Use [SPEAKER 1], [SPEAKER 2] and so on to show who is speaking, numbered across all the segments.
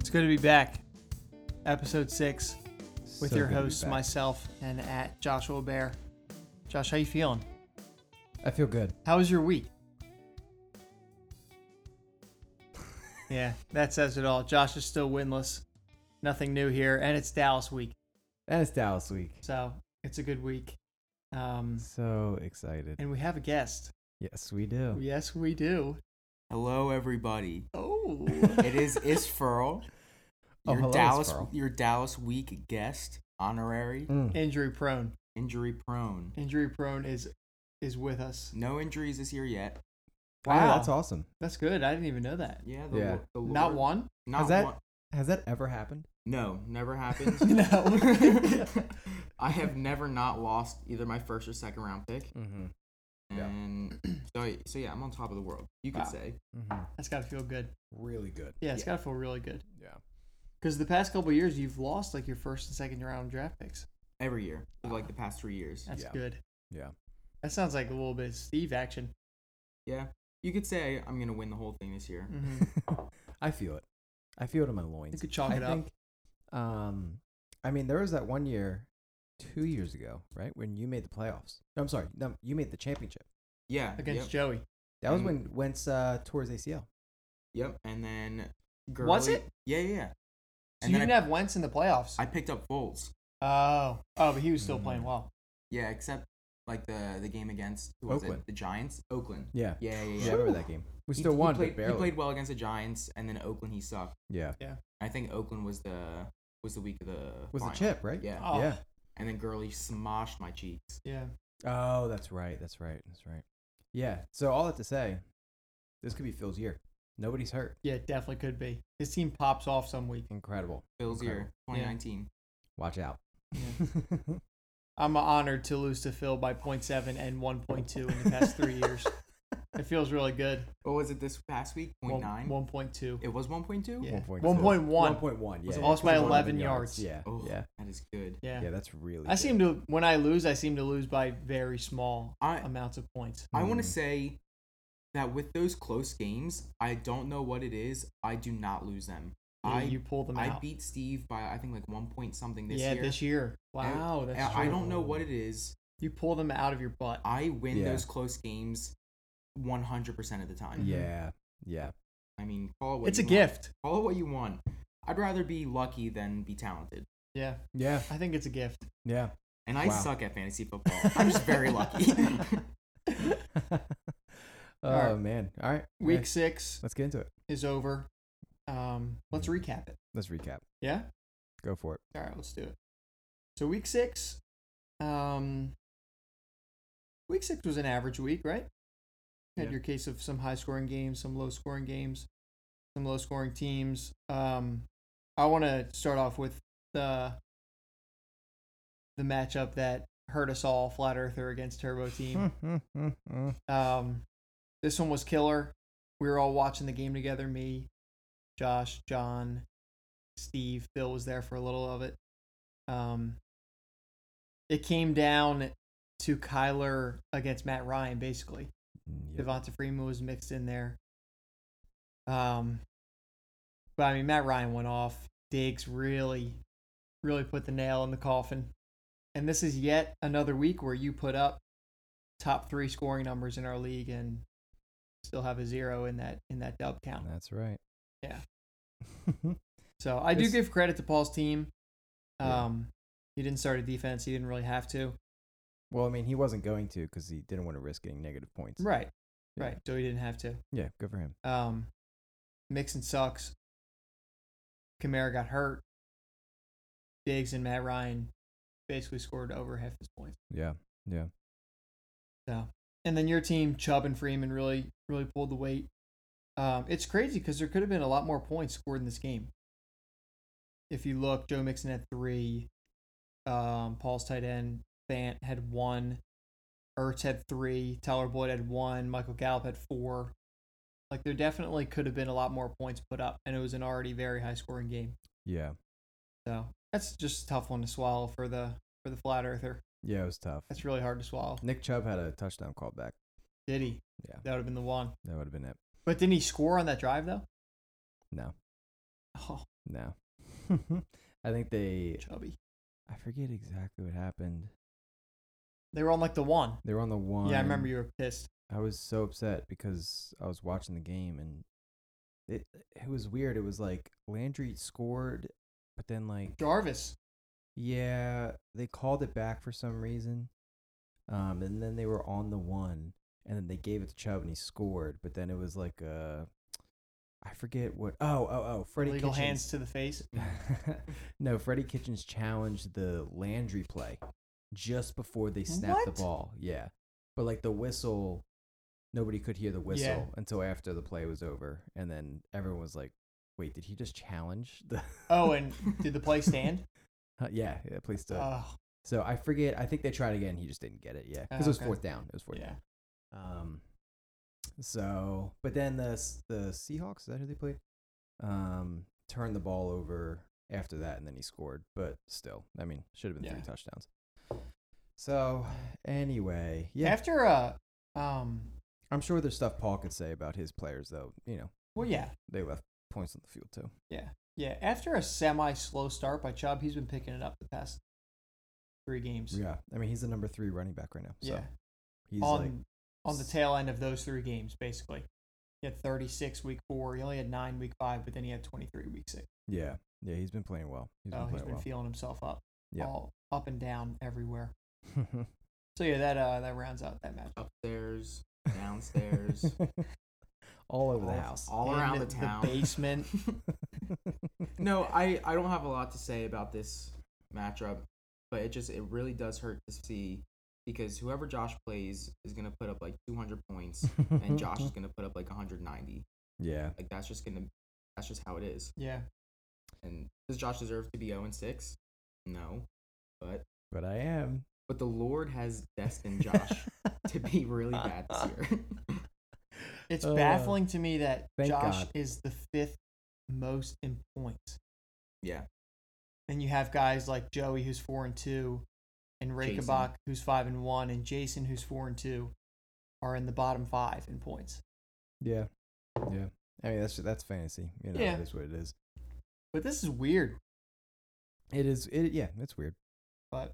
[SPEAKER 1] It's good to be back. Episode six with
[SPEAKER 2] So
[SPEAKER 1] your
[SPEAKER 2] good to be
[SPEAKER 1] hosts,
[SPEAKER 2] back.
[SPEAKER 1] myself, and at Joshua Bear. Josh, how you feeling?
[SPEAKER 2] I feel good.
[SPEAKER 1] How was your week? yeah, that says it all. Josh is still winless. Nothing new here, and it's Dallas week,
[SPEAKER 2] And it's Dallas week.
[SPEAKER 1] so it's a good week. Um,
[SPEAKER 2] So excited.
[SPEAKER 1] and we have a guest.
[SPEAKER 2] Yes, we do.
[SPEAKER 1] Yes, we do.
[SPEAKER 3] Hello, everybody.
[SPEAKER 1] Oh,
[SPEAKER 3] It is Isfurl,
[SPEAKER 2] Oh,
[SPEAKER 3] your
[SPEAKER 2] hello,
[SPEAKER 3] Dallas,
[SPEAKER 2] Isfurl.
[SPEAKER 3] your Dallas Week guest, honorary,
[SPEAKER 2] Mm.
[SPEAKER 1] injury prone.
[SPEAKER 3] injury prone.
[SPEAKER 1] Injury prone is is with us.
[SPEAKER 3] No injuries this year yet.
[SPEAKER 2] Wow,
[SPEAKER 1] Wow.
[SPEAKER 2] Oh, that's awesome.
[SPEAKER 1] That's good. I didn't even know that.
[SPEAKER 3] Yeah, the,
[SPEAKER 2] Yeah.
[SPEAKER 3] Lo- the
[SPEAKER 1] Not
[SPEAKER 3] Lord-
[SPEAKER 1] one.
[SPEAKER 3] Not
[SPEAKER 2] Has that-
[SPEAKER 3] one.
[SPEAKER 2] Has that ever happened?
[SPEAKER 3] No, never happened.
[SPEAKER 1] no.
[SPEAKER 3] I have never not lost either my first or second round pick,
[SPEAKER 2] Mm-hmm. Yeah.
[SPEAKER 3] and so so yeah, I'm on top of the world. You could
[SPEAKER 1] Wow.
[SPEAKER 3] say
[SPEAKER 2] mm-hmm.
[SPEAKER 1] That's gotta feel good.
[SPEAKER 2] Really good.
[SPEAKER 1] Yeah, it's gotta feel really good.
[SPEAKER 2] Yeah.
[SPEAKER 1] Because the past couple of years, you've lost like your first and second round draft picks.
[SPEAKER 3] every year, for like the past three years.
[SPEAKER 1] That's
[SPEAKER 2] Yeah.
[SPEAKER 1] good.
[SPEAKER 2] Yeah.
[SPEAKER 1] That sounds like a little bit of Steve action.
[SPEAKER 3] Yeah, you could say I'm gonna win the whole thing this
[SPEAKER 2] Mm.
[SPEAKER 3] year.
[SPEAKER 1] Mm-hmm.
[SPEAKER 2] I feel it. I feel it in my
[SPEAKER 1] You
[SPEAKER 2] loins.
[SPEAKER 1] could chalk
[SPEAKER 2] I
[SPEAKER 1] it up.
[SPEAKER 2] think, um, I mean, there was that one year, two years ago, right, when you made the playoffs. No, I'm sorry. No, you made the championship.
[SPEAKER 3] Yeah,
[SPEAKER 1] against
[SPEAKER 3] yep,
[SPEAKER 1] Joey.
[SPEAKER 2] That was
[SPEAKER 3] Mm.
[SPEAKER 2] when Wentz uh, towards ACL.
[SPEAKER 3] yep. And then
[SPEAKER 1] Was
[SPEAKER 3] Gurley-
[SPEAKER 1] it?
[SPEAKER 3] Yeah, yeah. yeah.
[SPEAKER 1] So
[SPEAKER 3] And
[SPEAKER 1] you
[SPEAKER 3] then
[SPEAKER 1] didn't
[SPEAKER 3] I-
[SPEAKER 1] have Wentz in the playoffs.
[SPEAKER 3] I picked up Foles.
[SPEAKER 1] oh, oh, but he was still playing
[SPEAKER 2] Mm.
[SPEAKER 1] well.
[SPEAKER 3] Yeah, except like the the game against who was
[SPEAKER 2] Oakland.
[SPEAKER 3] it? The Giants, Oakland.
[SPEAKER 2] Yeah.
[SPEAKER 3] Yeah, yeah, yeah.
[SPEAKER 2] Yeah, I remember that game. We
[SPEAKER 3] He-
[SPEAKER 2] still
[SPEAKER 3] he
[SPEAKER 2] won,
[SPEAKER 3] played,
[SPEAKER 2] but barely.
[SPEAKER 3] He played well against the Giants, and then Oakland he sucked.
[SPEAKER 2] yeah.
[SPEAKER 3] I think Oakland was the was the week of the
[SPEAKER 2] Was the
[SPEAKER 3] final.
[SPEAKER 2] chip right?
[SPEAKER 3] Yeah,
[SPEAKER 1] Oh.
[SPEAKER 2] Yeah.
[SPEAKER 3] and then Gurley smoshed my cheeks.
[SPEAKER 1] Yeah.
[SPEAKER 2] Oh, that's right. That's right. That's right. Yeah. So all that to say, this could be Phil's year. Nobody's hurt.
[SPEAKER 1] Yeah, it definitely could be. His team pops off some week.
[SPEAKER 2] Incredible.
[SPEAKER 3] Phil's year,
[SPEAKER 1] Yeah.
[SPEAKER 3] 2019.
[SPEAKER 2] Watch out.
[SPEAKER 1] I'm honored to lose to Phil by 0.7 and 1.2 in the past three years. It feels really good.
[SPEAKER 3] What was it this past week?
[SPEAKER 1] One-
[SPEAKER 3] 0.9?
[SPEAKER 1] 1.2.
[SPEAKER 3] It was 1.2.
[SPEAKER 1] Yeah.
[SPEAKER 2] 1.2.
[SPEAKER 1] 1.1.
[SPEAKER 2] 1.1. Yeah.
[SPEAKER 1] Was
[SPEAKER 2] yeah,
[SPEAKER 1] lost by
[SPEAKER 2] 'cause
[SPEAKER 1] 11 yards.
[SPEAKER 2] Yeah.
[SPEAKER 3] Oh,
[SPEAKER 2] yeah.
[SPEAKER 3] that is good.
[SPEAKER 1] Yeah.
[SPEAKER 2] Yeah. That's really.
[SPEAKER 1] I
[SPEAKER 2] good.
[SPEAKER 1] seem to when I lose, I seem to lose by very small
[SPEAKER 3] I
[SPEAKER 1] amounts of points.
[SPEAKER 3] I want
[SPEAKER 2] Mm.
[SPEAKER 3] to say that with those close games, I don't know what it is. I do not lose them.
[SPEAKER 1] You,
[SPEAKER 3] I
[SPEAKER 1] you pull them
[SPEAKER 3] I
[SPEAKER 1] out.
[SPEAKER 3] beat Steve by I think like one point something this
[SPEAKER 1] yeah,
[SPEAKER 3] year.
[SPEAKER 1] this year.
[SPEAKER 3] And-
[SPEAKER 1] Wow, that's
[SPEAKER 3] and I
[SPEAKER 1] true.
[SPEAKER 3] don't know what it is.
[SPEAKER 1] You pull them out of your butt.
[SPEAKER 3] I win
[SPEAKER 2] Yeah.
[SPEAKER 3] those close games 100% of the time.
[SPEAKER 2] Yeah. Yeah.
[SPEAKER 3] I mean, call it what
[SPEAKER 1] It's a
[SPEAKER 3] you want.
[SPEAKER 1] gift.
[SPEAKER 3] Call it what you want. I'd rather be lucky than be talented.
[SPEAKER 1] Yeah,
[SPEAKER 2] Yeah.
[SPEAKER 1] I think it's a gift.
[SPEAKER 2] Yeah.
[SPEAKER 3] And I
[SPEAKER 2] Wow.
[SPEAKER 3] suck at fantasy football. I'm just very lucky.
[SPEAKER 2] oh
[SPEAKER 1] right.
[SPEAKER 2] man. All right.
[SPEAKER 1] Week
[SPEAKER 2] Yeah.
[SPEAKER 1] six
[SPEAKER 2] Let's get into it.
[SPEAKER 1] is over. Um, let's recap it.
[SPEAKER 2] Let's recap.
[SPEAKER 1] Yeah.
[SPEAKER 2] Go for it.
[SPEAKER 1] All right, let's do it. So week six, um, week six was an average week, right? You had
[SPEAKER 3] Yeah.
[SPEAKER 1] your case of some high scoring games, some low scoring games, some low scoring teams. Um, I want to start off with the the matchup that hurt us all, Flat Earther against Turbo Team.
[SPEAKER 2] Mm,
[SPEAKER 1] um, this one was killer. We were all watching the game together. Me, Josh, John, Steve, Phil was there for a little of it. Um, it came down to Kyler against Matt Ryan, basically.
[SPEAKER 2] Yep.
[SPEAKER 1] Devonta Freeman was mixed in there. Um, but I mean, Matt Ryan went off. Diggs really, really put the nail in the coffin. And this is yet another week where you put up top three scoring numbers in our league and still have a zero in that in that dub count.
[SPEAKER 2] That's right.
[SPEAKER 1] Yeah. So I do
[SPEAKER 2] This-
[SPEAKER 1] give credit to Paul's team.
[SPEAKER 2] Yeah.
[SPEAKER 1] Um, he didn't start a defense. He didn't really have to.
[SPEAKER 2] well, I mean, he wasn't going to because he didn't want to risk getting negative points.
[SPEAKER 1] Right.
[SPEAKER 2] Yeah.
[SPEAKER 1] Right. So he didn't have to.
[SPEAKER 2] Yeah. Good for him.
[SPEAKER 1] Um, Mixon sucks. Kamara got hurt. Diggs and Matt Ryan basically scored over half his points.
[SPEAKER 2] Yeah. Yeah.
[SPEAKER 1] So, and then your team, Chubb and Freeman, really really pulled the weight. Um, it's crazy because there could have been a lot more points scored in this game. If you look, Joe Mixon had three. Um, Paul's tight end Fant had one. Ertz had three. Tyler Boyd had one. Michael Gallup had four. Like there definitely could have been a lot more points put up, and it was an already very high scoring game.
[SPEAKER 2] Yeah.
[SPEAKER 1] So that's just a tough one to swallow for the for the flat earther.
[SPEAKER 2] Yeah, it was tough.
[SPEAKER 1] That's really hard to swallow.
[SPEAKER 2] Nick Chubb had a touchdown call back.
[SPEAKER 1] Did he?
[SPEAKER 2] Yeah.
[SPEAKER 1] That would have been the one.
[SPEAKER 2] That would have been it.
[SPEAKER 1] But didn't he score on that drive though?
[SPEAKER 2] No.
[SPEAKER 1] Oh,
[SPEAKER 2] No. I think they.
[SPEAKER 1] chubby.
[SPEAKER 2] I forget exactly what happened.
[SPEAKER 1] They were on like the one.
[SPEAKER 2] They were on the one.
[SPEAKER 1] Yeah, I remember you were pissed.
[SPEAKER 2] I was so upset because I was watching the game and it it was weird. It was like Landry scored, but then like
[SPEAKER 1] Jarvis.
[SPEAKER 2] yeah, they called it back for some reason. Um, and then they were on the one, and then they gave it to Chubb and he scored. But then it was like uh, I forget what. Oh, oh, oh, Freddie
[SPEAKER 1] Illegal
[SPEAKER 2] Kitchens.
[SPEAKER 1] hands to the face.
[SPEAKER 2] no, Freddie Kitchens challenged the Landry play just before they snapped
[SPEAKER 1] What?
[SPEAKER 2] the ball. Yeah. But like the whistle, nobody could hear the whistle until after the play was over. And then everyone was like, wait, did he just challenge the.
[SPEAKER 1] Oh, and did the play stand?
[SPEAKER 2] yeah, yeah, please do.
[SPEAKER 1] Oh,
[SPEAKER 2] so I forget. I think they tried again. He just didn't get it. Yeah. Because
[SPEAKER 1] Oh,
[SPEAKER 2] it was
[SPEAKER 1] okay.
[SPEAKER 2] fourth down. It was fourth
[SPEAKER 1] yeah.
[SPEAKER 2] down. Um, so, but then the S- the Seahawks, is that who they played? Um, turned the ball over after that, and then he scored. But still, I mean, should have been three
[SPEAKER 1] Yeah.
[SPEAKER 2] touchdowns. So, anyway, yeah,
[SPEAKER 1] After uh, um,
[SPEAKER 2] I'm sure there's stuff Paul could say about his players, though. You know,
[SPEAKER 1] well, yeah,
[SPEAKER 2] they left points on the field too.
[SPEAKER 1] yeah. After a semi-slow start by Chubb, he's been picking it up the past three games.
[SPEAKER 2] Yeah, I mean, he's the number three running back right now. So
[SPEAKER 1] yeah.
[SPEAKER 2] he's
[SPEAKER 1] on
[SPEAKER 2] like,
[SPEAKER 1] on the tail end of those three games, basically. He had 36 week four. He only had nine week five, but then he had 23 week six.
[SPEAKER 2] yeah, yeah, he's been playing well. He's
[SPEAKER 1] so
[SPEAKER 2] been
[SPEAKER 1] Oh, he's
[SPEAKER 2] playing
[SPEAKER 1] been feeling himself up,
[SPEAKER 2] Yeah.
[SPEAKER 1] all up and down everywhere.
[SPEAKER 2] well.
[SPEAKER 1] So yeah, that uh, that rounds out that match.
[SPEAKER 3] Upstairs, downstairs,
[SPEAKER 2] all over the
[SPEAKER 3] all-
[SPEAKER 2] house.
[SPEAKER 3] all
[SPEAKER 1] And
[SPEAKER 3] around
[SPEAKER 1] the-
[SPEAKER 3] the,
[SPEAKER 1] the
[SPEAKER 3] town.
[SPEAKER 1] basement.
[SPEAKER 3] no, I I don't have a lot to say about this matchup, but it just it really does hurt to see because whoever Josh plays is gonna put up like 200 points, and Josh is gonna put up like 190.
[SPEAKER 2] Yeah.
[SPEAKER 3] Like that's just gonna that's just how it is.
[SPEAKER 1] Yeah.
[SPEAKER 3] And does Josh deserve to be 0 and 6? No, but
[SPEAKER 2] But I am.
[SPEAKER 3] but the Lord has destined Josh to be really bad this year.
[SPEAKER 1] It's
[SPEAKER 2] Uh,
[SPEAKER 1] baffling to me that
[SPEAKER 2] thank
[SPEAKER 1] Josh
[SPEAKER 2] God.
[SPEAKER 1] is the fifth most in points.
[SPEAKER 3] yeah,
[SPEAKER 1] Then you have guys like Joey, who's four and two, and
[SPEAKER 3] Jason.
[SPEAKER 1] Rakabach, who's five and one, and Jason, who's four and two, are in the bottom five in points.
[SPEAKER 2] Yeah. Yeah. I mean, that's that's fantasy. You know,
[SPEAKER 1] Yeah.
[SPEAKER 2] it is what it is.
[SPEAKER 1] But this is weird.
[SPEAKER 2] It is. It yeah. It's weird.
[SPEAKER 1] But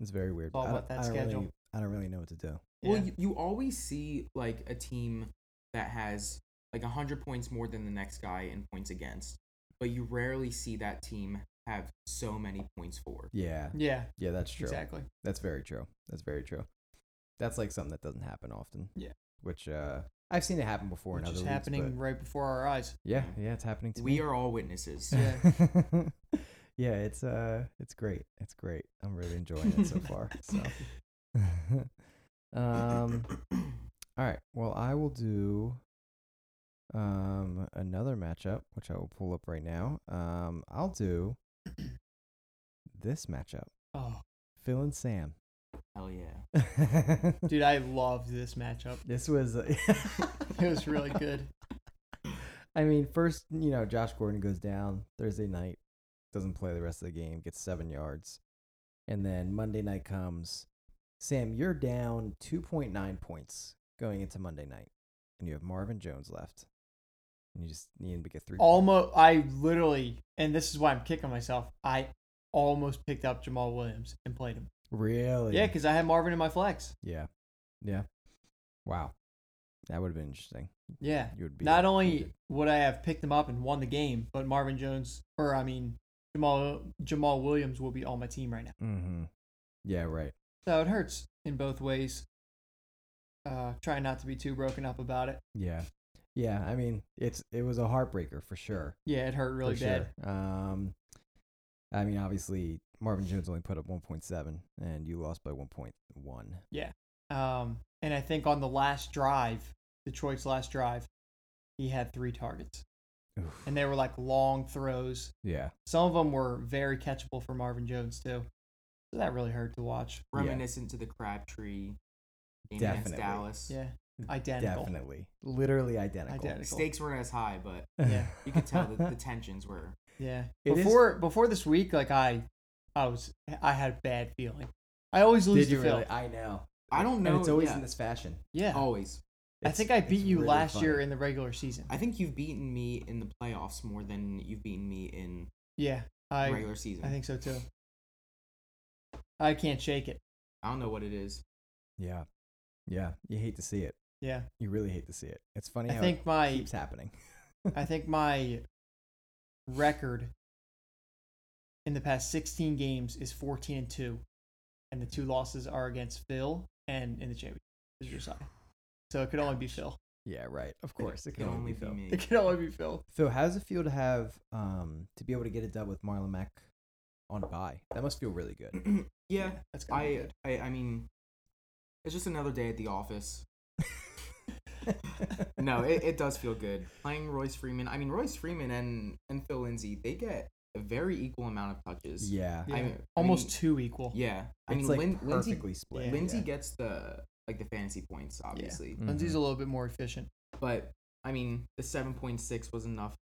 [SPEAKER 2] It's very weird.
[SPEAKER 1] It's all
[SPEAKER 2] I don't-
[SPEAKER 1] about that
[SPEAKER 2] I don't
[SPEAKER 1] schedule.
[SPEAKER 2] really- I don't really know what to do.
[SPEAKER 1] yeah.
[SPEAKER 3] Well, you, you always see like a team that has like 100 points more than the next guy in points against, but you rarely see that team have so many points for.
[SPEAKER 2] Yeah.
[SPEAKER 1] yeah,
[SPEAKER 2] Yeah. That's true.
[SPEAKER 1] exactly.
[SPEAKER 2] That's very true. That's very true. That's like something that doesn't happen often.
[SPEAKER 1] Yeah.
[SPEAKER 2] Which uh, I've seen it happen before
[SPEAKER 1] Which
[SPEAKER 2] in other
[SPEAKER 1] is
[SPEAKER 2] leagues,
[SPEAKER 1] happening
[SPEAKER 2] but-
[SPEAKER 1] right before our eyes.
[SPEAKER 2] yeah. Yeah. It's happening to me.
[SPEAKER 3] We are all witnesses.
[SPEAKER 2] Yeah. yeah, it's uh it's great. It's great. I'm really enjoying it so far. So um all right. Well, I will do um another matchup which I will pull up right now. Um I'll do this matchup.
[SPEAKER 1] Oh,
[SPEAKER 2] Phil and Sam.
[SPEAKER 3] Hell yeah.
[SPEAKER 1] dude, I loved this matchup.
[SPEAKER 2] this was
[SPEAKER 1] It was really good.
[SPEAKER 2] I mean, first, you know, Josh Gordon goes down Thursday night, doesn't play the rest of the game, gets seven yards. And then Monday night comes. Sam, you're down 2.9 points going into Monday night, and you have Marvin Jones left. And you just need to get three.
[SPEAKER 1] Almost, I literally, and this is why I'm kicking myself. I almost picked up Jamal Williams and played him.
[SPEAKER 2] Really?
[SPEAKER 1] Yeah, because I had Marvin in my flex.
[SPEAKER 2] Yeah. Yeah. Wow. That would have been interesting.
[SPEAKER 1] Yeah.
[SPEAKER 2] You would be
[SPEAKER 1] Not only would I have picked him up and won the game, but Marvin Jones, or I mean Jamal Jamal Williams, will be on my team right now.
[SPEAKER 2] Mm-hmm. Yeah. Right.
[SPEAKER 1] So it hurts in both ways. Uh, try not to be too broken up about it.
[SPEAKER 2] Yeah. Yeah. I mean, it's it was a heartbreaker for sure.
[SPEAKER 1] Yeah, it hurt really
[SPEAKER 2] for
[SPEAKER 1] bad.
[SPEAKER 2] Sure. Um, I mean, obviously, Marvin Jones only put up 1.7, and you lost by 1.1.
[SPEAKER 1] Um, and I think on the last drive, Detroit's last drive, he had three targets,
[SPEAKER 2] Oof.
[SPEAKER 1] and they were like long throws.
[SPEAKER 2] Yeah,
[SPEAKER 1] Some of them were very catchable for Marvin Jones too. So that really hurt to watch.
[SPEAKER 3] Reminiscent to the Crabtree game against
[SPEAKER 2] Definitely.
[SPEAKER 3] Dallas.
[SPEAKER 1] Yeah, identical.
[SPEAKER 2] Mm, definitely, literally identical.
[SPEAKER 1] Identical.
[SPEAKER 3] Stakes weren't as high, but
[SPEAKER 1] Yeah.
[SPEAKER 3] you could tell that the tensions were.
[SPEAKER 1] Yeah.
[SPEAKER 2] It is-
[SPEAKER 1] before before this week, like I, I was I had a bad feeling. I always lose
[SPEAKER 2] Did
[SPEAKER 1] to
[SPEAKER 2] you
[SPEAKER 1] Phil.
[SPEAKER 2] really? I know.
[SPEAKER 3] I don't
[SPEAKER 2] And
[SPEAKER 3] know.
[SPEAKER 2] it's always
[SPEAKER 3] yeah.
[SPEAKER 2] in this fashion.
[SPEAKER 1] Yeah.
[SPEAKER 3] Always.
[SPEAKER 1] I
[SPEAKER 2] It's-
[SPEAKER 1] think I
[SPEAKER 2] it's
[SPEAKER 1] beat you
[SPEAKER 2] really
[SPEAKER 1] last
[SPEAKER 2] funny.
[SPEAKER 1] year in the regular season.
[SPEAKER 3] I think you've beaten me in the playoffs more than you've beaten me in
[SPEAKER 1] yeah, I
[SPEAKER 3] regular season.
[SPEAKER 1] I think so too. I can't shake it.
[SPEAKER 3] I don't know what it is.
[SPEAKER 2] Yeah, yeah. You hate to see it.
[SPEAKER 1] Yeah,
[SPEAKER 2] You really hate to see it. It's funny
[SPEAKER 1] I
[SPEAKER 2] how
[SPEAKER 1] think
[SPEAKER 2] it
[SPEAKER 1] my
[SPEAKER 2] keeps happening.
[SPEAKER 1] I think my record in the past 16 games is 14 and two, and the two losses are against Phil and in the championship is your side. So it could only be Phil.
[SPEAKER 2] Yeah, right. Of course,
[SPEAKER 3] it could only be
[SPEAKER 2] Phil.
[SPEAKER 3] me.
[SPEAKER 1] It could only be Phil.
[SPEAKER 2] Phil, how does it feel to have um to be able to get a dub with Marlon Mack on bye? That must feel really good.
[SPEAKER 3] yeah,
[SPEAKER 1] that's gotta be
[SPEAKER 3] I,
[SPEAKER 1] good.
[SPEAKER 3] I, I mean, it's just another day at the office. No, it, it does feel good playing Royce Freeman. I mean, Royce Freeman and and Phil Lindsay, they get a very equal amount of touches.
[SPEAKER 2] yeah,
[SPEAKER 1] Yeah.
[SPEAKER 3] I mean,
[SPEAKER 1] almost
[SPEAKER 3] I mean,
[SPEAKER 1] two equal.
[SPEAKER 3] yeah, I
[SPEAKER 2] it's
[SPEAKER 3] mean,
[SPEAKER 2] like
[SPEAKER 3] Lin-
[SPEAKER 2] perfectly
[SPEAKER 3] Lindsay
[SPEAKER 2] split.
[SPEAKER 1] Yeah.
[SPEAKER 3] Lindsay
[SPEAKER 2] yeah.
[SPEAKER 3] gets the like the fantasy points, obviously,
[SPEAKER 2] Mhm.
[SPEAKER 1] Lindsay's a little bit more efficient.
[SPEAKER 3] but I mean, the seven point six was enough.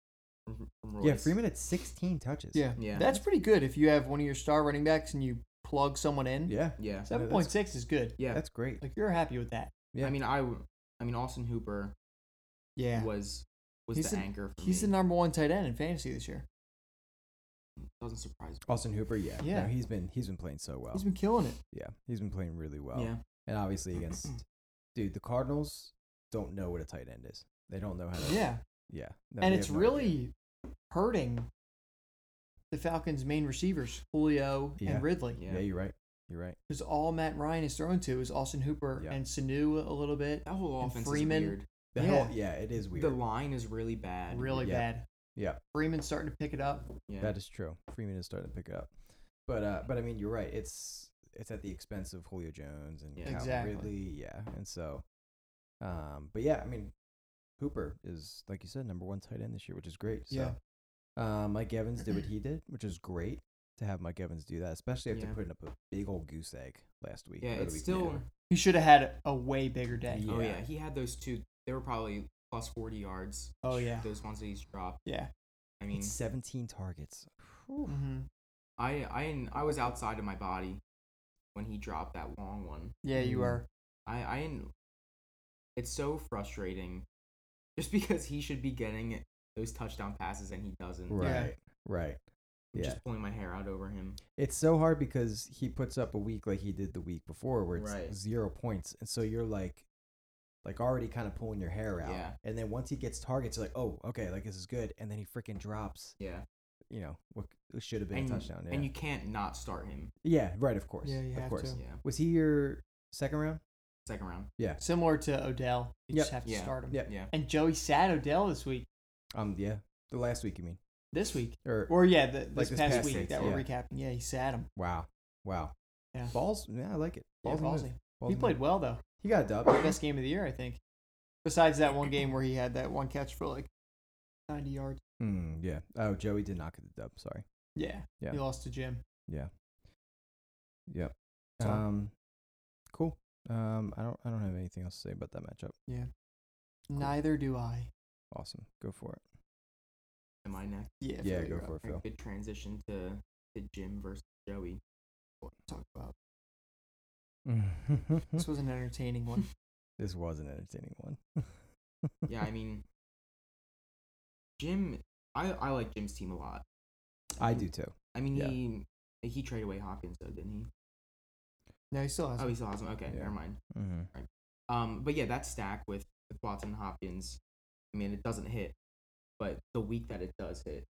[SPEAKER 3] From, from Royce.
[SPEAKER 2] Yeah, Freeman had 16 touches.
[SPEAKER 3] Yeah.
[SPEAKER 1] That's pretty good if you have one of your star running backs and you plug someone in.
[SPEAKER 2] yeah,
[SPEAKER 3] Yeah,
[SPEAKER 2] So-
[SPEAKER 1] Seven point six is good.
[SPEAKER 3] yeah.
[SPEAKER 2] that's great.
[SPEAKER 1] Like you're happy with that.
[SPEAKER 2] yeah.
[SPEAKER 3] I mean, I, w- I mean, Austin Hooper
[SPEAKER 1] Yeah.
[SPEAKER 3] was was
[SPEAKER 1] He's
[SPEAKER 3] the
[SPEAKER 1] an-
[SPEAKER 3] anchor. For
[SPEAKER 1] He's the
[SPEAKER 3] me.
[SPEAKER 1] number one tight end in fantasy this year.
[SPEAKER 3] doesn't surprise me.
[SPEAKER 2] Austin Hooper, yeah,
[SPEAKER 1] Yeah.
[SPEAKER 2] no, he's been he's been playing so well.
[SPEAKER 1] He's been killing it.
[SPEAKER 2] yeah, he's been playing really well.
[SPEAKER 3] Yeah,
[SPEAKER 2] and obviously against dude, the Cardinals don't know what a tight end is. They don't know how to.
[SPEAKER 1] Yeah.
[SPEAKER 2] yeah, no,
[SPEAKER 1] and
[SPEAKER 2] they
[SPEAKER 1] it's
[SPEAKER 2] have no idea.
[SPEAKER 1] really hurting the Falcons' main receivers, Julio
[SPEAKER 2] Yeah.
[SPEAKER 1] and Ridley.
[SPEAKER 3] yeah.
[SPEAKER 2] yeah. You're right. You're right.
[SPEAKER 1] Because all Matt Ryan is thrown to is Austin Hooper
[SPEAKER 2] Yeah.
[SPEAKER 1] and Sanu a little bit.
[SPEAKER 3] That whole
[SPEAKER 1] And
[SPEAKER 3] offense
[SPEAKER 1] Freeman-
[SPEAKER 3] is weird.
[SPEAKER 2] The
[SPEAKER 1] Yeah.
[SPEAKER 2] hell, yeah, it is weird.
[SPEAKER 3] The line is really bad.
[SPEAKER 1] Really
[SPEAKER 2] Yeah.
[SPEAKER 1] bad.
[SPEAKER 2] yeah,
[SPEAKER 1] Freeman's starting to pick it up.
[SPEAKER 3] Yeah.
[SPEAKER 2] That is true. Freeman is starting to pick it up, but uh, but I mean, you're right. It's it's at the expense of Julio Jones and
[SPEAKER 3] Yeah.
[SPEAKER 2] Calvin
[SPEAKER 1] Exactly.
[SPEAKER 2] Ridley, yeah, and so, um, but yeah, I mean, Hooper is like you said, number one tight end this year, which is great. So,
[SPEAKER 1] Yeah.
[SPEAKER 2] uh, Mike Evans did what he did, which is great to have Mike Evans do that, especially after
[SPEAKER 3] Yeah.
[SPEAKER 2] putting up a big old goose egg last week.
[SPEAKER 3] yeah,
[SPEAKER 2] or the
[SPEAKER 3] it's
[SPEAKER 2] week
[SPEAKER 3] still.
[SPEAKER 2] before.
[SPEAKER 1] He should have had a way bigger day.
[SPEAKER 2] Yeah.
[SPEAKER 3] Oh yeah, he had those two. They were probably plus forty yards.
[SPEAKER 1] Oh, yeah.
[SPEAKER 3] those ones that he's dropped.
[SPEAKER 1] Yeah.
[SPEAKER 3] I mean,
[SPEAKER 2] It's 17 targets. Whew.
[SPEAKER 1] hmm
[SPEAKER 3] I I I was outside of my body when he dropped that long one.
[SPEAKER 1] Yeah, you
[SPEAKER 2] Mm.
[SPEAKER 1] are.
[SPEAKER 3] I I it's so frustrating, just because he should be getting those touchdown passes and he doesn't.
[SPEAKER 2] Right, right.
[SPEAKER 3] I'm
[SPEAKER 2] Yeah,
[SPEAKER 3] just pulling my hair out over him.
[SPEAKER 2] it's so hard because he puts up a week like he did the week before where it's
[SPEAKER 3] Right.
[SPEAKER 2] zero points and so you're like like already kind of pulling your hair out
[SPEAKER 3] Yeah.
[SPEAKER 2] and then once he gets targets you're like oh okay like this is good and then he freaking drops
[SPEAKER 3] Yeah,
[SPEAKER 2] you know what c- should have been
[SPEAKER 3] and,
[SPEAKER 2] a touchdown yeah.
[SPEAKER 3] and you can't not start him.
[SPEAKER 2] yeah right of course
[SPEAKER 1] Yeah, you
[SPEAKER 2] of
[SPEAKER 1] have
[SPEAKER 2] course
[SPEAKER 1] to.
[SPEAKER 3] Yeah,
[SPEAKER 2] was he your second round
[SPEAKER 3] second round.
[SPEAKER 1] Similar to Odell. You
[SPEAKER 2] Yep.
[SPEAKER 1] just have to
[SPEAKER 3] Yeah.
[SPEAKER 1] start him.
[SPEAKER 2] Yep.
[SPEAKER 3] Yeah,
[SPEAKER 1] And Joey sat Odell this week,
[SPEAKER 2] um yeah the last week you mean
[SPEAKER 1] this week.
[SPEAKER 2] or
[SPEAKER 1] Or, yeah, the, this,
[SPEAKER 2] this
[SPEAKER 1] past,
[SPEAKER 3] past
[SPEAKER 1] week
[SPEAKER 3] week,
[SPEAKER 1] that
[SPEAKER 2] yeah.
[SPEAKER 1] we're recapping. Yeah, he sat him.
[SPEAKER 2] wow wow
[SPEAKER 1] Yeah.
[SPEAKER 2] balls yeah I like it
[SPEAKER 1] Yeah,
[SPEAKER 2] balls,
[SPEAKER 1] ballsy. He played well, though.
[SPEAKER 2] he got a dub
[SPEAKER 1] Best game of the year, I think. Besides that one game where he had that one catch for like 90 yards.
[SPEAKER 2] Hmm, yeah oh Joey did not get the dub sorry
[SPEAKER 1] Yeah.
[SPEAKER 2] Yeah.
[SPEAKER 1] He lost to Jim.
[SPEAKER 2] Yeah. Yep.
[SPEAKER 1] So-
[SPEAKER 2] Um cool. Um I don't I don't have anything else to say about that matchup.
[SPEAKER 1] Neither do I.
[SPEAKER 2] Awesome. Go for it.
[SPEAKER 3] am I next?
[SPEAKER 1] Yeah.
[SPEAKER 2] yeah,
[SPEAKER 1] Phil,
[SPEAKER 2] go
[SPEAKER 1] you're up.
[SPEAKER 2] for it,
[SPEAKER 3] A
[SPEAKER 2] Phil.
[SPEAKER 3] good transition to to Jim versus Joey.
[SPEAKER 1] Talk about.
[SPEAKER 2] Hmm?
[SPEAKER 1] This was an entertaining one.
[SPEAKER 2] this was an entertaining one.
[SPEAKER 3] Yeah, I mean, Jim. I I like Jim's team a lot.
[SPEAKER 2] I do too.
[SPEAKER 3] I mean,
[SPEAKER 2] Yeah.
[SPEAKER 3] he he traded away Hopkins though, didn't he?
[SPEAKER 1] No, he still has.
[SPEAKER 3] Oh,
[SPEAKER 1] Oh,
[SPEAKER 3] he still has him. Okay,
[SPEAKER 2] Yeah.
[SPEAKER 3] never mind.
[SPEAKER 2] Mm-hmm.
[SPEAKER 3] Um, but yeah, that stack with with Watson and Hopkins. I mean, it doesn't hit, but the week that it does hit,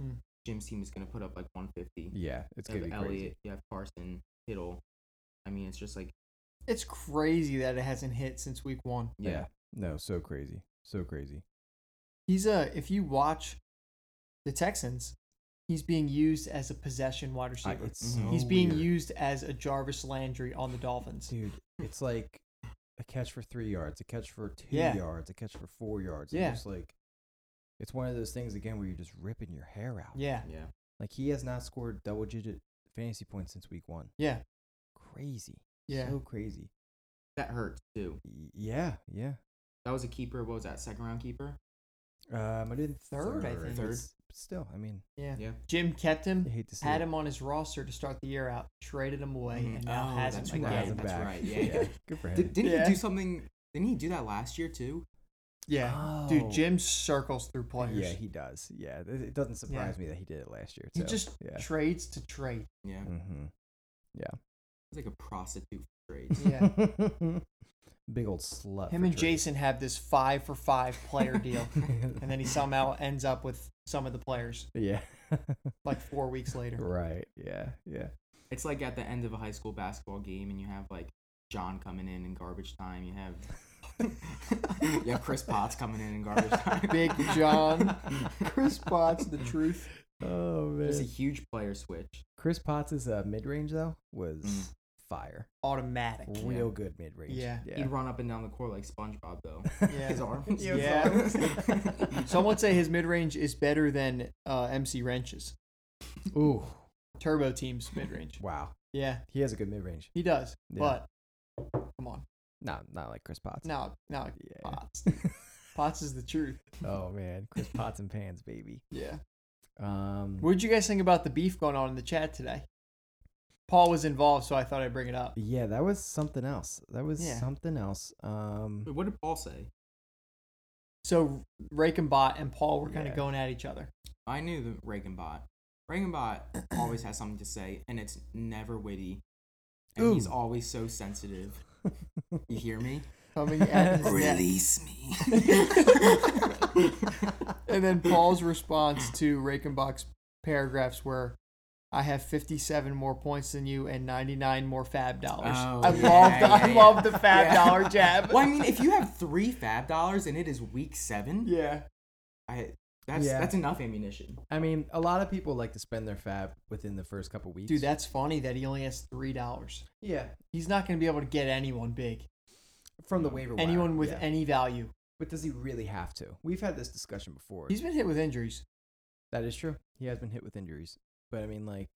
[SPEAKER 1] Mm.
[SPEAKER 3] Jim's team is gonna put up like 150.
[SPEAKER 2] Hmm. Yeah, it's
[SPEAKER 3] you
[SPEAKER 2] gonna
[SPEAKER 3] have
[SPEAKER 2] be
[SPEAKER 3] Elliott,
[SPEAKER 2] crazy.
[SPEAKER 3] you have Carson, Kittle. I mean, it's just like
[SPEAKER 1] it's crazy that it hasn't hit since week one.
[SPEAKER 3] yeah,
[SPEAKER 2] No, so crazy. So crazy.
[SPEAKER 1] He's a. If you watch the Texans, he's being used as a possession wide
[SPEAKER 2] I-
[SPEAKER 1] receiver.
[SPEAKER 2] it's
[SPEAKER 3] Mhm.
[SPEAKER 2] so
[SPEAKER 1] he's being
[SPEAKER 2] weird.
[SPEAKER 1] used as a Jarvis Landry on the Dolphins.
[SPEAKER 2] dude. It's like a catch for three yards, a catch for two
[SPEAKER 1] Yeah.
[SPEAKER 2] yards, a catch for four yards.
[SPEAKER 1] Yeah.
[SPEAKER 2] It's just like it's one of those things again where you're just ripping your hair out.
[SPEAKER 1] Yeah.
[SPEAKER 3] yeah,
[SPEAKER 2] Like he has not scored double digit fantasy points since week one.
[SPEAKER 1] Yeah.
[SPEAKER 2] Crazy.
[SPEAKER 1] Yeah.
[SPEAKER 2] So crazy.
[SPEAKER 3] that hurts too.
[SPEAKER 2] Y- Yeah. Yeah.
[SPEAKER 3] That was a keeper. What was that? Second round keeper.
[SPEAKER 2] Um, I did
[SPEAKER 1] Third, I think.
[SPEAKER 3] Third.
[SPEAKER 2] Still, I mean,
[SPEAKER 1] yeah.
[SPEAKER 3] Yeah.
[SPEAKER 1] Jim kept
[SPEAKER 2] I
[SPEAKER 1] him.
[SPEAKER 2] hate to see
[SPEAKER 1] Had
[SPEAKER 2] it.
[SPEAKER 1] him on his roster to start the year out, traded him away,
[SPEAKER 3] Mhm.
[SPEAKER 2] Mm-hmm.
[SPEAKER 1] and now
[SPEAKER 3] Oh,
[SPEAKER 1] has
[SPEAKER 3] that's
[SPEAKER 1] him
[SPEAKER 2] Now
[SPEAKER 1] again.
[SPEAKER 2] has him
[SPEAKER 3] That's
[SPEAKER 2] back.
[SPEAKER 3] right, yeah.
[SPEAKER 2] Good for him.
[SPEAKER 3] Did, didn't
[SPEAKER 1] Yeah.
[SPEAKER 3] he do something? Didn't he do that last year too?
[SPEAKER 1] Yeah.
[SPEAKER 2] Oh.
[SPEAKER 1] Dude, Jim circles through players.
[SPEAKER 2] Yeah, he does. Yeah, it, it doesn't surprise me that he did it last year.
[SPEAKER 1] He
[SPEAKER 2] Too.
[SPEAKER 1] just
[SPEAKER 2] yeah.
[SPEAKER 1] trades to trade.
[SPEAKER 3] Yeah,
[SPEAKER 2] Mhm.
[SPEAKER 3] he's like a prostitute for trades.
[SPEAKER 1] Yeah.
[SPEAKER 2] Big old slut.
[SPEAKER 1] Him
[SPEAKER 2] for
[SPEAKER 1] and
[SPEAKER 2] Drake.
[SPEAKER 1] Jason have this five for five player deal, and then he somehow ends up with some of the players
[SPEAKER 2] yeah.
[SPEAKER 1] like four weeks later.
[SPEAKER 2] right. Yeah. Yeah.
[SPEAKER 3] It's like at the end of a high school basketball game, and you have like John coming in in garbage time. You have you have Chris Potts coming in in garbage time.
[SPEAKER 1] Big John, Chris Potts, the truth.
[SPEAKER 2] Oh
[SPEAKER 3] There's a
[SPEAKER 2] man.
[SPEAKER 3] huge player switch.
[SPEAKER 2] Chris Potts' uh, mid range though was
[SPEAKER 3] Mm.
[SPEAKER 2] fire.
[SPEAKER 1] Automatic.
[SPEAKER 2] Real good mid range.
[SPEAKER 1] Yeah.
[SPEAKER 3] He'd run up and down the court like SpongeBob though. His
[SPEAKER 1] Yeah.
[SPEAKER 3] arms.
[SPEAKER 2] Yeah.
[SPEAKER 1] Some would say his mid range is better than uh, MC Wrench's
[SPEAKER 2] Ooh.
[SPEAKER 1] Turbo Team's mid range.
[SPEAKER 2] Wow.
[SPEAKER 1] Yeah,
[SPEAKER 2] He has a good mid range.
[SPEAKER 1] he does.
[SPEAKER 2] Yeah.
[SPEAKER 1] But come on,
[SPEAKER 2] No, not like Chris Potts.
[SPEAKER 1] now, now
[SPEAKER 2] Yeah.
[SPEAKER 1] Potts. Potts is the truth.
[SPEAKER 2] oh man, Chris Potts and pans, baby.
[SPEAKER 1] Yeah.
[SPEAKER 2] Um.
[SPEAKER 1] What did you guys think about the beef going on in the chat today? Paul was involved, so I thought I'd bring it up.
[SPEAKER 2] Yeah, that was something else. That was
[SPEAKER 1] Yeah.
[SPEAKER 2] something else. Um.
[SPEAKER 3] Wait, what did Paul say?
[SPEAKER 1] So Rakenbot and Paul were kind of
[SPEAKER 2] Yeah.
[SPEAKER 1] going at each other.
[SPEAKER 3] I knew the Reagan bot. Reagan bot always has something to say, and it's never witty. And he's
[SPEAKER 2] Ooh.
[SPEAKER 3] always so sensitive. You hear me?
[SPEAKER 1] Coming at his neck.
[SPEAKER 3] Release me.
[SPEAKER 1] And then Paul's response to Rakenbach's paragraphs were, "I have 57 more points than you and 99 more Fab dollars."
[SPEAKER 3] Oh,
[SPEAKER 1] I
[SPEAKER 3] yeah,
[SPEAKER 1] love the, I
[SPEAKER 3] yeah,
[SPEAKER 1] love
[SPEAKER 3] yeah.
[SPEAKER 1] the Fab
[SPEAKER 3] Yeah.
[SPEAKER 1] dollar jab.
[SPEAKER 3] well, I mean, if you have three Fab dollars and it is week seven,
[SPEAKER 1] Yeah,
[SPEAKER 3] I that's
[SPEAKER 2] Yeah.
[SPEAKER 3] that's enough ammunition.
[SPEAKER 2] I mean, a lot of people like to spend their fab within the first couple weeks.
[SPEAKER 1] dude, that's funny that he only has three dollars.
[SPEAKER 2] yeah,
[SPEAKER 1] He's not going to be able to get anyone big,
[SPEAKER 2] from the waiver. wire,
[SPEAKER 1] Mm. anyone with
[SPEAKER 2] yeah.
[SPEAKER 1] any value.
[SPEAKER 2] But does he really have to? We've had this discussion before.
[SPEAKER 1] He's been hit with injuries.
[SPEAKER 2] that is true. He has been hit with injuries, but I mean, like,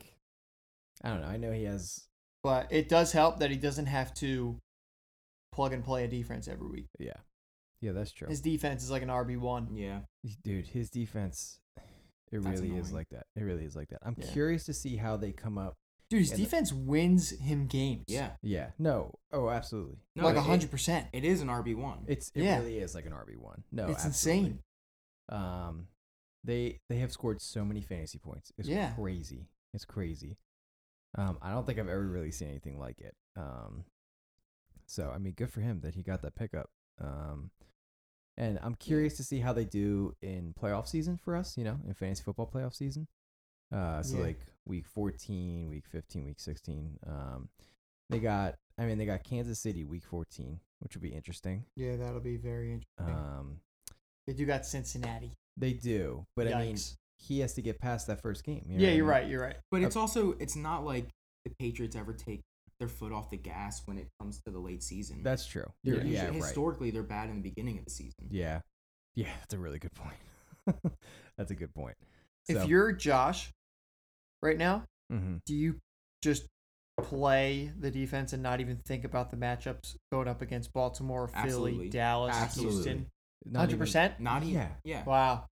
[SPEAKER 2] I don't know. I know he has.
[SPEAKER 1] But it does help that he doesn't have to plug and play a defense every week.
[SPEAKER 2] Yeah, yeah, that's true.
[SPEAKER 1] His defense is like an RB one.
[SPEAKER 3] Yeah.
[SPEAKER 2] Dude, his defense. It
[SPEAKER 3] That's
[SPEAKER 2] really is
[SPEAKER 3] annoying.
[SPEAKER 2] like that. It really is like that. I'm
[SPEAKER 1] Yeah.
[SPEAKER 2] curious to see how they come up.
[SPEAKER 1] Dude, his
[SPEAKER 2] And the-
[SPEAKER 1] defense wins him games.
[SPEAKER 3] Yeah.
[SPEAKER 2] Yeah. No. Oh, absolutely.
[SPEAKER 3] No,
[SPEAKER 1] like
[SPEAKER 3] it-
[SPEAKER 1] like hundred percent.
[SPEAKER 3] It is an RB one.
[SPEAKER 2] It's it
[SPEAKER 1] Um, Yeah.
[SPEAKER 2] really is like an RB one. No,
[SPEAKER 1] It's
[SPEAKER 2] absolutely.
[SPEAKER 1] insane.
[SPEAKER 2] Um, they they have scored so many fantasy points. It's
[SPEAKER 1] Yeah.
[SPEAKER 2] crazy. It's crazy. Um, I don't think I've ever really seen anything like it. Um, so I mean, good for him that he got that pickup. Um, and I'm curious to see how they do in playoff season for us. You know, in fantasy football playoff season. Uh, so
[SPEAKER 1] Yeah.
[SPEAKER 2] like week 14, week 15, week 16. Um, they got. I mean, they got Kansas City week 14, which would be interesting.
[SPEAKER 1] Yeah, that'll be very interesting.
[SPEAKER 2] Um,
[SPEAKER 1] they do got Cincinnati.
[SPEAKER 2] they do, but I mean,
[SPEAKER 1] Yikes.
[SPEAKER 2] he has to get past that first game. you know
[SPEAKER 1] yeah,
[SPEAKER 2] what I
[SPEAKER 1] you're
[SPEAKER 2] mean?
[SPEAKER 1] right. You're right.
[SPEAKER 3] But
[SPEAKER 2] uh,
[SPEAKER 3] it's also it's not like the Patriots ever take their foot off the gas when it comes to the late season.
[SPEAKER 2] That's true.
[SPEAKER 3] They're
[SPEAKER 2] You're,
[SPEAKER 1] Yeah.
[SPEAKER 3] usually-
[SPEAKER 2] yeah, right.
[SPEAKER 3] historically they're bad in the beginning of the season.
[SPEAKER 2] Yeah, yeah, that's a really good point. that's a good point. So-
[SPEAKER 1] If you're Josh right now,
[SPEAKER 2] Mhm.
[SPEAKER 1] do you just play the defense and not even think about the matchups going up against Baltimore, Philly,
[SPEAKER 3] Absolutely.
[SPEAKER 1] Dallas,
[SPEAKER 3] Absolutely.
[SPEAKER 1] Houston?
[SPEAKER 2] Not
[SPEAKER 1] Hundred
[SPEAKER 2] even-
[SPEAKER 1] percent.
[SPEAKER 3] Not even.
[SPEAKER 2] Yeah.
[SPEAKER 3] Yeah.
[SPEAKER 1] Wow.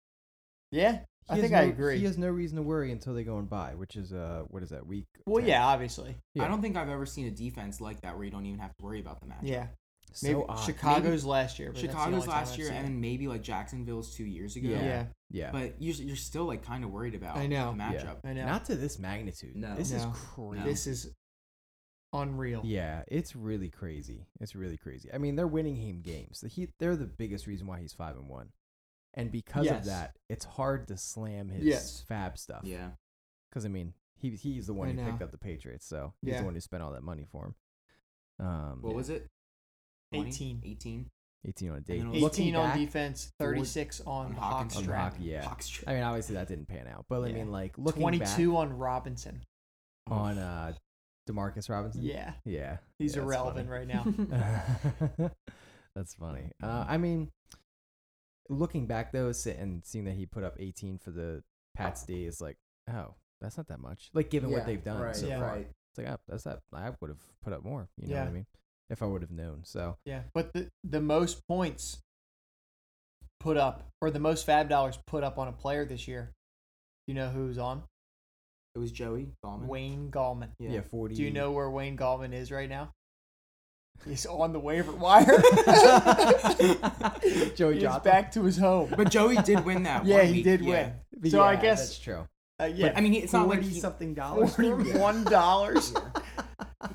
[SPEAKER 1] Yeah,
[SPEAKER 2] he
[SPEAKER 1] I
[SPEAKER 2] has
[SPEAKER 1] think I
[SPEAKER 2] no-
[SPEAKER 1] agree.
[SPEAKER 2] He has no reason to worry until they go and buy, which is uh, what is that week?
[SPEAKER 1] well,
[SPEAKER 2] 10?
[SPEAKER 1] yeah, obviously.
[SPEAKER 2] Yeah.
[SPEAKER 3] I don't think I've ever seen a defense like that where you don't even have to worry about the match.
[SPEAKER 1] Yeah,
[SPEAKER 2] So
[SPEAKER 1] maybe
[SPEAKER 2] odd.
[SPEAKER 1] Chicago's last year. But that's the
[SPEAKER 3] Chicago's
[SPEAKER 1] only time
[SPEAKER 3] last
[SPEAKER 1] I've
[SPEAKER 3] year
[SPEAKER 1] seen
[SPEAKER 3] and
[SPEAKER 1] it.
[SPEAKER 3] then maybe like Jacksonville's two years ago.
[SPEAKER 1] yeah.
[SPEAKER 2] Yeah. yeah,
[SPEAKER 3] But you're, you're still like kind of worried about
[SPEAKER 1] I know.
[SPEAKER 3] the
[SPEAKER 2] Yeah.
[SPEAKER 3] matchup.
[SPEAKER 1] I know.
[SPEAKER 2] not to this magnitude.
[SPEAKER 3] No.
[SPEAKER 2] this is
[SPEAKER 1] No.
[SPEAKER 2] crazy.
[SPEAKER 1] This is unreal.
[SPEAKER 2] Yeah, it's really crazy. It's really crazy. I mean, they're winning him games. The Heat, they're the biggest reason why he's five and one, and because of
[SPEAKER 1] Yes.
[SPEAKER 2] that, it's hard to slam his
[SPEAKER 1] Yes.
[SPEAKER 2] Fab stuff.
[SPEAKER 3] Yeah.
[SPEAKER 2] because I mean, he he's the one
[SPEAKER 1] I
[SPEAKER 2] who picked
[SPEAKER 1] know.
[SPEAKER 2] up the Patriots, so he's
[SPEAKER 1] Yeah.
[SPEAKER 2] the one who spent all that money for him. Um,
[SPEAKER 3] What was it?
[SPEAKER 1] 18.
[SPEAKER 3] 18.
[SPEAKER 2] Eighteen on a
[SPEAKER 3] then
[SPEAKER 2] date.
[SPEAKER 3] it was-
[SPEAKER 2] Looking
[SPEAKER 1] 18 on
[SPEAKER 2] back-
[SPEAKER 1] defense, 36 on
[SPEAKER 3] on
[SPEAKER 1] Hawk
[SPEAKER 3] Hawkins.
[SPEAKER 2] on
[SPEAKER 1] strap,
[SPEAKER 2] Hawk, yeah.
[SPEAKER 3] Hawks trip.
[SPEAKER 2] I mean, obviously that didn't pan out, but I
[SPEAKER 1] Yeah.
[SPEAKER 2] mean, like looking
[SPEAKER 1] 22
[SPEAKER 2] 22
[SPEAKER 1] on Robinson.
[SPEAKER 2] back on uh, Demarcus Robinson.
[SPEAKER 1] Yeah,
[SPEAKER 2] yeah,
[SPEAKER 1] he's
[SPEAKER 2] yeah, that's
[SPEAKER 1] irrelevant
[SPEAKER 2] funny.
[SPEAKER 1] right now.
[SPEAKER 2] that's funny. Uh, I mean, looking back though, se- and seeing that he put up 18 for the Pats D is like, oh, that's not that much. Like given what they've done so
[SPEAKER 1] yeah.
[SPEAKER 2] far, it's like, oh, that's that. I would have put up more. You know what
[SPEAKER 1] Yeah.
[SPEAKER 2] I mean? If I would have known. So
[SPEAKER 1] Yeah, but the, the most points put up, or the most fab dollars put up on a player this year, you know who's on?
[SPEAKER 3] It was Joey Gallman.
[SPEAKER 1] Wayne Gallman.
[SPEAKER 2] yeah, 40.
[SPEAKER 1] Do you know where Wayne Gallman is right now? He's on the waiver wire.
[SPEAKER 2] Joey
[SPEAKER 1] He's
[SPEAKER 2] Johnson.
[SPEAKER 1] back to his home.
[SPEAKER 3] But Joey did win that.
[SPEAKER 1] yeah,
[SPEAKER 3] one
[SPEAKER 1] he
[SPEAKER 3] week,
[SPEAKER 1] did
[SPEAKER 3] yeah.
[SPEAKER 1] win.
[SPEAKER 2] But
[SPEAKER 1] So I
[SPEAKER 2] yeah,
[SPEAKER 1] guess-
[SPEAKER 2] that's true.
[SPEAKER 1] Uh, yeah,
[SPEAKER 3] I mean, he- it's not like he,
[SPEAKER 2] something dollars. for him?
[SPEAKER 1] forty-one dollars.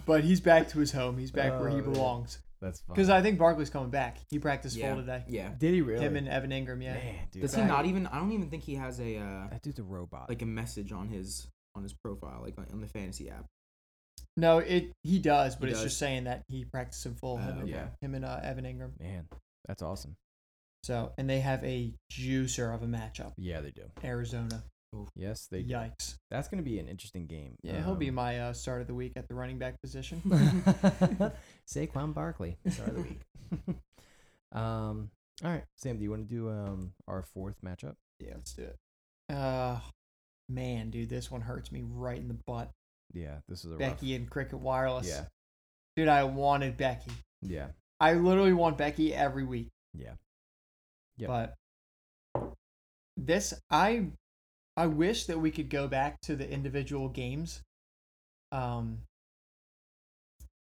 [SPEAKER 1] but he's back to his home. He's back where
[SPEAKER 2] Oh,
[SPEAKER 1] he
[SPEAKER 2] yeah.
[SPEAKER 1] belongs.
[SPEAKER 2] That's fun.
[SPEAKER 1] Because I think Barkley's coming back. He practiced
[SPEAKER 3] yeah,
[SPEAKER 1] full today.
[SPEAKER 3] Yeah.
[SPEAKER 2] did he really?
[SPEAKER 1] Him and Evan Ingram. Yeah.
[SPEAKER 2] Man, dude,
[SPEAKER 3] Does
[SPEAKER 2] that-
[SPEAKER 3] he not even? I don't even think he has a uh,
[SPEAKER 2] That dude's a robot.
[SPEAKER 3] like a message on his on his profile, like on, on the fantasy app.
[SPEAKER 1] No, it he does, but
[SPEAKER 3] He
[SPEAKER 1] it's
[SPEAKER 3] does.
[SPEAKER 1] just saying that he practiced in full. him
[SPEAKER 3] Oh,
[SPEAKER 1] and,
[SPEAKER 3] yeah.
[SPEAKER 1] him and uh, Evan Ingram.
[SPEAKER 2] man, that's awesome.
[SPEAKER 1] So and they have a juicer of a matchup.
[SPEAKER 2] Yeah, they do.
[SPEAKER 1] Arizona.
[SPEAKER 2] Yes, they do.
[SPEAKER 1] Yikes.
[SPEAKER 2] That's gonna be an interesting game.
[SPEAKER 1] Yeah, he'll be
[SPEAKER 2] Um,
[SPEAKER 1] my uh, start of the week at the running back position.
[SPEAKER 2] Saquon Barkley. Start of the week. um. All right, Sam. Do you want to do um our fourth matchup?
[SPEAKER 1] yeah, let's do it. Uh, man, dude, this one hurts me right in the butt.
[SPEAKER 2] Yeah, this is a rough.
[SPEAKER 1] Becky and Cricket Wireless.
[SPEAKER 2] Yeah,
[SPEAKER 1] Dude, I wanted Becky.
[SPEAKER 2] yeah,
[SPEAKER 1] I literally want Becky every week.
[SPEAKER 2] yeah. Yep.
[SPEAKER 1] But this I I wish that we could go back to the individual games um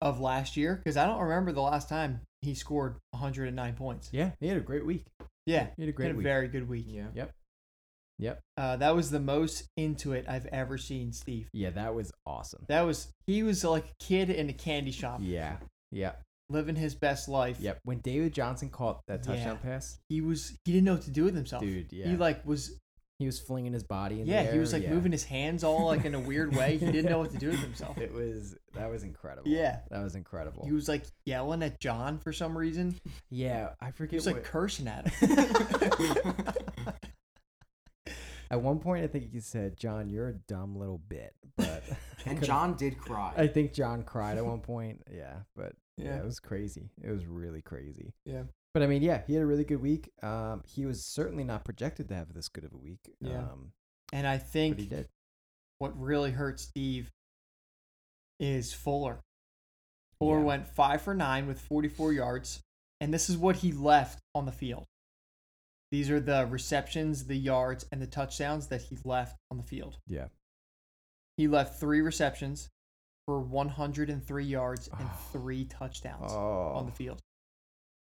[SPEAKER 1] of last year cuz I don't remember the last time he scored 109 points.
[SPEAKER 2] Yeah, he had a great week.
[SPEAKER 1] Yeah.
[SPEAKER 2] He had a
[SPEAKER 1] Had
[SPEAKER 2] great
[SPEAKER 1] a
[SPEAKER 2] week.
[SPEAKER 1] very good week.
[SPEAKER 3] Yeah.
[SPEAKER 2] Yep. Yep.
[SPEAKER 1] Uh, that was the most into it I've ever seen Steve.
[SPEAKER 2] Yeah, that was awesome.
[SPEAKER 1] That was he was like a kid in a candy shop
[SPEAKER 2] Yeah. Yeah.
[SPEAKER 1] living his best life.
[SPEAKER 2] Yep. When David Johnson caught that touchdown
[SPEAKER 1] Yeah.
[SPEAKER 2] pass,
[SPEAKER 1] He was he didn't know what to do with himself.
[SPEAKER 2] dude, yeah.
[SPEAKER 1] He like was
[SPEAKER 2] he was flinging his body in the
[SPEAKER 1] yeah, he was
[SPEAKER 2] air,
[SPEAKER 1] like
[SPEAKER 2] yeah.
[SPEAKER 1] moving his hands all like in a weird way. He didn't know what to do with himself.
[SPEAKER 2] It was that was incredible.
[SPEAKER 1] Yeah.
[SPEAKER 2] That was incredible.
[SPEAKER 1] He was like yelling at John for some reason.
[SPEAKER 2] yeah, I
[SPEAKER 1] He
[SPEAKER 2] forget
[SPEAKER 1] was like
[SPEAKER 2] what-
[SPEAKER 1] cursing at him.
[SPEAKER 2] at one point I think he said, "John, you're a dumb little bit." But I
[SPEAKER 3] and
[SPEAKER 2] could've-
[SPEAKER 3] John did cry.
[SPEAKER 2] I think John cried at one point. Yeah, but yeah.
[SPEAKER 1] Yeah.
[SPEAKER 2] it was crazy. It was really crazy.
[SPEAKER 1] Yeah.
[SPEAKER 2] But I mean, yeah, he had a really good week. Um, he was certainly not projected to have this good of a week.
[SPEAKER 1] Yeah.
[SPEAKER 2] Um,
[SPEAKER 1] And I
[SPEAKER 2] but he
[SPEAKER 1] think
[SPEAKER 2] did.
[SPEAKER 1] what really hurt Steve is Fuller. Fuller
[SPEAKER 2] Yeah.
[SPEAKER 1] went five for nine with 44 yards, and this is what he left on the field. These are the receptions, the yards, and the touchdowns that he left on the field.
[SPEAKER 2] Yeah.
[SPEAKER 1] He left three receptions for 103 yards and
[SPEAKER 2] Oh.
[SPEAKER 1] three touchdowns
[SPEAKER 2] Oh,
[SPEAKER 1] on the field.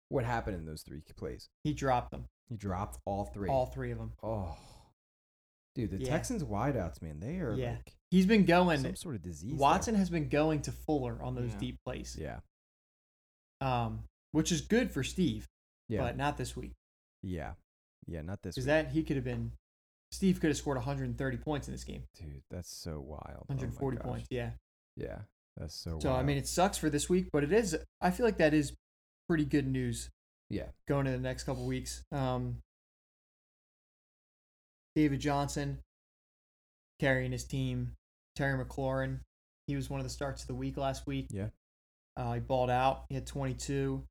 [SPEAKER 2] what happened in those three plays?
[SPEAKER 1] He dropped them,
[SPEAKER 2] He dropped all three.
[SPEAKER 1] all three of them.
[SPEAKER 2] Oh, dude, the
[SPEAKER 1] Yeah.
[SPEAKER 2] Texans wideouts, man, they are
[SPEAKER 1] Yeah.
[SPEAKER 2] like
[SPEAKER 1] He's been going.
[SPEAKER 2] some sort of disease. there.
[SPEAKER 1] Watson has been going to Fuller on those
[SPEAKER 3] Yeah.
[SPEAKER 1] deep plays,
[SPEAKER 2] Yeah,
[SPEAKER 1] um, which is good for Steve,
[SPEAKER 2] yeah,
[SPEAKER 1] but not this week
[SPEAKER 2] yeah, yeah. Not this.
[SPEAKER 1] because
[SPEAKER 2] Week.
[SPEAKER 1] that he could have been. Steve could have scored 130 points in this game,
[SPEAKER 2] dude? That's so wild. Oh my
[SPEAKER 1] 140
[SPEAKER 2] gosh. Oh,
[SPEAKER 1] points. Yeah.
[SPEAKER 2] Yeah, that's so.
[SPEAKER 1] So I
[SPEAKER 2] wild.
[SPEAKER 1] mean, it sucks for this week, but it is. I feel like that is pretty good news
[SPEAKER 2] yeah,
[SPEAKER 1] going to the next couple weeks. Um, David Johnson carrying his team. Terry McLaurin, he was one of the starts of the week last week.
[SPEAKER 2] yeah,
[SPEAKER 1] Uh, he balled out. He had 22.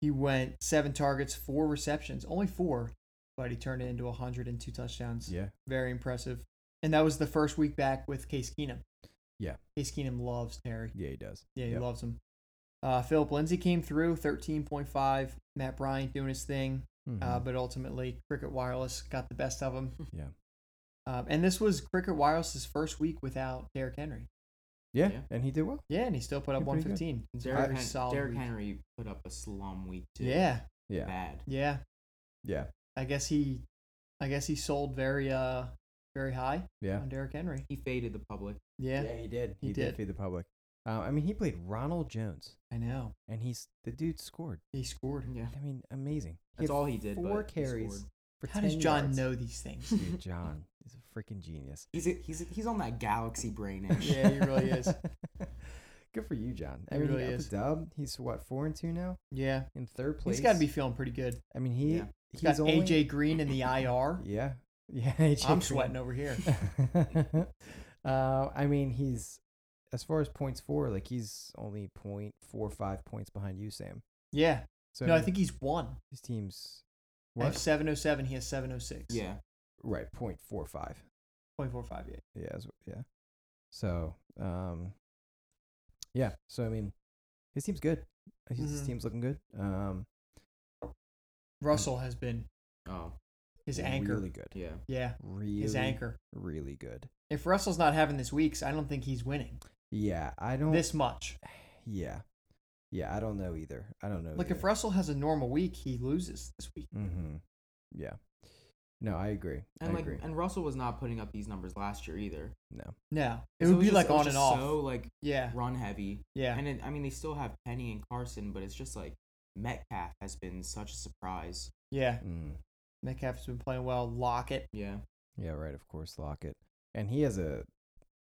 [SPEAKER 1] He went seven targets, four receptions, only four, but he turned it into 102 touchdowns.
[SPEAKER 2] yeah,
[SPEAKER 1] Very impressive. And that was the first week back with Case Keenum.
[SPEAKER 2] Yeah.
[SPEAKER 1] Case Keenum loves Terry.
[SPEAKER 2] yeah. He does.
[SPEAKER 1] Yeah, he
[SPEAKER 2] Yep.
[SPEAKER 1] loves him. Uh, Philip Lindsay came through, 13.5. Matt Bryant doing his thing, uh,
[SPEAKER 2] Mhm.
[SPEAKER 1] but ultimately Cricket Wireless got the best of him.
[SPEAKER 2] Yeah.
[SPEAKER 1] Um, and this was Cricket Wireless's first week without Derrick Henry.
[SPEAKER 2] yeah,
[SPEAKER 3] yeah.
[SPEAKER 2] and he did well.
[SPEAKER 1] Yeah, and he still put up
[SPEAKER 2] Did pretty good.
[SPEAKER 1] 115.
[SPEAKER 3] Derrick,
[SPEAKER 1] Very
[SPEAKER 3] Hen-
[SPEAKER 1] solid
[SPEAKER 3] Derrick
[SPEAKER 1] week.
[SPEAKER 3] Henry put up a slum week too.
[SPEAKER 1] Yeah,
[SPEAKER 2] Yeah,
[SPEAKER 3] Bad.
[SPEAKER 1] yeah.
[SPEAKER 2] yeah,
[SPEAKER 1] I guess he, I guess he sold very uh very high
[SPEAKER 2] yeah.
[SPEAKER 1] on Derrick Henry.
[SPEAKER 3] He faded the public.
[SPEAKER 1] Uh, Yeah,
[SPEAKER 2] he did. He,
[SPEAKER 1] He
[SPEAKER 2] did.
[SPEAKER 1] did.
[SPEAKER 2] feed the public. Uh, I mean, he played Ronald Jones,
[SPEAKER 1] I know
[SPEAKER 2] and he's the dude scored.
[SPEAKER 1] he scored.
[SPEAKER 3] Yeah.
[SPEAKER 2] I mean, amazing. He
[SPEAKER 3] That's
[SPEAKER 2] had
[SPEAKER 3] all he did,
[SPEAKER 2] Four
[SPEAKER 3] but he
[SPEAKER 2] carries
[SPEAKER 3] scored.
[SPEAKER 2] for
[SPEAKER 1] How does
[SPEAKER 2] 10
[SPEAKER 1] John
[SPEAKER 2] yards.
[SPEAKER 1] know these things?
[SPEAKER 2] Dude, John is a freaking genius.
[SPEAKER 3] He's a, he's a, he's on that galaxy brain. ish.
[SPEAKER 1] Yeah, he really is.
[SPEAKER 2] Good for you, John. I
[SPEAKER 1] He
[SPEAKER 2] mean,
[SPEAKER 1] really
[SPEAKER 2] he got
[SPEAKER 1] is.
[SPEAKER 2] the dub. He's what four and two now
[SPEAKER 1] Yeah,
[SPEAKER 2] in third place.
[SPEAKER 1] he's got to be feeling pretty good.
[SPEAKER 2] I mean, he
[SPEAKER 3] Yeah.
[SPEAKER 1] He's
[SPEAKER 2] he's
[SPEAKER 1] got
[SPEAKER 2] only,
[SPEAKER 1] AJ Green in the IR.
[SPEAKER 2] Yeah, yeah. AJ
[SPEAKER 1] I'm
[SPEAKER 2] Green.
[SPEAKER 1] sweating over here.
[SPEAKER 2] uh, I mean, he's as far as points for, like he's only point four five points behind you, Sam.
[SPEAKER 1] Yeah,
[SPEAKER 2] So
[SPEAKER 1] no, I
[SPEAKER 2] mean,
[SPEAKER 1] think he's one.
[SPEAKER 2] his team's
[SPEAKER 1] I
[SPEAKER 2] what
[SPEAKER 1] have 707. He has 706.
[SPEAKER 3] Yeah.
[SPEAKER 2] right point four five.
[SPEAKER 1] point four five. Yeah,
[SPEAKER 2] Yeah, that's what- yeah. So, um, yeah. So I mean, his team's good. His, his
[SPEAKER 1] Mhm.
[SPEAKER 2] team's looking good. Um,
[SPEAKER 1] Russell has been
[SPEAKER 3] Oh.
[SPEAKER 1] his anchor.
[SPEAKER 2] Mm. Really good.
[SPEAKER 3] Yeah.
[SPEAKER 1] Yeah,
[SPEAKER 2] Really,
[SPEAKER 1] his anchor.
[SPEAKER 2] Really good.
[SPEAKER 1] If Russell's not having this week's, I don't think he's winning
[SPEAKER 2] Yeah, I don't.
[SPEAKER 1] this much.
[SPEAKER 2] Yeah, Yeah, I don't know either. I don't know.
[SPEAKER 1] Like
[SPEAKER 2] either.
[SPEAKER 1] if Russell has a normal week, he loses this week.
[SPEAKER 2] Mm-hmm. Yeah. No, I agree.
[SPEAKER 3] And
[SPEAKER 2] I
[SPEAKER 3] like,
[SPEAKER 2] agree.
[SPEAKER 3] and Russell was not putting up these numbers last year either.
[SPEAKER 2] no.
[SPEAKER 1] No, it
[SPEAKER 3] So
[SPEAKER 1] would be
[SPEAKER 3] was just-
[SPEAKER 1] like
[SPEAKER 3] it was
[SPEAKER 1] on and
[SPEAKER 3] just
[SPEAKER 1] off.
[SPEAKER 3] So like
[SPEAKER 1] yeah,
[SPEAKER 3] run heavy,
[SPEAKER 1] yeah,
[SPEAKER 3] and it, I mean they still have Penny and Carson, but it's just like Metcalf has been such a surprise.
[SPEAKER 1] yeah.
[SPEAKER 2] Mm.
[SPEAKER 1] Metcalf's been playing well. Lockett
[SPEAKER 3] Yeah,
[SPEAKER 2] Yeah, right. Of course, Lockett, and he has a.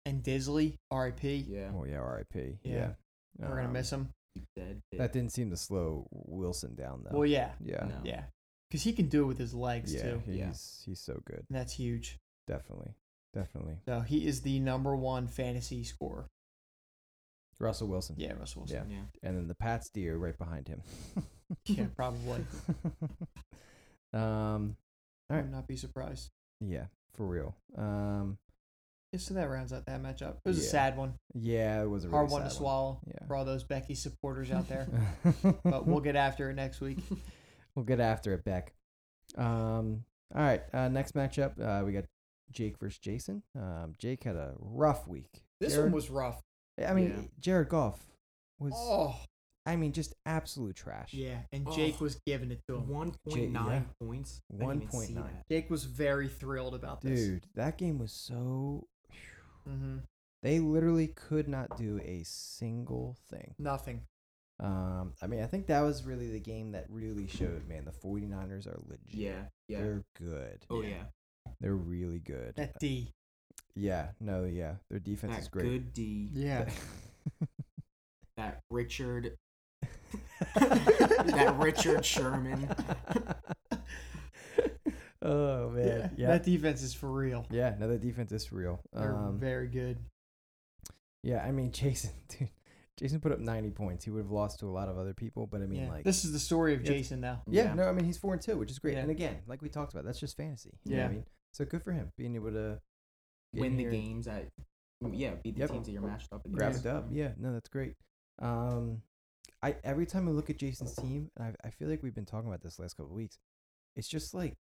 [SPEAKER 1] and Disley, RIP.
[SPEAKER 3] yeah,
[SPEAKER 2] Oh yeah, R.I.P.
[SPEAKER 1] Yeah. We're gonna
[SPEAKER 2] Um,
[SPEAKER 1] miss him.
[SPEAKER 3] he's dead.
[SPEAKER 2] That didn't seem to slow Wilson down though.
[SPEAKER 1] Well, yeah,
[SPEAKER 2] yeah.
[SPEAKER 3] No.
[SPEAKER 1] yeah, because he can do it with his legs
[SPEAKER 2] yeah,
[SPEAKER 1] too.
[SPEAKER 2] He's
[SPEAKER 3] Yeah.
[SPEAKER 2] he's so good.
[SPEAKER 1] And that's huge.
[SPEAKER 2] Definitely. Definitely.
[SPEAKER 1] So he is the number one fantasy scorer.
[SPEAKER 2] Russell Wilson.
[SPEAKER 1] Yeah, Russell Wilson.
[SPEAKER 2] Yeah.
[SPEAKER 3] yeah.
[SPEAKER 2] And then the Pats deer right behind him.
[SPEAKER 1] Yeah, probably.
[SPEAKER 2] um
[SPEAKER 1] I
[SPEAKER 2] All right.
[SPEAKER 1] would not be surprised.
[SPEAKER 2] yeah, for real. Um
[SPEAKER 1] Yeah, so that rounds out that matchup. It was a
[SPEAKER 2] Yeah.
[SPEAKER 1] sad one,
[SPEAKER 2] yeah, it was a really
[SPEAKER 1] hard one to
[SPEAKER 2] sad
[SPEAKER 1] swallow
[SPEAKER 2] Yeah.
[SPEAKER 1] for all those Becky supporters out there. but we'll get after it next week.
[SPEAKER 2] We'll get after it, Beck. Um, all right. Uh, next matchup, uh, we got Jake versus Jason. Um, Jake had a rough week.
[SPEAKER 1] This
[SPEAKER 2] Jared,
[SPEAKER 1] one was rough.
[SPEAKER 2] I mean,
[SPEAKER 3] Yeah.
[SPEAKER 2] Jared Goff was.
[SPEAKER 1] Oh,
[SPEAKER 2] I mean, just absolute trash.
[SPEAKER 1] yeah. And Jake
[SPEAKER 3] Oh.
[SPEAKER 1] was giving it to him.
[SPEAKER 3] One
[SPEAKER 2] J-
[SPEAKER 3] point nine
[SPEAKER 2] yeah.
[SPEAKER 3] points. I didn't even see
[SPEAKER 2] 1.9.
[SPEAKER 3] that.
[SPEAKER 1] Jake was very thrilled about this.
[SPEAKER 2] Dude, that game was so.
[SPEAKER 1] hmm
[SPEAKER 2] They literally could not do a single thing.
[SPEAKER 1] Nothing.
[SPEAKER 2] Um, I mean, I think that was really the game that really showed, man, the 49ers are legit.
[SPEAKER 3] Yeah, yeah.
[SPEAKER 2] They're good.
[SPEAKER 3] oh
[SPEAKER 1] yeah.
[SPEAKER 3] yeah,
[SPEAKER 2] They're really good.
[SPEAKER 1] That D.
[SPEAKER 2] yeah, no, yeah. Their defense is
[SPEAKER 3] that
[SPEAKER 2] great.
[SPEAKER 3] good D,
[SPEAKER 1] Yeah.
[SPEAKER 3] that Richard.
[SPEAKER 2] that
[SPEAKER 3] Richard Sherman.
[SPEAKER 2] oh man, yeah, yeah.
[SPEAKER 1] That defense is for real.
[SPEAKER 2] no, the defense is real.
[SPEAKER 1] They're
[SPEAKER 2] Um,
[SPEAKER 1] very good.
[SPEAKER 2] yeah, I mean, Jason, dude, Jason put up ninety points. He would have lost to a lot of other people, but I mean,
[SPEAKER 1] yeah.
[SPEAKER 2] like,
[SPEAKER 1] this is the story of
[SPEAKER 2] It's-
[SPEAKER 1] Jason now.
[SPEAKER 2] yeah,
[SPEAKER 3] Yeah.
[SPEAKER 2] no, I mean, he's four and two, which is great.
[SPEAKER 1] Yeah.
[SPEAKER 2] And again, like we talked about, that's just fantasy. You know what I
[SPEAKER 1] Yeah.
[SPEAKER 2] mean, so good for him being able to get in
[SPEAKER 3] win the
[SPEAKER 2] here and
[SPEAKER 3] games that. Yeah, beat the
[SPEAKER 2] Yep.
[SPEAKER 3] teams that you're matched up
[SPEAKER 2] grab
[SPEAKER 3] against.
[SPEAKER 2] it up. Yeah, no, that's great. Um, I every time I look at Jason's team, and I, I feel like we've been talking about this last couple of weeks. It's just like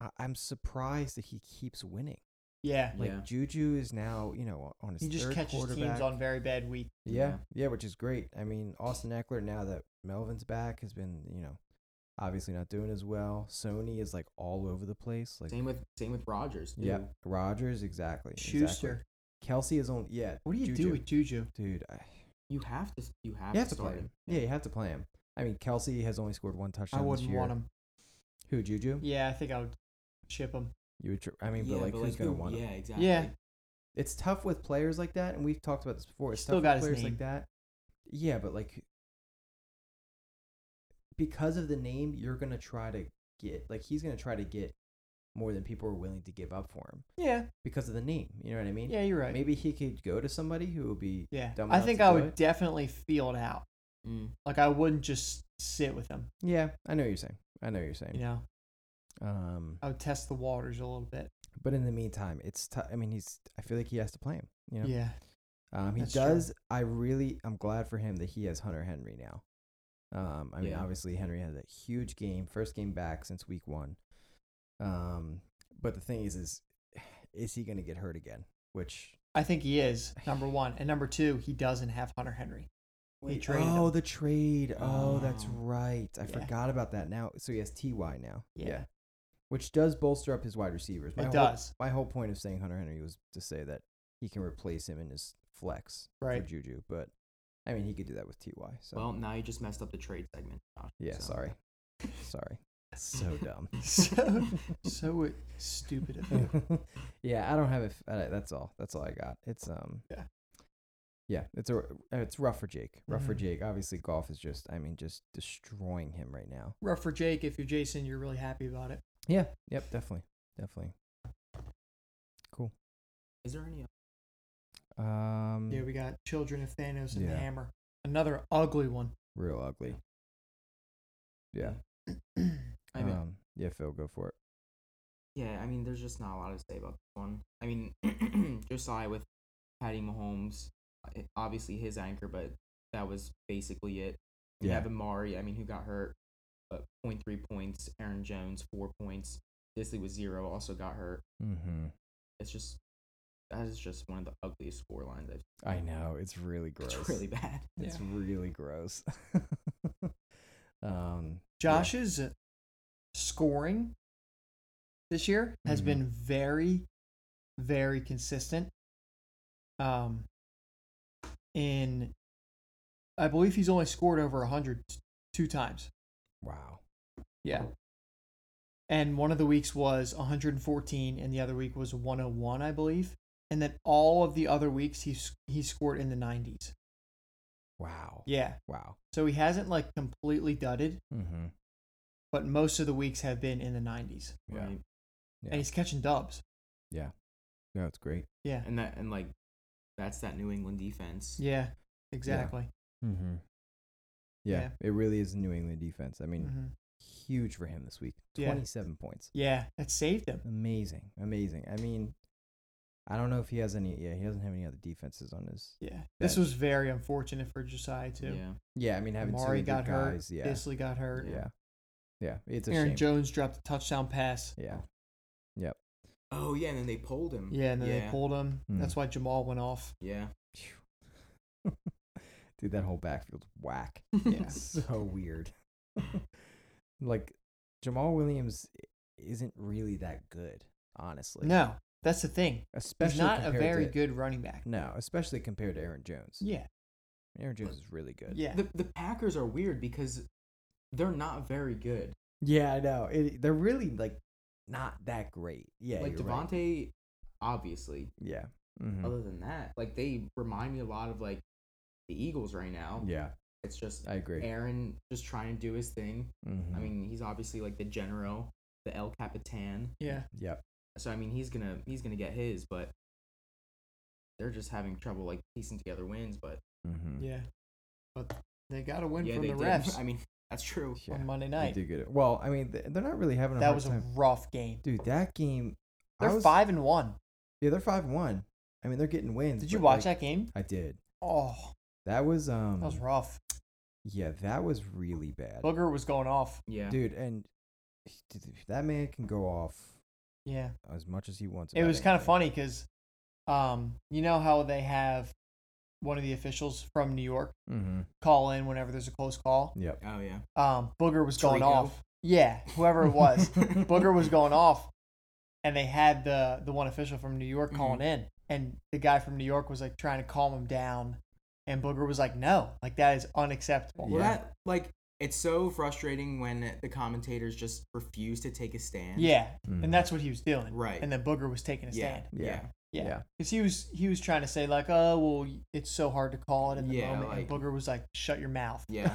[SPEAKER 2] I, I'm surprised that he keeps winning.
[SPEAKER 1] Yeah.
[SPEAKER 2] Like
[SPEAKER 3] Yeah.
[SPEAKER 2] Juju is now, you know, on his
[SPEAKER 1] He just
[SPEAKER 2] third
[SPEAKER 1] catches teams
[SPEAKER 2] quarterback.
[SPEAKER 1] on very bad week.
[SPEAKER 2] Yeah, yeah,
[SPEAKER 3] Yeah.
[SPEAKER 2] which is great. I mean, Austin Eckler now that Melvin's back has been, you know, obviously not doing as well. Sony is like all over the place. Like,
[SPEAKER 3] Same with same with Rogers. Too.
[SPEAKER 2] yeah, Rogers exactly.
[SPEAKER 1] Schuster.
[SPEAKER 2] exactly. Kelsey is on. Yeah,
[SPEAKER 1] What do you do
[SPEAKER 2] Juju.
[SPEAKER 1] with Juju?
[SPEAKER 2] dude? I,
[SPEAKER 3] you have to you have,
[SPEAKER 2] You have to
[SPEAKER 3] start
[SPEAKER 2] play him. Yeah, you have to play him. I mean, Kelsey has only scored one touchdown.
[SPEAKER 1] I
[SPEAKER 2] this
[SPEAKER 1] wouldn't
[SPEAKER 2] year.
[SPEAKER 1] want him.
[SPEAKER 2] Who Juju?
[SPEAKER 1] Yeah, I think I would ship him.
[SPEAKER 2] You would. Tr- I mean, but like, who's gonna
[SPEAKER 3] who-
[SPEAKER 2] want
[SPEAKER 3] Yeah,
[SPEAKER 2] him?
[SPEAKER 3] exactly.
[SPEAKER 1] Yeah.
[SPEAKER 2] It's tough with players like that, and we've talked about this before. It's
[SPEAKER 1] Still
[SPEAKER 2] tough
[SPEAKER 1] got
[SPEAKER 2] with
[SPEAKER 1] his
[SPEAKER 2] players like
[SPEAKER 1] name.
[SPEAKER 2] that. Yeah, but like, because of the name, you're gonna try to get like he's gonna try to get more than people are willing to give up for him
[SPEAKER 1] Yeah.
[SPEAKER 2] because of the name. You know what I mean?
[SPEAKER 1] Yeah, you're right.
[SPEAKER 2] Maybe he could go to somebody who would be.
[SPEAKER 1] yeah.
[SPEAKER 2] dumb
[SPEAKER 1] I
[SPEAKER 2] enough
[SPEAKER 1] think
[SPEAKER 2] to
[SPEAKER 1] I
[SPEAKER 2] do
[SPEAKER 1] would
[SPEAKER 2] it.
[SPEAKER 1] definitely feel it out.
[SPEAKER 3] Mm.
[SPEAKER 1] Like I wouldn't just sit with him.
[SPEAKER 2] Yeah, I know what you're saying. I know what you're saying.
[SPEAKER 1] You know,
[SPEAKER 2] Um,
[SPEAKER 1] I would test the waters a little bit.
[SPEAKER 2] but in the meantime, it's. T- I mean, he's. I feel like he has to play him. You know.
[SPEAKER 1] Yeah.
[SPEAKER 2] Um, he
[SPEAKER 1] That's true.
[SPEAKER 2] does. I really, I'm glad for him that he has Hunter Henry now. Um, I mean,
[SPEAKER 3] Yeah.
[SPEAKER 2] obviously Henry had a huge game, first game back since week one. Um, but the thing is, is is he going to get hurt again? Which
[SPEAKER 1] I think he is number one, and number two, he doesn't have Hunter Henry. Wait, traded
[SPEAKER 2] oh,
[SPEAKER 1] him.
[SPEAKER 2] the trade. Oh, that's
[SPEAKER 3] Oh.
[SPEAKER 2] right. I
[SPEAKER 1] Yeah.
[SPEAKER 2] forgot about that. Now, so he has Ty now.
[SPEAKER 1] Yeah.
[SPEAKER 2] which does bolster up his wide receivers.
[SPEAKER 1] It
[SPEAKER 2] whole-
[SPEAKER 1] does.
[SPEAKER 2] My whole point of saying Hunter Henry was to say that he can replace him in his flex
[SPEAKER 1] Right.
[SPEAKER 2] for Juju, but I mean, he could do that with Ty. So
[SPEAKER 3] Well, now you just messed up the trade segment. Josh,
[SPEAKER 2] Yeah,
[SPEAKER 3] so.
[SPEAKER 2] sorry. Sorry. So dumb.
[SPEAKER 1] so so stupid of you.
[SPEAKER 2] yeah, I don't have a f- uh, that's all. That's all I got. It's um
[SPEAKER 1] Yeah.
[SPEAKER 2] Yeah, it's a uh, it's rough for Jake. Rough for
[SPEAKER 1] Mhm.
[SPEAKER 2] Jake. Obviously golf is just I mean just destroying him right now.
[SPEAKER 1] Rough for Jake. If you're Jason, you're really happy about it.
[SPEAKER 2] Yeah. Yep, definitely. Definitely. Cool.
[SPEAKER 3] Is there any?
[SPEAKER 2] Um
[SPEAKER 1] Yeah, we got Children of Thanos and
[SPEAKER 2] Yeah.
[SPEAKER 1] Hammer. Another ugly one.
[SPEAKER 2] real ugly. Yeah.
[SPEAKER 3] I mean,
[SPEAKER 2] um yeah, Phil, go for it.
[SPEAKER 3] yeah. I mean, there's just not a lot to say about this one. I mean, Josiah with Patty Mahomes, uh, obviously his anchor, but that was basically it. You
[SPEAKER 2] Yeah.
[SPEAKER 3] have Amari. I mean, who got hurt, but 0.3 points. Aaron Jones, four points. Disley was zero, also got hurt.
[SPEAKER 2] Mhm.
[SPEAKER 3] It's just that is just one of the ugliest score lines I've
[SPEAKER 2] I know it's really gross.
[SPEAKER 3] It's really bad.
[SPEAKER 2] It's really gross. um,
[SPEAKER 1] Josh's scoring this year has
[SPEAKER 2] Mhm.
[SPEAKER 1] been very, very consistent. Um, in I believe he's only scored over 100 t- two times.
[SPEAKER 2] wow.
[SPEAKER 1] Yeah. And one of the weeks was 114, and the other week was 101, I believe. And then all of the other weeks he s- he scored in the 90s.
[SPEAKER 2] Wow.
[SPEAKER 1] Yeah.
[SPEAKER 2] Wow.
[SPEAKER 1] So he hasn't like completely dudded,
[SPEAKER 2] Mm-hmm.
[SPEAKER 1] but most of the weeks have been in the 90s.
[SPEAKER 2] Yeah.
[SPEAKER 3] Right?
[SPEAKER 1] And he's catching dubs.
[SPEAKER 2] No, it's great.
[SPEAKER 1] Yeah.
[SPEAKER 3] And that and like that's that New England defense.
[SPEAKER 1] Yeah. Exactly.
[SPEAKER 2] Mm-hmm. Yeah,
[SPEAKER 1] Yeah.
[SPEAKER 2] It really is New England defense. I mean,
[SPEAKER 1] Mhm.
[SPEAKER 2] huge for him this week.
[SPEAKER 1] Yeah.
[SPEAKER 2] Twenty-seven points.
[SPEAKER 1] Yeah, that saved him.
[SPEAKER 2] Amazing. Amazing. I mean, I don't know if he has any. Yeah, he doesn't have any other defenses on his.
[SPEAKER 1] Yeah, this
[SPEAKER 2] That-
[SPEAKER 1] was very unfortunate for Josiah
[SPEAKER 3] Yeah.
[SPEAKER 1] too.
[SPEAKER 2] Yeah, I mean, having so
[SPEAKER 1] Amari
[SPEAKER 2] many good
[SPEAKER 1] got hurt.
[SPEAKER 2] guys. Yeah.
[SPEAKER 1] Disley got hurt.
[SPEAKER 2] yeah. Yeah. It's a
[SPEAKER 1] Aaron
[SPEAKER 2] shame.
[SPEAKER 1] Jones dropped a touchdown pass.
[SPEAKER 2] yeah.
[SPEAKER 3] Oh yeah, and then they pulled him.
[SPEAKER 1] Yeah, and then
[SPEAKER 3] yeah.
[SPEAKER 1] they pulled him.
[SPEAKER 2] Mm.
[SPEAKER 1] That's why Jamal went off.
[SPEAKER 3] Yeah.
[SPEAKER 2] Phew. Dude, that whole backfield's whack.
[SPEAKER 1] Yeah.
[SPEAKER 2] so weird. like Jamal Williams i- isn't really that good, honestly.
[SPEAKER 1] No, that's the thing.
[SPEAKER 2] especially
[SPEAKER 1] He's not a
[SPEAKER 2] compared
[SPEAKER 1] very
[SPEAKER 2] to- Mm,
[SPEAKER 1] good running back.
[SPEAKER 2] No, especially compared to Aaron Jones.
[SPEAKER 1] Yeah,
[SPEAKER 2] Aaron Jones is really good.
[SPEAKER 1] yeah,
[SPEAKER 3] The the Packers are weird because they're not very good.
[SPEAKER 2] yeah, I know. It, they're really like not that great. Yeah,
[SPEAKER 3] like
[SPEAKER 2] you're right.
[SPEAKER 3] Devontae, obviously.
[SPEAKER 2] Yeah. Mhm.
[SPEAKER 3] Other than that, like they remind me a lot of like the Eagles right now.
[SPEAKER 2] Yeah,
[SPEAKER 3] It's just
[SPEAKER 2] I agree.
[SPEAKER 3] Aaron just trying to do his thing.
[SPEAKER 2] Mhm.
[SPEAKER 3] I mean, he's obviously like the general, the El Capitan.
[SPEAKER 1] yeah.
[SPEAKER 2] yep.
[SPEAKER 3] So I mean, he's gonna he's gonna get his, but they're just having trouble like piecing together wins. But
[SPEAKER 2] Mm-hmm.
[SPEAKER 1] Yeah, but they got a win
[SPEAKER 3] yeah,
[SPEAKER 1] from
[SPEAKER 3] they
[SPEAKER 1] the
[SPEAKER 3] did.
[SPEAKER 1] refs
[SPEAKER 3] I mean, that's true.
[SPEAKER 1] on Monday
[SPEAKER 2] they
[SPEAKER 1] night.
[SPEAKER 2] do good. Well, I mean, th- they're not really having a
[SPEAKER 1] That
[SPEAKER 2] hard
[SPEAKER 1] was a
[SPEAKER 2] time.
[SPEAKER 1] rough game.
[SPEAKER 2] Dude, that game. I
[SPEAKER 1] They're
[SPEAKER 2] was-
[SPEAKER 1] five and one.
[SPEAKER 2] Yeah, they're five and one. I mean, they're getting wins.
[SPEAKER 1] Did you
[SPEAKER 2] Mm, but,
[SPEAKER 1] watch
[SPEAKER 2] like,
[SPEAKER 1] that game?
[SPEAKER 2] I did.
[SPEAKER 1] Oh,
[SPEAKER 2] That was um.
[SPEAKER 1] that was rough.
[SPEAKER 2] Yeah, that was really bad,
[SPEAKER 1] Booger was going off.
[SPEAKER 3] Yeah,
[SPEAKER 2] dude. And he- dude, that man can go off
[SPEAKER 1] Yeah.
[SPEAKER 2] as much as he wants.
[SPEAKER 1] it
[SPEAKER 2] about
[SPEAKER 1] was kind of
[SPEAKER 2] anything.
[SPEAKER 1] funny because um, you know how they have one of the officials from New York
[SPEAKER 2] Mhm.
[SPEAKER 1] call in whenever there's a close call.
[SPEAKER 2] Yep.
[SPEAKER 3] Oh yeah.
[SPEAKER 1] Um, Booger was going
[SPEAKER 3] Trico.
[SPEAKER 1] off. Yeah, whoever it was, Booger was going off, and they had the the one official from New York calling
[SPEAKER 3] Mm-hmm.
[SPEAKER 1] in, and the guy from New York was like trying to calm him down, and Booger was like, "No, like that is unacceptable."
[SPEAKER 3] Well,
[SPEAKER 2] Yeah.
[SPEAKER 3] that like it's so frustrating when the commentators just refuse to take a stand.
[SPEAKER 1] Yeah,
[SPEAKER 2] Mhm.
[SPEAKER 1] and that's what he was doing.
[SPEAKER 3] Mm-hmm. Right.
[SPEAKER 1] and then Booger was taking a
[SPEAKER 3] Yeah.
[SPEAKER 1] stand.
[SPEAKER 2] Yeah.
[SPEAKER 1] Yeah.
[SPEAKER 2] Yeah.
[SPEAKER 1] Because he was he was trying to say like, oh well, it's so hard to call it in the
[SPEAKER 3] Yeah,
[SPEAKER 1] moment.
[SPEAKER 3] like-
[SPEAKER 1] and Booger was like, shut your mouth.
[SPEAKER 3] Yeah.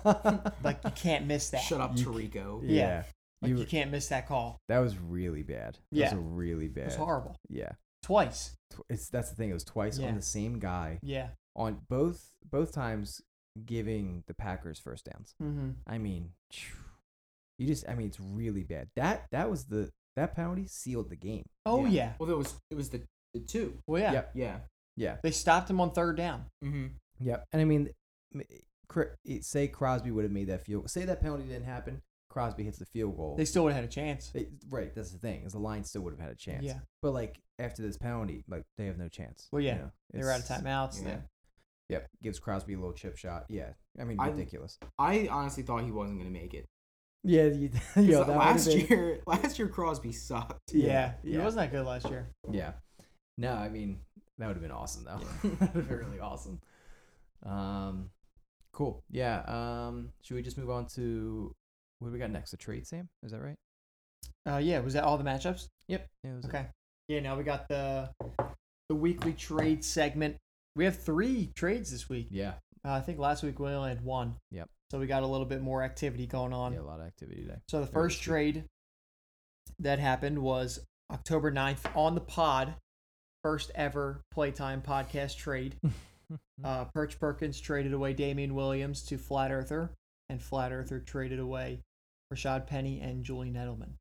[SPEAKER 1] Like you can't miss that.
[SPEAKER 3] Shut up,
[SPEAKER 2] You-
[SPEAKER 3] Tarico.
[SPEAKER 1] Yeah.
[SPEAKER 2] yeah.
[SPEAKER 1] Like
[SPEAKER 2] You,
[SPEAKER 1] you can't miss that call.
[SPEAKER 2] that was really bad. That
[SPEAKER 1] Yeah.
[SPEAKER 2] was a really bad.
[SPEAKER 1] It was horrible.
[SPEAKER 2] Yeah.
[SPEAKER 1] Twice.
[SPEAKER 2] Tw- It's that's the thing. It was twice
[SPEAKER 1] Yeah.
[SPEAKER 2] on the same guy
[SPEAKER 1] Yeah.
[SPEAKER 2] on both both times giving the Packers first downs.
[SPEAKER 1] Mm-hmm.
[SPEAKER 2] I mean, phew. you just I mean it's really bad. That that was the that penalty sealed the game.
[SPEAKER 1] Oh yeah.
[SPEAKER 3] Well, there was it was the, the two.
[SPEAKER 1] Well yeah.
[SPEAKER 2] Yep.
[SPEAKER 3] Yeah.
[SPEAKER 2] Yeah.
[SPEAKER 1] They stopped him on third down.
[SPEAKER 3] Mm-hmm.
[SPEAKER 2] Yep. And I mean, m- Cr- it- say Crosby would have made that field. Say that penalty didn't happen. Crosby hits the field goal.
[SPEAKER 1] They still would have had a chance.
[SPEAKER 2] They- right. That's the thing. Is the line still would have had a chance.
[SPEAKER 1] Yeah.
[SPEAKER 2] But like after this penalty, like they have no chance.
[SPEAKER 1] Well, yeah,
[SPEAKER 2] It's-
[SPEAKER 1] They were out of timeouts.
[SPEAKER 3] Yeah.
[SPEAKER 1] Yeah.
[SPEAKER 2] Yep. Gives Crosby a little chip shot. Yeah. I mean,
[SPEAKER 3] I-
[SPEAKER 2] ridiculous.
[SPEAKER 3] I honestly thought he wasn't gonna make it.
[SPEAKER 2] yeah. You,
[SPEAKER 3] 'Cause
[SPEAKER 2] yo, that
[SPEAKER 3] last
[SPEAKER 2] would've been-
[SPEAKER 3] year, last year Crosby sucked.
[SPEAKER 1] Yeah.
[SPEAKER 2] Yeah,
[SPEAKER 1] He
[SPEAKER 2] yeah.
[SPEAKER 1] wasn't that good last year.
[SPEAKER 2] Yeah. No, I mean that would have been awesome though. that would have been really awesome. Um, cool. Yeah. Um, should we just move on to what do we got next? The trade, Sam? Is that right?
[SPEAKER 1] Uh, yeah. Was that all the matchups?
[SPEAKER 2] Yep. Yeah, it was it.
[SPEAKER 1] Okay. Yeah. Now we got the the weekly trade segment. We have three trades this week.
[SPEAKER 2] Yeah.
[SPEAKER 1] Uh, I think last week we only had one.
[SPEAKER 2] Yep.
[SPEAKER 1] So we got a little bit more activity going on.
[SPEAKER 2] Yeah, a lot of activity today.
[SPEAKER 1] So the
[SPEAKER 2] Very
[SPEAKER 1] first
[SPEAKER 2] good.
[SPEAKER 1] trade that happened was October 9th on the pod, first ever playtime podcast trade. uh, Perch Perkins traded away Damian Williams to Flat Earther, and Flat Earther traded away Rashad Penny and Julian Edelman.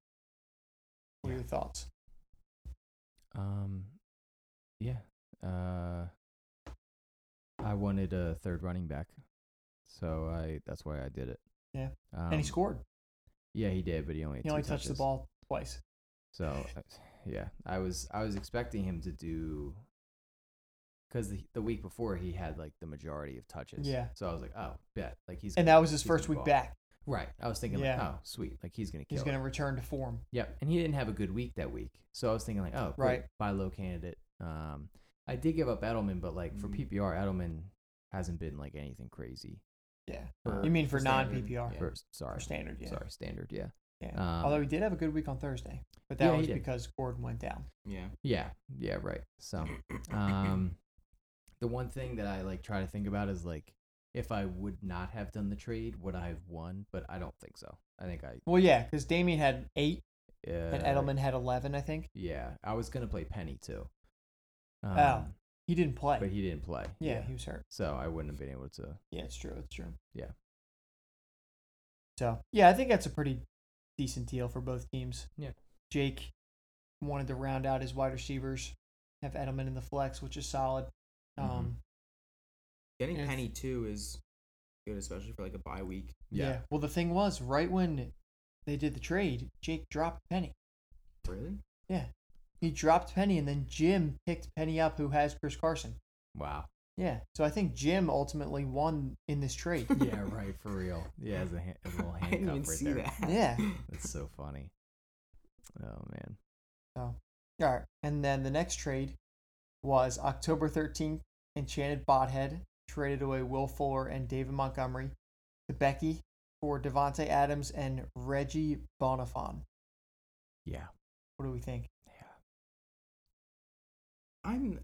[SPEAKER 1] What are your thoughts?
[SPEAKER 2] Um, yeah. Uh, I wanted a third running back, so I that's why I did it.
[SPEAKER 1] Yeah.
[SPEAKER 2] Um,
[SPEAKER 1] and he scored.
[SPEAKER 2] Yeah, he did, but he only had
[SPEAKER 1] He
[SPEAKER 2] two
[SPEAKER 1] only touched the
[SPEAKER 2] touches.
[SPEAKER 1] ball twice.
[SPEAKER 2] So, uh, yeah. I was I was expecting him to do because the, the week before he had like the majority of touches.
[SPEAKER 1] Yeah.
[SPEAKER 2] So I was like, oh, bet like he's
[SPEAKER 1] And
[SPEAKER 2] gonna-
[SPEAKER 1] that was his
[SPEAKER 2] he's
[SPEAKER 1] first
[SPEAKER 2] gonna
[SPEAKER 1] week
[SPEAKER 2] ball.
[SPEAKER 1] back.
[SPEAKER 2] Right. I was thinking like,
[SPEAKER 1] Yeah.
[SPEAKER 2] oh, sweet, like he's gonna kill.
[SPEAKER 1] He's
[SPEAKER 2] it.
[SPEAKER 1] going to return to form.
[SPEAKER 2] Yep, and he didn't have a good week that week, so I was thinking like, oh, cool,
[SPEAKER 1] Right.
[SPEAKER 2] buy low candidate. Um, I did give up Edelman, but like for
[SPEAKER 3] Mm.
[SPEAKER 2] PPR, Edelman hasn't been like anything crazy.
[SPEAKER 1] Yeah.
[SPEAKER 2] For-
[SPEAKER 1] You mean for,
[SPEAKER 3] for
[SPEAKER 1] non
[SPEAKER 3] standard,
[SPEAKER 1] PPR
[SPEAKER 3] Yeah.
[SPEAKER 2] Or, sorry,
[SPEAKER 1] or standard? Yeah.
[SPEAKER 2] sorry, standard, yeah,
[SPEAKER 1] yeah.
[SPEAKER 2] um,
[SPEAKER 1] Although he did have a good week on Thursday, but that
[SPEAKER 2] Yeah, he
[SPEAKER 1] was
[SPEAKER 2] did.
[SPEAKER 1] because Gordon went down.
[SPEAKER 3] Yeah.
[SPEAKER 2] yeah, yeah, right. So, um, the one thing that I like try to think about is like, if I would not have done the trade, would I have won? But I don't think so. I think I
[SPEAKER 1] Well, yeah, because Damien had eight
[SPEAKER 2] uh,
[SPEAKER 1] and Edelman had 11, I think.
[SPEAKER 2] Yeah, I was gonna play Penny too. Um,
[SPEAKER 1] Oh, He didn't play.
[SPEAKER 2] but he didn't play.
[SPEAKER 1] yeah, he was hurt.
[SPEAKER 2] so I wouldn't have been able to.
[SPEAKER 1] Yeah, it's true. It's true.
[SPEAKER 2] Yeah.
[SPEAKER 1] So, yeah, I think that's a pretty decent deal for both teams.
[SPEAKER 2] Yeah.
[SPEAKER 1] Jake wanted to round out his wide receivers, have Edelman in the flex, which is solid. Um,
[SPEAKER 2] Mhm.
[SPEAKER 3] Getting
[SPEAKER 1] Yes.
[SPEAKER 3] Penny too is good, especially for like a bye week.
[SPEAKER 1] yeah. Well, the thing was, right when they did the trade, Jake dropped Penny.
[SPEAKER 3] Really?
[SPEAKER 1] He dropped Penny, and then Jim picked Penny up, who has Chris Carson.
[SPEAKER 2] Wow.
[SPEAKER 1] Yeah. So I think Jim ultimately won in this trade.
[SPEAKER 2] Yeah, right. For real. Yeah, as a, ha- as a little
[SPEAKER 3] I didn't
[SPEAKER 2] handcuff
[SPEAKER 3] even
[SPEAKER 2] right
[SPEAKER 3] see
[SPEAKER 2] there.
[SPEAKER 3] that.
[SPEAKER 1] yeah.
[SPEAKER 2] That's so funny. Oh man.
[SPEAKER 1] All right. And then the next trade was October 13th. Enchanted Bothead traded away Will Fuller and David Montgomery to Becky for Devonte Adams and Reggie Bonifon.
[SPEAKER 2] Yeah.
[SPEAKER 1] What do we think?
[SPEAKER 2] Yeah.
[SPEAKER 3] I'm.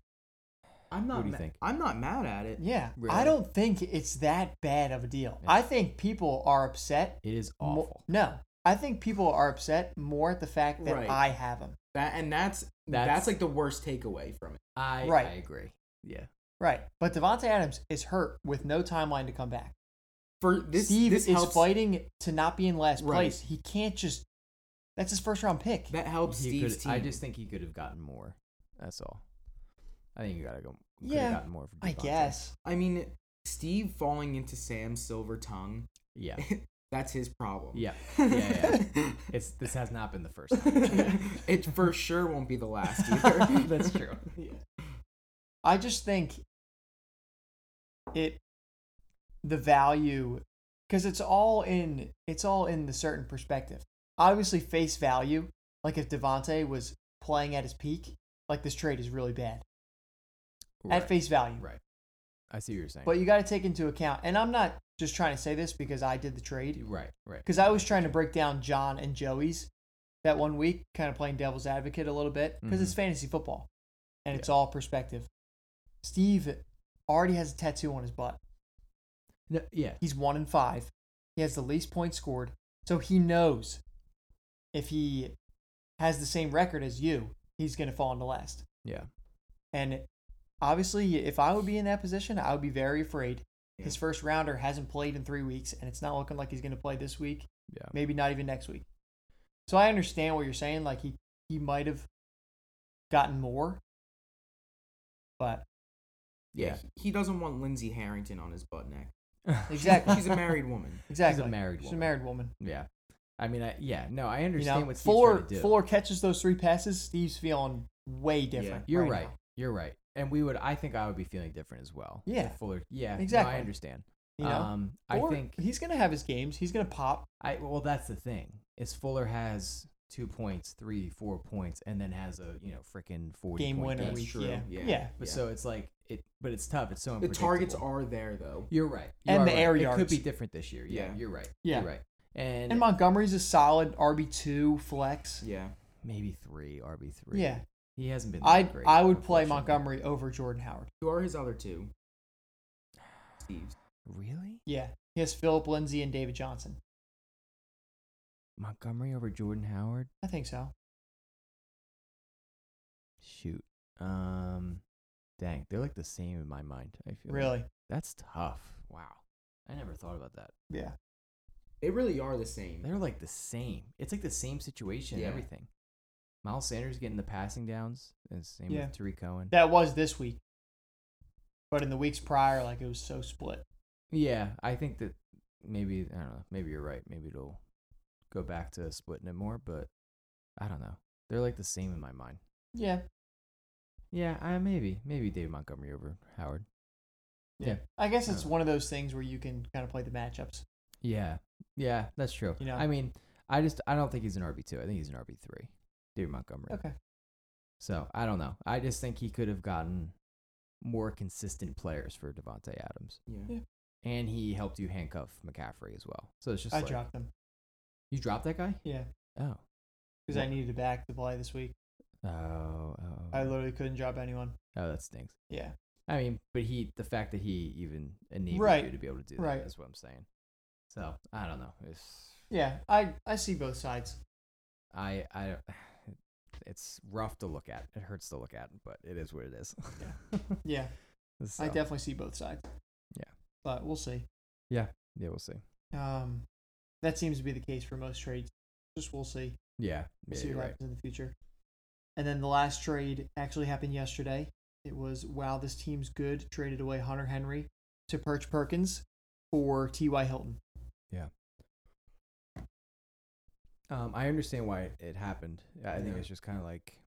[SPEAKER 3] I'm not.
[SPEAKER 2] do you
[SPEAKER 3] ma-
[SPEAKER 2] think?
[SPEAKER 3] I'm not mad at it.
[SPEAKER 1] Yeah. I
[SPEAKER 2] Really?
[SPEAKER 1] don't think it's that bad of a deal.
[SPEAKER 2] Yeah.
[SPEAKER 1] I think people are upset.
[SPEAKER 2] It is
[SPEAKER 1] mo-
[SPEAKER 2] awful.
[SPEAKER 1] no. I think people are upset more at the fact that
[SPEAKER 3] Right.
[SPEAKER 1] I have him.
[SPEAKER 3] That and that's, that's
[SPEAKER 2] That's-
[SPEAKER 3] like the worst takeaway from it.
[SPEAKER 2] I
[SPEAKER 1] Right.
[SPEAKER 2] I agree. Yeah.
[SPEAKER 1] Right. But Devonte Adams is hurt with no timeline to come back.
[SPEAKER 3] For this,
[SPEAKER 1] Steve
[SPEAKER 3] this
[SPEAKER 1] is
[SPEAKER 3] helps.
[SPEAKER 1] fighting to not be in last
[SPEAKER 3] Right.
[SPEAKER 1] place. He can't just. That's his first round pick.
[SPEAKER 3] That helps
[SPEAKER 2] He
[SPEAKER 3] Steve's
[SPEAKER 2] could-
[SPEAKER 3] team.
[SPEAKER 2] I just think he could have gotten more. That's all. I think you gotta go. Could
[SPEAKER 1] Yeah,
[SPEAKER 2] Have gotten more. For
[SPEAKER 1] I
[SPEAKER 2] Devontae.
[SPEAKER 1] guess.
[SPEAKER 3] I mean, Steve falling into Sam's silver tongue.
[SPEAKER 2] Yeah.
[SPEAKER 3] That's his problem.
[SPEAKER 2] Yeah. Yeah. yeah. It's this has not been the first time.
[SPEAKER 3] it for sure won't be the last either.
[SPEAKER 2] That's true.
[SPEAKER 3] Yeah.
[SPEAKER 1] I just think it the value because it's all in it's all in the certain perspective. Obviously, face value. Like if Devonte was playing at his peak, like this trade is really bad at
[SPEAKER 2] Right.
[SPEAKER 1] face value.
[SPEAKER 2] Right. I see what you're saying.
[SPEAKER 1] But you got to take into account, and I'm not just trying to say this because I did the trade.
[SPEAKER 2] right. Right.
[SPEAKER 1] because I was trying to break down John and Joey's that one week, kind of playing devil's advocate a little bit because it's fantasy football and it's all perspective. Steve already has a tattoo on his butt.
[SPEAKER 2] No, yeah.
[SPEAKER 1] He's one in five. He has the least points scored, so he knows if he has the same record as you, he's going to fall into last.
[SPEAKER 2] Yeah.
[SPEAKER 1] And obviously, if I would be in that position, I would be very afraid. His
[SPEAKER 3] Yeah.
[SPEAKER 1] first rounder hasn't played in three weeks, and it's not looking like he's going to play this week
[SPEAKER 2] Yeah.
[SPEAKER 1] maybe not even next week. So I understand what you're saying. Like he he might have gotten more, but
[SPEAKER 2] Yeah.
[SPEAKER 3] He doesn't want Lindsay Harrington on his butt neck.
[SPEAKER 1] Exactly.
[SPEAKER 3] She's a married woman.
[SPEAKER 1] exactly,
[SPEAKER 2] married
[SPEAKER 1] She's
[SPEAKER 2] woman.
[SPEAKER 1] a married woman.
[SPEAKER 2] Yeah. I mean, I, yeah, no, I
[SPEAKER 1] You
[SPEAKER 2] understand
[SPEAKER 1] know,
[SPEAKER 2] what Steve's
[SPEAKER 1] Fuller
[SPEAKER 2] trying to do.
[SPEAKER 1] Fuller catches those three passes. Steve's feeling way different.
[SPEAKER 2] You're right.
[SPEAKER 1] now.
[SPEAKER 2] You're right. And we would, I think I would be feeling different as well. if
[SPEAKER 1] Yeah.
[SPEAKER 2] Fuller. Yeah. Exactly.
[SPEAKER 1] Exactly.
[SPEAKER 2] I understand.
[SPEAKER 1] You know,
[SPEAKER 2] um, I
[SPEAKER 1] Fuller,
[SPEAKER 2] think
[SPEAKER 1] he's gonna have his games. He's gonna pop.
[SPEAKER 2] I, well, that's the thing is Fuller has two points, three, four points, and then has a, you know, freaking 40
[SPEAKER 1] Game
[SPEAKER 2] point
[SPEAKER 1] winner
[SPEAKER 2] game.
[SPEAKER 3] That's
[SPEAKER 1] week,
[SPEAKER 3] true.
[SPEAKER 1] yeah.
[SPEAKER 3] Yeah.
[SPEAKER 1] Yeah.
[SPEAKER 2] But so it's like, it, but it's tough. It's so
[SPEAKER 3] the
[SPEAKER 2] unpredictable.
[SPEAKER 3] targets are there though.
[SPEAKER 2] You're right. You
[SPEAKER 1] And
[SPEAKER 2] are
[SPEAKER 1] the
[SPEAKER 2] right.
[SPEAKER 1] air
[SPEAKER 2] It could be
[SPEAKER 1] yards.
[SPEAKER 2] different this year. Yeah.
[SPEAKER 3] Yeah.
[SPEAKER 2] You're right.
[SPEAKER 1] Yeah.
[SPEAKER 2] You're right. And,
[SPEAKER 1] And Montgomery's a solid RB two flex.
[SPEAKER 3] Yeah.
[SPEAKER 2] maybe three, RB3.
[SPEAKER 1] Yeah.
[SPEAKER 2] He hasn't been. that
[SPEAKER 1] I
[SPEAKER 2] great,
[SPEAKER 1] I would play
[SPEAKER 2] unfortunately.
[SPEAKER 1] Montgomery over Jordan Howard.
[SPEAKER 3] Who are his other two? Steve's.
[SPEAKER 2] Really?
[SPEAKER 1] Yeah, he has Philip Lindsay and David Johnson.
[SPEAKER 2] Montgomery over Jordan Howard?
[SPEAKER 1] I think so.
[SPEAKER 2] Shoot. Um dang, they're like the same in my mind, I feel. like.
[SPEAKER 1] Really?
[SPEAKER 2] That's tough. Wow. I never thought about that.
[SPEAKER 1] Yeah.
[SPEAKER 3] They really are the same.
[SPEAKER 2] They're like the same. It's like the same situation
[SPEAKER 3] Yeah.
[SPEAKER 2] and everything. Miles Sanders getting the passing downs and same
[SPEAKER 1] Yeah.
[SPEAKER 2] with Tariq Cohen.
[SPEAKER 1] That was this week. But in the weeks prior, like it was so split.
[SPEAKER 2] yeah, I think that maybe I don't know, maybe you're right. Maybe it'll go back to splitting it more, but I don't know. They're like the same in my mind.
[SPEAKER 1] Yeah.
[SPEAKER 2] Yeah, I maybe maybe David Montgomery over Howard.
[SPEAKER 1] I guess it's
[SPEAKER 2] Uh,
[SPEAKER 1] one of those things where you can kind of play the matchups.
[SPEAKER 2] Yeah, yeah, that's true.
[SPEAKER 1] You know.
[SPEAKER 2] I mean, I just I don't think he's an RB two. I think he's an RB three. David Montgomery.
[SPEAKER 1] Okay.
[SPEAKER 2] So I don't know. I just think he could have gotten more consistent players for Devonte Adams,
[SPEAKER 3] Yeah.
[SPEAKER 2] and he helped you handcuff McCaffrey as well. So it's just
[SPEAKER 1] I
[SPEAKER 2] like,
[SPEAKER 1] dropped them.
[SPEAKER 2] you dropped that guy.
[SPEAKER 1] Yeah.
[SPEAKER 2] Oh.
[SPEAKER 1] Because I needed a back to play this week.
[SPEAKER 2] Oh, oh, oh.
[SPEAKER 1] I literally couldn't drop anyone.
[SPEAKER 2] oh, that stinks.
[SPEAKER 1] Yeah.
[SPEAKER 2] I mean, but he, the fact that he even enabled you
[SPEAKER 1] Right,
[SPEAKER 2] to be able to do that is
[SPEAKER 1] right.
[SPEAKER 2] what I'm saying. So I don't know. It's,
[SPEAKER 1] Yeah. I, I see both sides.
[SPEAKER 2] I, I, it's rough to look at. It hurts to look at, but it is what it is.
[SPEAKER 1] Yeah.
[SPEAKER 2] So,
[SPEAKER 1] I definitely see both sides.
[SPEAKER 2] Yeah.
[SPEAKER 1] But we'll see.
[SPEAKER 2] yeah, we'll see.
[SPEAKER 1] Um, that seems to be the case for most trades. Just we'll see.
[SPEAKER 2] Yeah,
[SPEAKER 1] We'll
[SPEAKER 2] yeah,
[SPEAKER 1] see
[SPEAKER 2] you're
[SPEAKER 1] what
[SPEAKER 2] right.
[SPEAKER 1] happens in the future. And then the last trade actually happened yesterday. It was wow, this team's good. Traded away Hunter Henry to Perch Perkins for T. Y. Hilton.
[SPEAKER 2] Um, I understand why it happened. I I think
[SPEAKER 3] Yeah.
[SPEAKER 2] it's just kind of like,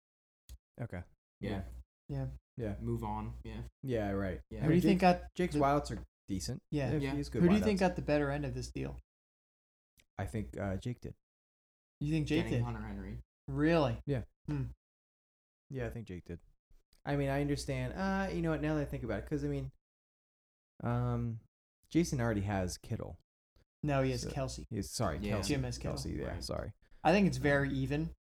[SPEAKER 2] okay,
[SPEAKER 3] Yeah.
[SPEAKER 1] Yeah.
[SPEAKER 2] yeah,
[SPEAKER 3] Move on. Yeah.
[SPEAKER 2] yeah, right.
[SPEAKER 3] Yeah.
[SPEAKER 2] I
[SPEAKER 1] Who
[SPEAKER 2] mean,
[SPEAKER 1] do you think got
[SPEAKER 2] Jake's
[SPEAKER 1] the-
[SPEAKER 2] wideouts are decent?
[SPEAKER 1] Yeah.
[SPEAKER 2] If
[SPEAKER 3] Yeah.
[SPEAKER 2] he's good
[SPEAKER 1] Who do you think
[SPEAKER 2] wideouts.
[SPEAKER 1] got the better end of this deal?
[SPEAKER 2] I think uh, Jake did.
[SPEAKER 1] You think Jake
[SPEAKER 3] Getting
[SPEAKER 1] did?
[SPEAKER 3] Hunter Henry.
[SPEAKER 1] Really?
[SPEAKER 2] Yeah, I think Jake did. I mean, I understand. Uh, you know what? Now that I think about it, because I mean, um, Jason already has Kittle.
[SPEAKER 1] No, he has
[SPEAKER 2] So-
[SPEAKER 1] Kelsey.
[SPEAKER 2] He's sorry,
[SPEAKER 3] Yeah.
[SPEAKER 2] Kelsey.
[SPEAKER 1] Jim has Kittle.
[SPEAKER 2] Kelsey, yeah,
[SPEAKER 3] Right.
[SPEAKER 2] sorry.
[SPEAKER 1] I think it's very even,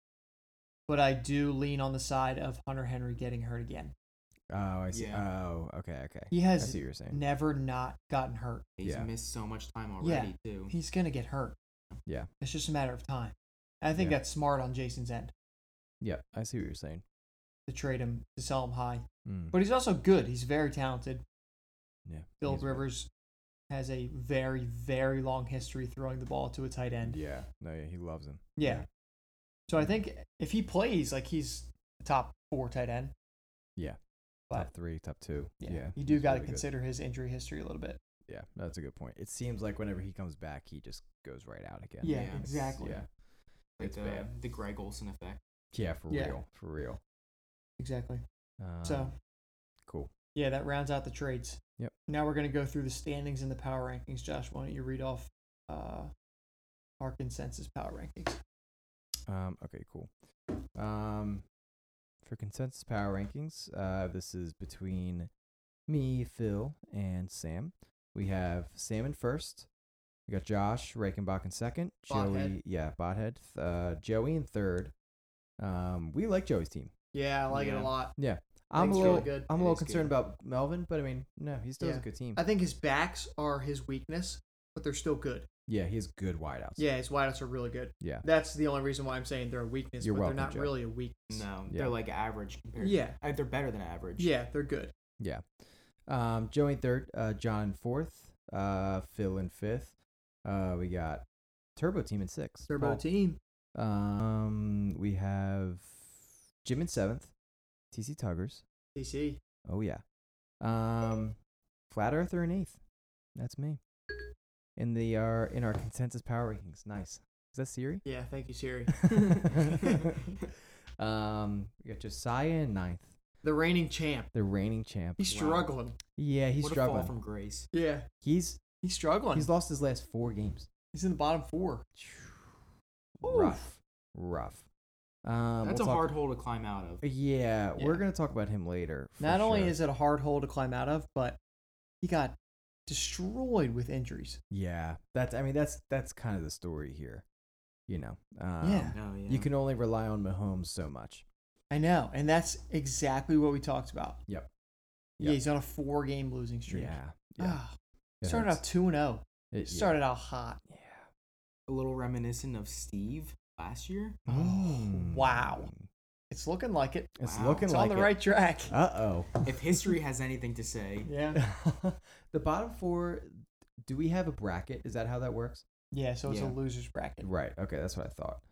[SPEAKER 1] but I do lean on the side of Hunter Henry getting hurt again.
[SPEAKER 2] Oh, I see.
[SPEAKER 3] Yeah.
[SPEAKER 2] Oh, okay, okay.
[SPEAKER 1] He
[SPEAKER 2] I
[SPEAKER 1] has
[SPEAKER 2] see what you're saying.
[SPEAKER 1] never not gotten hurt.
[SPEAKER 3] He's
[SPEAKER 2] Yeah.
[SPEAKER 3] missed so much time
[SPEAKER 1] Yeah.
[SPEAKER 3] already too.
[SPEAKER 1] He's gonna get hurt.
[SPEAKER 2] Yeah.
[SPEAKER 1] It's just a matter of time. I think
[SPEAKER 2] Yeah.
[SPEAKER 1] that's smart on Jason's end
[SPEAKER 2] Yeah, I see what you're saying.
[SPEAKER 1] to trade him to sell him high.
[SPEAKER 2] Mm,
[SPEAKER 1] But he's also good. He's very talented.
[SPEAKER 2] yeah,
[SPEAKER 1] Phil
[SPEAKER 2] he's-
[SPEAKER 1] Rivers has a very very long history throwing the ball to a tight end.
[SPEAKER 2] Yeah, no, yeah, he loves him.
[SPEAKER 1] Yeah. So I think if he plays, like he's a top four tight end.
[SPEAKER 2] Yeah.
[SPEAKER 1] But
[SPEAKER 2] top three, top two. Yeah,
[SPEAKER 1] yeah, you do
[SPEAKER 2] he's
[SPEAKER 1] got to
[SPEAKER 2] really good.
[SPEAKER 1] consider his injury history a little bit.
[SPEAKER 2] Yeah, that's a good point. It seems like whenever he comes back, he just goes right out again.
[SPEAKER 1] Yeah,
[SPEAKER 3] Yeah.
[SPEAKER 1] exactly. uh,
[SPEAKER 2] Yeah,
[SPEAKER 3] Like
[SPEAKER 2] it's
[SPEAKER 3] the,
[SPEAKER 2] bad.
[SPEAKER 3] the Greg Olson effect.
[SPEAKER 2] yeah, for
[SPEAKER 1] Yeah.
[SPEAKER 2] real, for real.
[SPEAKER 1] Exactly.
[SPEAKER 2] Um,
[SPEAKER 1] so
[SPEAKER 2] cool.
[SPEAKER 1] yeah, that rounds out the trades.
[SPEAKER 2] Yep.
[SPEAKER 1] Now we're gonna go through the standings and the power rankings. Josh, why don't you read off uh, our consensus power rankings?
[SPEAKER 2] Um, okay, cool. Um, for consensus power rankings, uh, this is between me, Phil, and Sam. We have Sam in first. We got Josh Reichenbach in second.
[SPEAKER 1] Bothead.
[SPEAKER 2] Joey, yeah, Bothead. th- Uh, Joey in third. Um, we like Joey's team.
[SPEAKER 1] Yeah, I like it a
[SPEAKER 3] Yeah.
[SPEAKER 1] lot.
[SPEAKER 2] I'm
[SPEAKER 1] It's
[SPEAKER 2] a
[SPEAKER 1] really
[SPEAKER 2] little,
[SPEAKER 1] good.
[SPEAKER 2] I'm a
[SPEAKER 3] It
[SPEAKER 2] little
[SPEAKER 3] is good.
[SPEAKER 2] concerned about Melvin, but I mean, no, he still has a
[SPEAKER 1] Yeah.
[SPEAKER 2] good team.
[SPEAKER 1] I think his backs are his weakness, but they're still good.
[SPEAKER 2] yeah, he has good wideouts.
[SPEAKER 1] Yeah, his wideouts are really good.
[SPEAKER 2] Yeah.
[SPEAKER 1] That's the only reason why I'm saying they're a weakness,
[SPEAKER 2] You're
[SPEAKER 1] but
[SPEAKER 2] welcome,
[SPEAKER 1] they're not
[SPEAKER 2] Joe.
[SPEAKER 1] really a weakness.
[SPEAKER 3] No,
[SPEAKER 2] Yeah.
[SPEAKER 3] they're like average compared.
[SPEAKER 1] Yeah.
[SPEAKER 3] uh, they're better than average.
[SPEAKER 1] Yeah, they're good.
[SPEAKER 2] Yeah. Um, Joey in third, uh, John in fourth, uh, Phil in fifth. Uh, we got Turbo Team in sixth.
[SPEAKER 1] They're both
[SPEAKER 2] Paul.
[SPEAKER 1] team.
[SPEAKER 2] Um, we have Jim in seventh, TC Tuggers.
[SPEAKER 1] TC.
[SPEAKER 2] Oh yeah. Um, Flat Earther in eighth. That's me. In the our in our consensus power rankings. Nice. Is that Siri?
[SPEAKER 1] Yeah, thank you, Siri.
[SPEAKER 2] um, we got Josiah in ninth,
[SPEAKER 1] The reigning champ.
[SPEAKER 2] the reigning champ.
[SPEAKER 1] He's
[SPEAKER 3] Wow.
[SPEAKER 1] struggling.
[SPEAKER 2] Yeah, he's
[SPEAKER 3] what a
[SPEAKER 2] struggling.
[SPEAKER 3] fall from grace.
[SPEAKER 1] Yeah,
[SPEAKER 2] he's
[SPEAKER 1] he's struggling.
[SPEAKER 2] he's
[SPEAKER 1] He's,
[SPEAKER 2] lost his last four games.
[SPEAKER 1] in the bottom four. Oof.
[SPEAKER 2] Rough, rough. Um,
[SPEAKER 3] That's
[SPEAKER 2] we'll
[SPEAKER 3] a
[SPEAKER 2] talk-
[SPEAKER 3] hard hole to climb out of.
[SPEAKER 2] Yeah, we're
[SPEAKER 1] Yeah.
[SPEAKER 2] gonna talk about him later. for
[SPEAKER 1] Not only
[SPEAKER 2] sure.
[SPEAKER 1] is it a hard hole to climb out of, but he got destroyed with injuries.
[SPEAKER 2] yeah, that's I mean that's that's kind of the story here. You know, um,
[SPEAKER 1] Yeah.
[SPEAKER 3] No, Oh, yeah.
[SPEAKER 2] you can only rely on Mahomes so much.
[SPEAKER 1] I know, and that's exactly what we talked about.
[SPEAKER 2] Yep.
[SPEAKER 1] Yeah,
[SPEAKER 2] Yep.
[SPEAKER 1] he's on a four-game losing streak.
[SPEAKER 2] Yeah, yeah.
[SPEAKER 1] Ah,
[SPEAKER 2] it
[SPEAKER 1] started
[SPEAKER 2] hurts.
[SPEAKER 1] out two and zero.
[SPEAKER 2] It- yeah.
[SPEAKER 1] Started out hot.
[SPEAKER 2] Yeah.
[SPEAKER 3] a little reminiscent of Steve last year.
[SPEAKER 1] Oh, wow. It's looking like it.
[SPEAKER 2] Mm. It's
[SPEAKER 3] Wow.
[SPEAKER 2] looking
[SPEAKER 1] It's
[SPEAKER 2] like
[SPEAKER 1] on the right track.
[SPEAKER 2] Uh oh.
[SPEAKER 3] If history has anything to say,
[SPEAKER 1] Yeah.
[SPEAKER 2] the bottom four. Do we have a bracket? Is that how that works?
[SPEAKER 1] Yeah. So it's
[SPEAKER 3] Yeah.
[SPEAKER 1] a losers bracket.
[SPEAKER 2] Right. Okay, that's what I thought.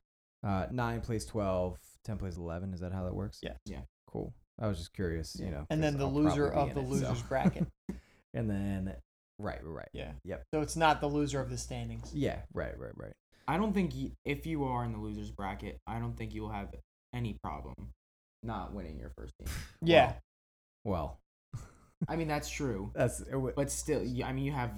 [SPEAKER 2] Uh, nine plays twelve, ten plays eleven. Is that how that works?
[SPEAKER 1] Yeah.
[SPEAKER 3] Yeah.
[SPEAKER 2] Cool. I was just curious. You
[SPEAKER 3] Yeah.
[SPEAKER 2] know.
[SPEAKER 1] And
[SPEAKER 2] 'cause
[SPEAKER 1] then the
[SPEAKER 2] I'll
[SPEAKER 1] loser
[SPEAKER 2] probably
[SPEAKER 1] of
[SPEAKER 2] be
[SPEAKER 1] the
[SPEAKER 2] in it, so.
[SPEAKER 1] losers bracket.
[SPEAKER 2] and then right, right, right.
[SPEAKER 1] Yeah.
[SPEAKER 2] Yep.
[SPEAKER 1] So it's not the loser of the standings.
[SPEAKER 2] Yeah. Right. Right. Right.
[SPEAKER 3] I don't think y if you are in the losers bracket, I don't think you'll have any problem not winning your first game.
[SPEAKER 1] Yeah.
[SPEAKER 2] Well,
[SPEAKER 3] I mean, that's true,
[SPEAKER 2] that's it w-
[SPEAKER 3] but still, you- I mean, you have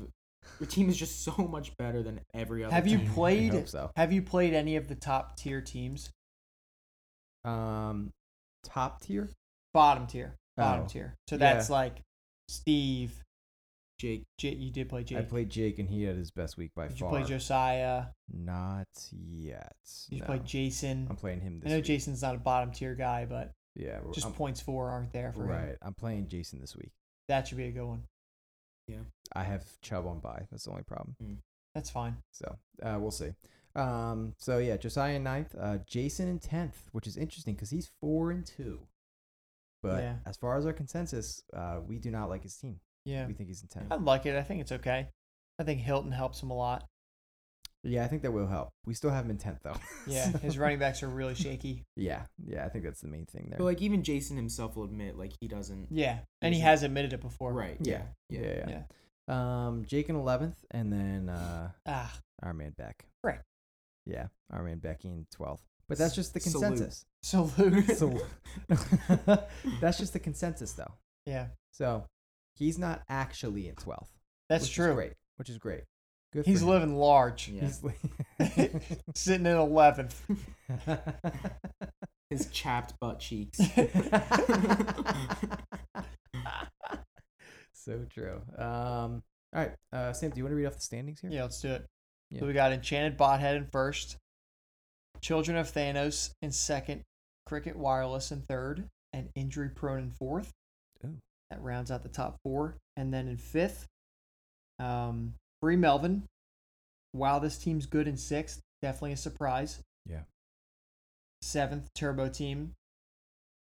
[SPEAKER 3] your team is just so much better than every other.
[SPEAKER 1] Have you
[SPEAKER 3] team.
[SPEAKER 2] I
[SPEAKER 1] played?
[SPEAKER 2] hope so.
[SPEAKER 1] Have you played any of the top tier teams?
[SPEAKER 2] Um, top tier.
[SPEAKER 1] Bottom tier. Bottom
[SPEAKER 2] Oh,
[SPEAKER 1] tier. So
[SPEAKER 2] yeah.
[SPEAKER 1] that's like Steve.
[SPEAKER 3] Jake?
[SPEAKER 1] J- you did play Jake.
[SPEAKER 2] I played Jake, and he had his best week by
[SPEAKER 1] did you
[SPEAKER 2] far.
[SPEAKER 1] play Josiah?
[SPEAKER 2] Not yet.
[SPEAKER 1] Did you
[SPEAKER 2] no.
[SPEAKER 1] play Jason?
[SPEAKER 2] I'm playing him this
[SPEAKER 1] I know
[SPEAKER 2] week.
[SPEAKER 1] Jason's not a bottom tier guy, but
[SPEAKER 2] Yeah, we're-
[SPEAKER 1] just
[SPEAKER 2] I'm-
[SPEAKER 1] points four aren't there for him.
[SPEAKER 2] right. I'm playing Jason this week.
[SPEAKER 1] That should be a good one.
[SPEAKER 2] I have Chubb on by. That's the only problem.
[SPEAKER 1] That's fine.
[SPEAKER 2] So uh, we'll see. Um, so yeah, Josiah in ninth, uh, Jason in tenth, which is interesting because he's four and two. But
[SPEAKER 1] Yeah.
[SPEAKER 2] as far as our consensus, uh, we do not like his team.
[SPEAKER 1] Yeah.
[SPEAKER 2] We think he's in tenth.
[SPEAKER 1] I like it. I think it's okay. I think Hilton helps him a lot.
[SPEAKER 2] Yeah, I think that will help. We still have him in tenth though.
[SPEAKER 1] Yeah.
[SPEAKER 2] So-
[SPEAKER 1] His running backs are really shaky.
[SPEAKER 2] Yeah, yeah. I think that's the main thing there.
[SPEAKER 3] But like even Jason himself will admit, like he doesn't.
[SPEAKER 1] Yeah. And he
[SPEAKER 3] Jason-
[SPEAKER 1] has admitted it before.
[SPEAKER 3] Right.
[SPEAKER 2] yeah, yeah,
[SPEAKER 3] Yeah.
[SPEAKER 2] yeah, Um, Jake in eleventh, and then uh,
[SPEAKER 1] Ah,
[SPEAKER 2] our man Beck.
[SPEAKER 1] Right.
[SPEAKER 2] Yeah, our man Becky in twelfth. But that's just the
[SPEAKER 3] Salute.
[SPEAKER 2] consensus.
[SPEAKER 1] salute.
[SPEAKER 2] so that's just the consensus though.
[SPEAKER 1] yeah.
[SPEAKER 2] So he's not actually in twelfth.
[SPEAKER 1] That's
[SPEAKER 2] which
[SPEAKER 1] true.
[SPEAKER 2] Is great, which is great. Good. for
[SPEAKER 1] He's
[SPEAKER 2] him.
[SPEAKER 1] living large.
[SPEAKER 3] Yeah.
[SPEAKER 2] He's li-
[SPEAKER 1] Sitting in 11th.
[SPEAKER 3] His chapped butt cheeks.
[SPEAKER 2] so true. Um. All right, uh, Sam. Do you want to read off the standings here?
[SPEAKER 1] Yeah, let's do it.
[SPEAKER 2] Yeah.
[SPEAKER 1] So we got Enchanted Bothead in first, Children of Thanos in second, Cricket Wireless in third, and Injury Prone in fourth.
[SPEAKER 2] Ooh.
[SPEAKER 1] That rounds out the top four. And then in fifth, um, Free Melvin. Wow, this team's good in sixth. Definitely a surprise.
[SPEAKER 2] Yeah.
[SPEAKER 1] Seventh, Turbo Team.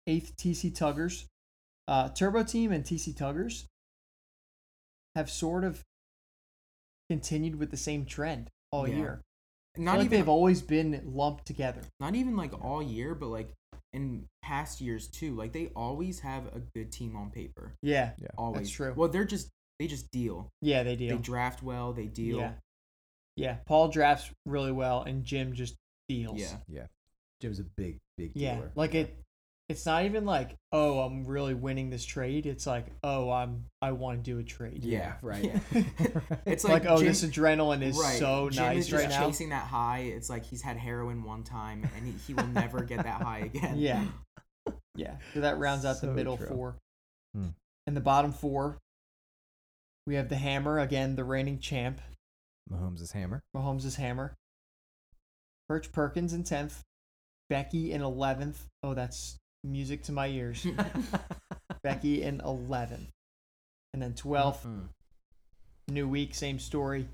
[SPEAKER 1] Eighth, TC Tuggers. Uh, Turbo Team and TC Tuggers have sort of continued with the same trend all
[SPEAKER 3] Yeah.
[SPEAKER 1] year. I
[SPEAKER 3] Not
[SPEAKER 1] feel like
[SPEAKER 3] even
[SPEAKER 1] they've always been lumped together.
[SPEAKER 3] not even like all year, but like in past years too. Like they always have a good team on paper.
[SPEAKER 1] Yeah,
[SPEAKER 3] Always.
[SPEAKER 1] true.
[SPEAKER 3] Well, they're just they just deal.
[SPEAKER 1] yeah, they
[SPEAKER 3] They
[SPEAKER 1] do.
[SPEAKER 3] draft well. They deal.
[SPEAKER 1] Yeah, yeah. Paul drafts really well, and Jim just deals.
[SPEAKER 3] Yeah.
[SPEAKER 2] Jim's a big, big
[SPEAKER 1] yeah.
[SPEAKER 2] dealer.
[SPEAKER 1] Like it, it's not even like oh, I'm really winning this trade. It's like oh, I'm I want to do a trade.
[SPEAKER 2] Yeah, right.
[SPEAKER 3] It's
[SPEAKER 1] Like,
[SPEAKER 3] like,
[SPEAKER 1] oh,
[SPEAKER 3] Jim-
[SPEAKER 1] this adrenaline is so
[SPEAKER 3] Jim
[SPEAKER 1] nice
[SPEAKER 3] is just
[SPEAKER 1] right now.
[SPEAKER 3] chasing that high. It's like he's had heroin one time and he, he will never get that high again.
[SPEAKER 1] Yeah. Yeah. So that rounds out the
[SPEAKER 2] So
[SPEAKER 1] middle
[SPEAKER 2] true.
[SPEAKER 1] four.
[SPEAKER 2] Hmm.
[SPEAKER 1] And the bottom four, we have the Hammer again, the reigning champ,
[SPEAKER 2] Mahomes is hammer.
[SPEAKER 1] Mahomes' Hammer. Perch Perkins in tenth, Becky in eleventh. Oh, that's music to my ears. Becky in eleventh, and then twelfth,
[SPEAKER 2] Mm.
[SPEAKER 1] new week, same story.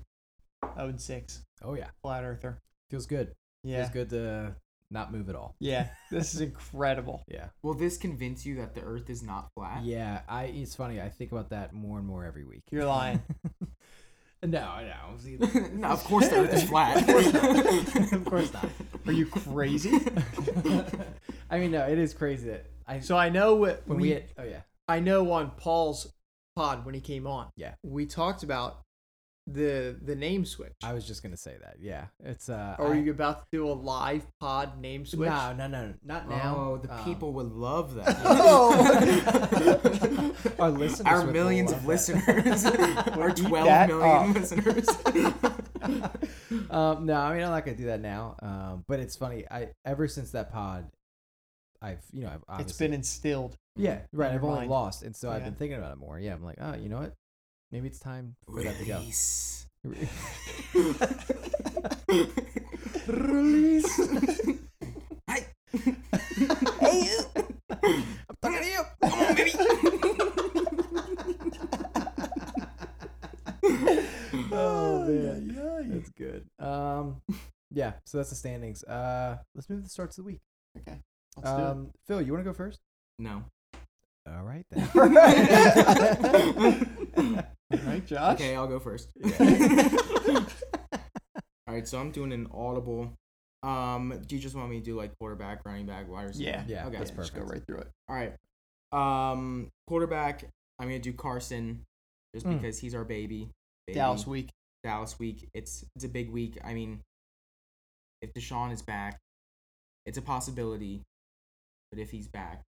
[SPEAKER 1] Oh and six,
[SPEAKER 2] Oh yeah,
[SPEAKER 1] flat earther.
[SPEAKER 2] feels good.
[SPEAKER 1] Yeah,
[SPEAKER 2] Feels good to not move at all.
[SPEAKER 1] yeah. This is incredible.
[SPEAKER 2] Yeah.
[SPEAKER 3] Will this convince you that the Earth is not flat?
[SPEAKER 2] Yeah, I it's funny. I think about that more and more every week.
[SPEAKER 1] You're lying.
[SPEAKER 2] no, no. see,
[SPEAKER 3] no, of course the Earth is flat.
[SPEAKER 2] Of course not. Of course not.
[SPEAKER 1] Are you crazy?
[SPEAKER 2] I mean, no, it is crazy that I
[SPEAKER 1] so I know what
[SPEAKER 2] when we, had, oh yeah,
[SPEAKER 1] I know on Paul's pod when he came on.
[SPEAKER 2] Yeah.
[SPEAKER 1] We talked about the the name switch.
[SPEAKER 2] I was just gonna say that. Yeah, it's uh.
[SPEAKER 1] Are
[SPEAKER 2] I-
[SPEAKER 1] you about to do a live pod name switch?
[SPEAKER 2] No, no, no, not now.
[SPEAKER 3] Oh, the
[SPEAKER 2] Um,
[SPEAKER 3] people would love that.
[SPEAKER 1] Oh.
[SPEAKER 2] Our listeners
[SPEAKER 3] Our
[SPEAKER 2] would
[SPEAKER 3] millions of
[SPEAKER 2] love that.
[SPEAKER 3] listeners. Our
[SPEAKER 1] Eat
[SPEAKER 3] 12
[SPEAKER 1] that
[SPEAKER 3] million
[SPEAKER 1] up.
[SPEAKER 3] listeners.
[SPEAKER 2] um, no, I mean I'm not gonna do that now. Um, but it's funny. I ever since that pod, I've you know I've obviously
[SPEAKER 1] It's been instilled.
[SPEAKER 2] yeah right.
[SPEAKER 1] your
[SPEAKER 2] I've only
[SPEAKER 1] mind.
[SPEAKER 2] lost, and so I've
[SPEAKER 1] Yeah.
[SPEAKER 2] been thinking about it more. Yeah, I'm like, oh, you know what? Maybe it's time for that to go.
[SPEAKER 3] Release.
[SPEAKER 2] Release.
[SPEAKER 3] Hey.
[SPEAKER 2] Hey, you. I'm talking to you.
[SPEAKER 3] Come on, baby.
[SPEAKER 2] oh man, that's good. Um, yeah. So that's the standings. Uh, let's move to the starts of the week.
[SPEAKER 1] Let's do
[SPEAKER 2] Um, Phil, you want to go first?
[SPEAKER 3] No.
[SPEAKER 2] All right then.
[SPEAKER 1] it. All right, Josh.
[SPEAKER 3] Okay, I'll go first. All right, so I'm doing an audible. Um, do you just want me to do like quarterback, running back, wide receiver?
[SPEAKER 1] Yeah.
[SPEAKER 2] Yeah,
[SPEAKER 3] Okay.
[SPEAKER 2] that's
[SPEAKER 1] Just
[SPEAKER 2] perfect.
[SPEAKER 1] go right through it.
[SPEAKER 3] All right. Um, quarterback. I'm gonna do Carson, just
[SPEAKER 2] Mm.
[SPEAKER 3] because he's our baby. baby.
[SPEAKER 1] Hmm. Dallas week.
[SPEAKER 3] Dallas week. It's it's a big week. I mean, if Deshaun is back, it's a possibility. But if he's back,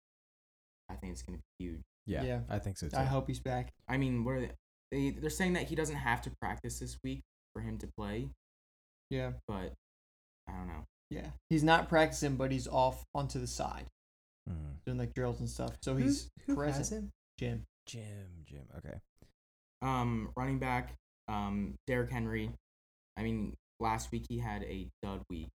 [SPEAKER 3] I think it's going to be huge.
[SPEAKER 2] Yeah,
[SPEAKER 1] Yeah.
[SPEAKER 2] I think so too.
[SPEAKER 1] I hope he's back.
[SPEAKER 3] I mean, what are they? they they're saying that he doesn't have to practice this week for him to play,
[SPEAKER 1] Yeah.
[SPEAKER 3] but I don't know.
[SPEAKER 1] Yeah. He's not practicing, but he's off onto the side
[SPEAKER 2] Mhm.
[SPEAKER 1] doing like drills and stuff. So he's
[SPEAKER 2] who
[SPEAKER 1] present.
[SPEAKER 2] has him?
[SPEAKER 1] Jim.
[SPEAKER 2] Jim, Jim. Okay.
[SPEAKER 3] Um, running back, um, Derrick Henry. I mean, last week he had a dud week.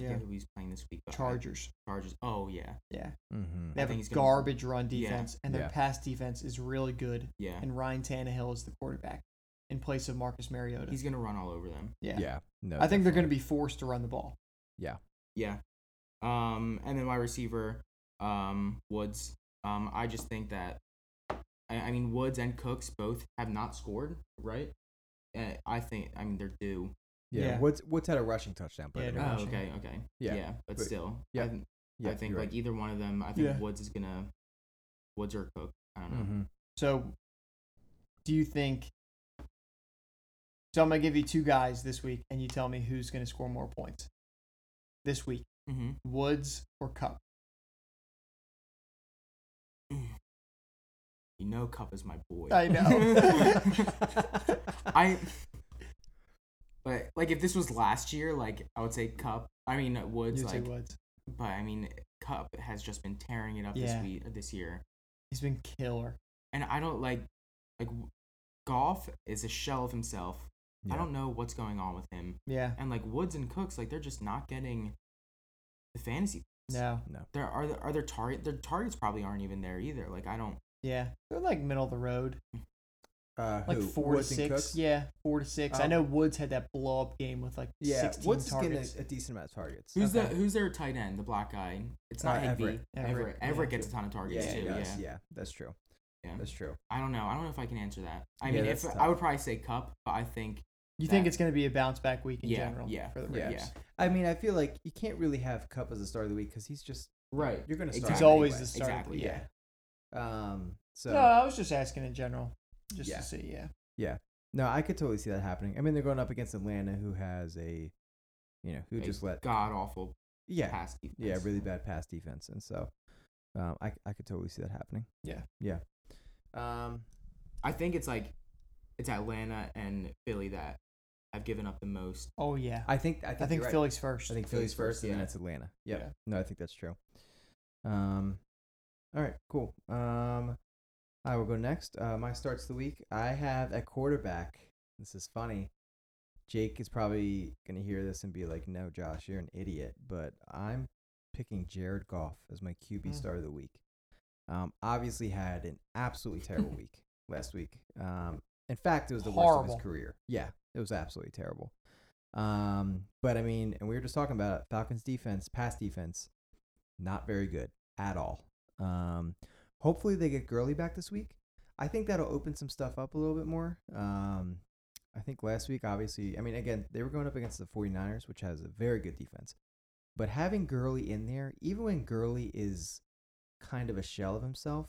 [SPEAKER 3] I
[SPEAKER 1] Yeah.
[SPEAKER 3] forget who he's playing this week? but I-
[SPEAKER 1] Chargers.
[SPEAKER 3] Chargers. Oh yeah,
[SPEAKER 1] Yeah.
[SPEAKER 2] Mm-hmm.
[SPEAKER 1] They have a
[SPEAKER 3] think he's gonna-
[SPEAKER 1] garbage run
[SPEAKER 3] Yeah.
[SPEAKER 1] defense, and their
[SPEAKER 2] Yeah.
[SPEAKER 1] pass defense is really good.
[SPEAKER 3] yeah.
[SPEAKER 1] And Ryan Tannehill is the quarterback in place of Marcus Mariota.
[SPEAKER 3] He's gonna run all over them.
[SPEAKER 1] yeah.
[SPEAKER 2] Yeah. No.
[SPEAKER 1] I think they're going to
[SPEAKER 2] definitely.
[SPEAKER 1] be forced to run the ball.
[SPEAKER 3] Yeah. Um, and then wide receiver, um, Woods. Um, I just think that, I, I mean, Woods and Cooks both have not scored, right? Uh, I think, I mean, they're due.
[SPEAKER 2] Yeah.
[SPEAKER 1] yeah.
[SPEAKER 2] What's What's had a rushing touchdown? By
[SPEAKER 1] Yeah,
[SPEAKER 2] the
[SPEAKER 1] no.
[SPEAKER 2] way.
[SPEAKER 3] Oh,
[SPEAKER 1] rushing.
[SPEAKER 3] okay, okay.
[SPEAKER 2] Yeah,
[SPEAKER 3] Yeah, but,
[SPEAKER 2] but-
[SPEAKER 3] still,
[SPEAKER 2] yeah,
[SPEAKER 3] I, th-
[SPEAKER 2] Yeah.
[SPEAKER 3] I think
[SPEAKER 2] you're
[SPEAKER 3] like
[SPEAKER 2] right.
[SPEAKER 3] either one of them. I think
[SPEAKER 1] Yeah.
[SPEAKER 3] Woods is gonna, Woods or Cook. I don't know.
[SPEAKER 2] Mhm.
[SPEAKER 1] So, do you think? So I'm gonna give you two guys this week, and you tell me who's gonna score more points this week:
[SPEAKER 3] Mm-hmm.
[SPEAKER 1] Woods or Cup?
[SPEAKER 3] Mm-hmm. You know, Cup is my boy.
[SPEAKER 1] I
[SPEAKER 2] Mm-hmm.
[SPEAKER 1] know.
[SPEAKER 3] I but like if this was last year, like I would say Cup. I mean Woods,
[SPEAKER 1] You'd say
[SPEAKER 3] like,
[SPEAKER 1] Woods.
[SPEAKER 3] but I mean Cup has just been tearing it up
[SPEAKER 1] Yeah.
[SPEAKER 3] this week, this year,
[SPEAKER 1] He's been killer.
[SPEAKER 3] and I don't like like golf is a shell of himself.
[SPEAKER 2] Yeah.
[SPEAKER 3] I don't know what's going on with him,
[SPEAKER 1] Yeah.
[SPEAKER 3] and like Woods and Cooks, like they're just not getting the fantasy.
[SPEAKER 1] No.
[SPEAKER 2] No.
[SPEAKER 3] There are there, are their target their targets probably aren't even there either. Like I don't.
[SPEAKER 1] Yeah. They're like middle of the road,
[SPEAKER 2] Uh,
[SPEAKER 1] like
[SPEAKER 2] who?
[SPEAKER 1] four
[SPEAKER 2] Woods
[SPEAKER 1] to
[SPEAKER 2] and
[SPEAKER 1] six.
[SPEAKER 2] Cooks?
[SPEAKER 1] Yeah, four to six. I
[SPEAKER 2] Um,
[SPEAKER 1] know Woods had that blow up game with like
[SPEAKER 2] Yeah.
[SPEAKER 1] sixteen
[SPEAKER 2] Woods is getting
[SPEAKER 1] targets.
[SPEAKER 2] a, a decent amount of targets.
[SPEAKER 3] Who's
[SPEAKER 1] Okay.
[SPEAKER 3] the Who's their tight end? The black guy. It's not
[SPEAKER 2] Uh,
[SPEAKER 3] Higby. Everett.
[SPEAKER 2] Everett.
[SPEAKER 3] Everett,
[SPEAKER 1] Everett, yeah.
[SPEAKER 3] gets a ton of targets
[SPEAKER 2] yeah,
[SPEAKER 3] too.
[SPEAKER 2] he does.
[SPEAKER 3] yeah.
[SPEAKER 2] yeah. That's true.
[SPEAKER 3] Yeah.
[SPEAKER 2] That's true.
[SPEAKER 3] I don't know. I don't know if I can answer that. I
[SPEAKER 2] Yeah,
[SPEAKER 3] mean,
[SPEAKER 2] that's
[SPEAKER 3] if
[SPEAKER 2] tough.
[SPEAKER 3] I would probably say cup, but I think
[SPEAKER 1] you think
[SPEAKER 3] that-
[SPEAKER 1] it's gonna be a bounce back week in
[SPEAKER 3] Yeah,
[SPEAKER 1] general?
[SPEAKER 3] yeah,
[SPEAKER 1] For the
[SPEAKER 2] yeah.
[SPEAKER 1] Ravens.
[SPEAKER 2] I mean, I feel like you can't really have Cup as the star of the week because he's just
[SPEAKER 3] right.
[SPEAKER 2] you're going to start.
[SPEAKER 1] He's
[SPEAKER 3] Exactly.
[SPEAKER 1] always
[SPEAKER 2] anyway.
[SPEAKER 1] the start.
[SPEAKER 3] Exactly,
[SPEAKER 1] Yeah.
[SPEAKER 2] Yeah. Um. So
[SPEAKER 1] no, I was just asking in general, just
[SPEAKER 2] Yeah.
[SPEAKER 1] to see. Yeah.
[SPEAKER 2] no, I could totally see that happening. I mean, they're going up against Atlanta, who has a, you know, who
[SPEAKER 3] A
[SPEAKER 2] just let
[SPEAKER 3] god awful
[SPEAKER 2] yeah
[SPEAKER 3] pass defense.
[SPEAKER 2] yeah really bad pass defense, and so, um, I I could totally see that happening.
[SPEAKER 1] Yeah.
[SPEAKER 2] Yeah. Um.
[SPEAKER 3] I think it's like it's Atlanta and Philly that have given up the most.
[SPEAKER 1] Oh yeah.
[SPEAKER 2] I think I think,
[SPEAKER 1] I think
[SPEAKER 2] you're right.
[SPEAKER 1] Philly's first.
[SPEAKER 2] I think Philly's first, and then it's Atlanta. Yep.
[SPEAKER 1] Yeah.
[SPEAKER 2] No, I think that's true. Um, all right, cool. Um, I will go next. Uh, my starts of the week. I have at quarterback. This is funny. Jake is probably gonna hear this and be like, "No, Josh, you're an idiot." But I'm picking Jared Goff as my QB
[SPEAKER 1] Mm.
[SPEAKER 2] star of the week. Um, obviously had an absolutely terrible week last week. Um, in fact, it was the worst of
[SPEAKER 1] Horrible.
[SPEAKER 2] his career. Yeah, it was absolutely terrible. Um, but I mean, and we were just talking about it, Falcons defense, pass defense, not very good at all. Um, hopefully they get Gurley back this week. I think that'll open some stuff up a little bit more. Um, I think last week, obviously, I mean, again, they were going up against the 49ers, which has a very good defense. But having Gurley in there, even when Gurley is kind of a shell of himself,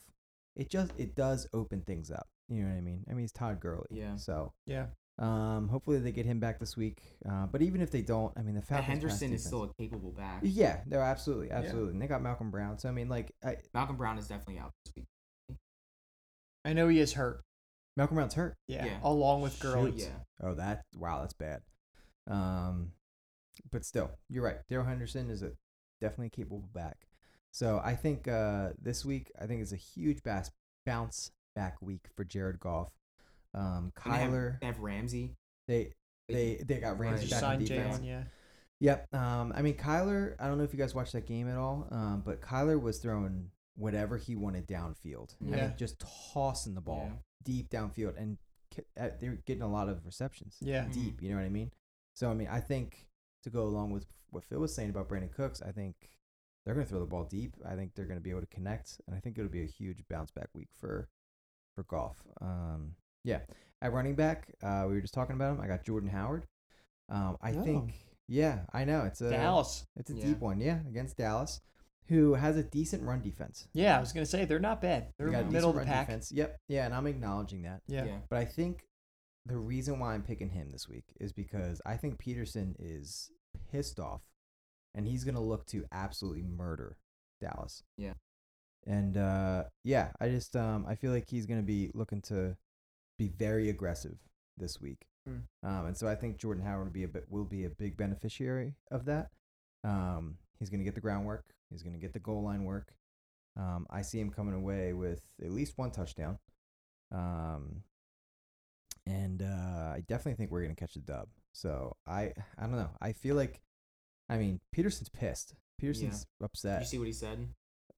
[SPEAKER 2] it just it does open things up. You know what I mean? I mean, it's Todd Gurley.
[SPEAKER 3] Yeah.
[SPEAKER 2] So
[SPEAKER 1] yeah.
[SPEAKER 2] um, hopefully they get him back this week. Uh, but even if they don't, I mean the
[SPEAKER 3] And
[SPEAKER 2] Falcons. pass
[SPEAKER 3] Henderson is
[SPEAKER 2] defense-
[SPEAKER 3] still a capable back.
[SPEAKER 2] Yeah, no, absolutely, absolutely. And they got Malcolm Brown, so I mean, like, I,
[SPEAKER 3] Malcolm Brown is definitely out this week.
[SPEAKER 1] I know he is hurt.
[SPEAKER 2] Malcolm Brown's hurt.
[SPEAKER 1] Yeah.
[SPEAKER 3] Yeah.
[SPEAKER 1] Along with Gurley.
[SPEAKER 2] Shoot.
[SPEAKER 3] Yeah.
[SPEAKER 2] Oh, that wow, that's bad. Um, but still, you're right. Daryl Henderson is a definitely capable back. So I think uh, this week, I think it's a huge bas- bounce back week for Jared Goff. Um,
[SPEAKER 3] And they have-
[SPEAKER 2] Kyler,
[SPEAKER 3] They have, Ramsey.
[SPEAKER 2] they they they got
[SPEAKER 1] They
[SPEAKER 3] Right.
[SPEAKER 2] Ramsey
[SPEAKER 1] just
[SPEAKER 2] back on
[SPEAKER 1] signed
[SPEAKER 2] defense.
[SPEAKER 1] Jalen. Yeah.
[SPEAKER 2] Yep. Um, I mean, Kyler, I don't know if you guys watched that game at all, um, but Kyler was throwing whatever he wanted downfield. I
[SPEAKER 1] Yeah.
[SPEAKER 2] mean, just tossing the ball
[SPEAKER 3] Yeah.
[SPEAKER 2] deep downfield. And ki- uh, they were getting a lot of receptions
[SPEAKER 1] Yeah.
[SPEAKER 3] Mhm.
[SPEAKER 2] deep. You know what I mean? So, I mean, I think to go along with what Phil was saying about Brandon Cooks, I think they're going to throw the ball deep. I think they're going to be able to connect. And I think it'll be a huge bounce back week for, for golf. Um, yeah. At running back, uh, we were just talking about him. I got Jordan Howard. Um, I
[SPEAKER 1] Oh.
[SPEAKER 2] think, yeah, I know. It's a,
[SPEAKER 1] Dallas.
[SPEAKER 2] it's a
[SPEAKER 3] Yeah.
[SPEAKER 2] deep one, yeah, against Dallas, who has a decent run defense.
[SPEAKER 1] Yeah, I was gonna say they're not bad.
[SPEAKER 2] They
[SPEAKER 1] They're
[SPEAKER 2] got a
[SPEAKER 1] middle of
[SPEAKER 2] decent
[SPEAKER 1] the
[SPEAKER 2] run
[SPEAKER 1] pack.
[SPEAKER 2] defense. Yep, yeah, and I'm acknowledging that.
[SPEAKER 1] Yeah.
[SPEAKER 2] But I think the reason why I'm picking him this week is because I think Peterson is pissed off, and he's going to look to absolutely murder Dallas.
[SPEAKER 3] Yeah.
[SPEAKER 2] And uh, yeah, I just um, I feel like he's gonna be looking to be very aggressive this week,
[SPEAKER 1] Mm.
[SPEAKER 3] Hmm.
[SPEAKER 2] um, and so I think Jordan Howard will be a bit will be a big beneficiary of that. Um, he's gonna get the groundwork. He's gonna get the goal line work. Um, I see him coming away with at least one touchdown. Um, and uh, I definitely think we're gonna catch the dub. So I I don't know. I feel like I mean Peterson's pissed. Peterson's
[SPEAKER 3] Did you
[SPEAKER 2] upset
[SPEAKER 3] see what he said?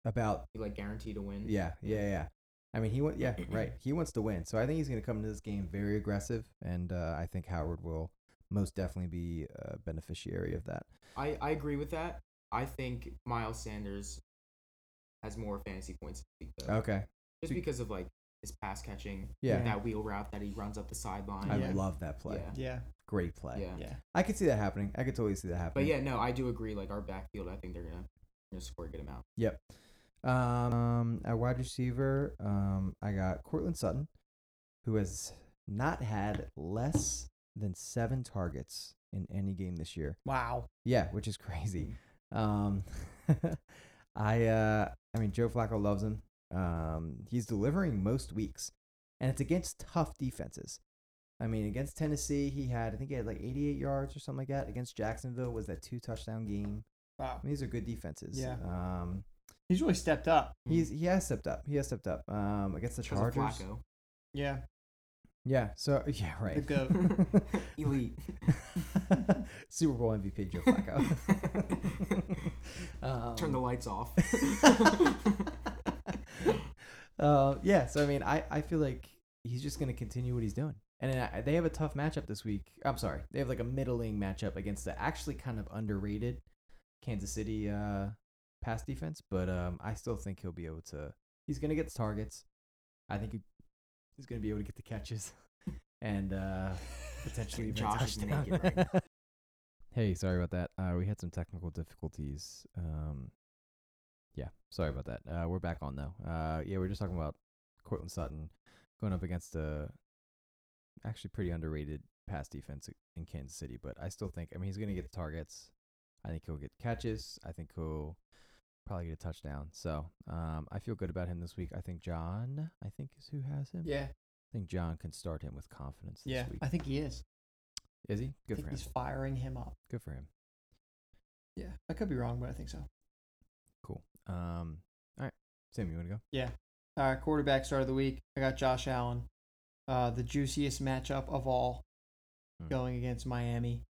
[SPEAKER 2] about
[SPEAKER 3] He like guaranteed to win.
[SPEAKER 2] yeah yeah yeah. I mean he went yeah right. He wants to win. So I think he's gonna come into this game very aggressive, and uh, I think Howard will most definitely be a beneficiary of that.
[SPEAKER 3] I, I agree with that. I think Miles Sanders has more fantasy points this week, though.
[SPEAKER 2] Okay.
[SPEAKER 3] just because of like his pass catching,
[SPEAKER 2] Yeah.
[SPEAKER 1] Yeah.
[SPEAKER 3] that wheel route that he runs up the sideline.
[SPEAKER 2] I
[SPEAKER 1] Yeah.
[SPEAKER 2] love that play.
[SPEAKER 3] Yeah.
[SPEAKER 1] Yeah.
[SPEAKER 2] Great play.
[SPEAKER 3] yeah.
[SPEAKER 1] Yeah.
[SPEAKER 2] I could see that happening. I could totally see that
[SPEAKER 3] But
[SPEAKER 2] happening.
[SPEAKER 3] yeah, no, I do agree. Like our backfield, I think they're gonna, gonna score a good amount.
[SPEAKER 2] Yep. Um, at wide receiver, um, I got Cortland Sutton, who has not had less than seven targets in any game this year.
[SPEAKER 1] Wow.
[SPEAKER 2] Yeah, which is crazy. Um, I, uh, I mean, Joe Flacco loves him. Um, he's delivering most weeks, and it's against tough defenses. I mean, against Tennessee, he had I think he had like 88 yards or something like that. Against Jacksonville was that two touchdown game.
[SPEAKER 1] Wow.
[SPEAKER 2] I mean, these are good defenses.
[SPEAKER 1] Yeah.
[SPEAKER 2] Um,
[SPEAKER 1] He's really stepped up.
[SPEAKER 2] He's he has stepped up. He has stepped up. Um, against the
[SPEAKER 3] Because of
[SPEAKER 2] Chargers.
[SPEAKER 3] Flacco.
[SPEAKER 1] Yeah.
[SPEAKER 2] Yeah. So yeah,
[SPEAKER 1] The
[SPEAKER 2] right.
[SPEAKER 1] goat.
[SPEAKER 3] elite.
[SPEAKER 2] Super Bowl MVP Joe Flacco. um,
[SPEAKER 3] Turn the lights off.
[SPEAKER 2] uh, yeah. So I mean, I I feel like he's just gonna continue what he's doing. And then I, they have a tough matchup this week. I'm sorry, they have like a middling matchup against the actually kind of underrated Kansas City uh, pass defense. But um, I still think he'll be able to. He's gonna get the targets. I think he, he's gonna be able to get the catches and uh, potentially even a
[SPEAKER 3] Josh is
[SPEAKER 2] touchdown.
[SPEAKER 3] naked right now.
[SPEAKER 2] Hey, sorry about that. Uh, we had some technical difficulties. Um, yeah, sorry about that. Uh, we're back on though. Uh, yeah, we are just talking about Cortland Sutton going up against a actually pretty underrated pass defense in Kansas City, but I still think I mean he's going to get the targets. I think he'll get catches. I think he'll probably get a touchdown. So um, I feel good about him this week. I think John, I think is who has him.
[SPEAKER 1] Yeah.
[SPEAKER 2] I think John can start him with confidence this
[SPEAKER 1] Yeah.
[SPEAKER 2] week.
[SPEAKER 1] I think he is.
[SPEAKER 2] Is he
[SPEAKER 1] I
[SPEAKER 2] good
[SPEAKER 1] think
[SPEAKER 2] for him?
[SPEAKER 1] he's firing him up.
[SPEAKER 2] Good for him.
[SPEAKER 1] Yeah. I could be wrong, but I think so.
[SPEAKER 2] Cool. Um, all right, Sam, you want to go?
[SPEAKER 1] Uh, quarterback start of the week. I got Josh Allen. Uh, the juiciest matchup of all
[SPEAKER 2] Hmm.
[SPEAKER 1] going against Miami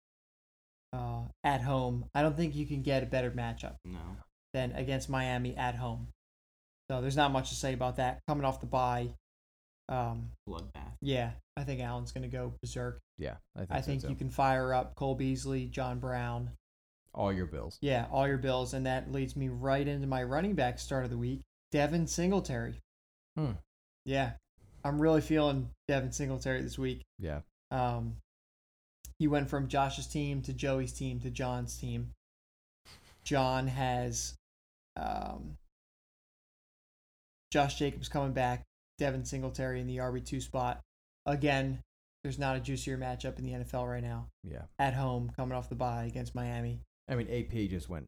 [SPEAKER 1] uh, at home. I don't think you can get a better matchup
[SPEAKER 3] no.
[SPEAKER 1] than against Miami at home. So there's not much to say about that. Coming off the bye, um,
[SPEAKER 3] Bloodbath.
[SPEAKER 1] yeah, I think Allen's going to go berserk.
[SPEAKER 2] Yeah, I think,
[SPEAKER 1] I
[SPEAKER 2] so,
[SPEAKER 1] think
[SPEAKER 2] too.
[SPEAKER 1] you can fire up Cole Beasley, John Brown,
[SPEAKER 2] all your bills.
[SPEAKER 1] yeah, all your bills, and that leads me right into my running back start of the week, Devin Singletary.
[SPEAKER 2] Hmm.
[SPEAKER 1] Yeah, I'm really feeling Devin Singletary this week.
[SPEAKER 2] Yeah,
[SPEAKER 1] Um, he went from Josh's team to Joey's team to John's team. John has um, Josh Jacobs coming back, Devin Singletary in the RB2 spot. Again, there's not a juicier matchup in the NFL right now.
[SPEAKER 2] yeah.
[SPEAKER 1] At home, coming off the bye against Miami.
[SPEAKER 2] I mean, AP just went.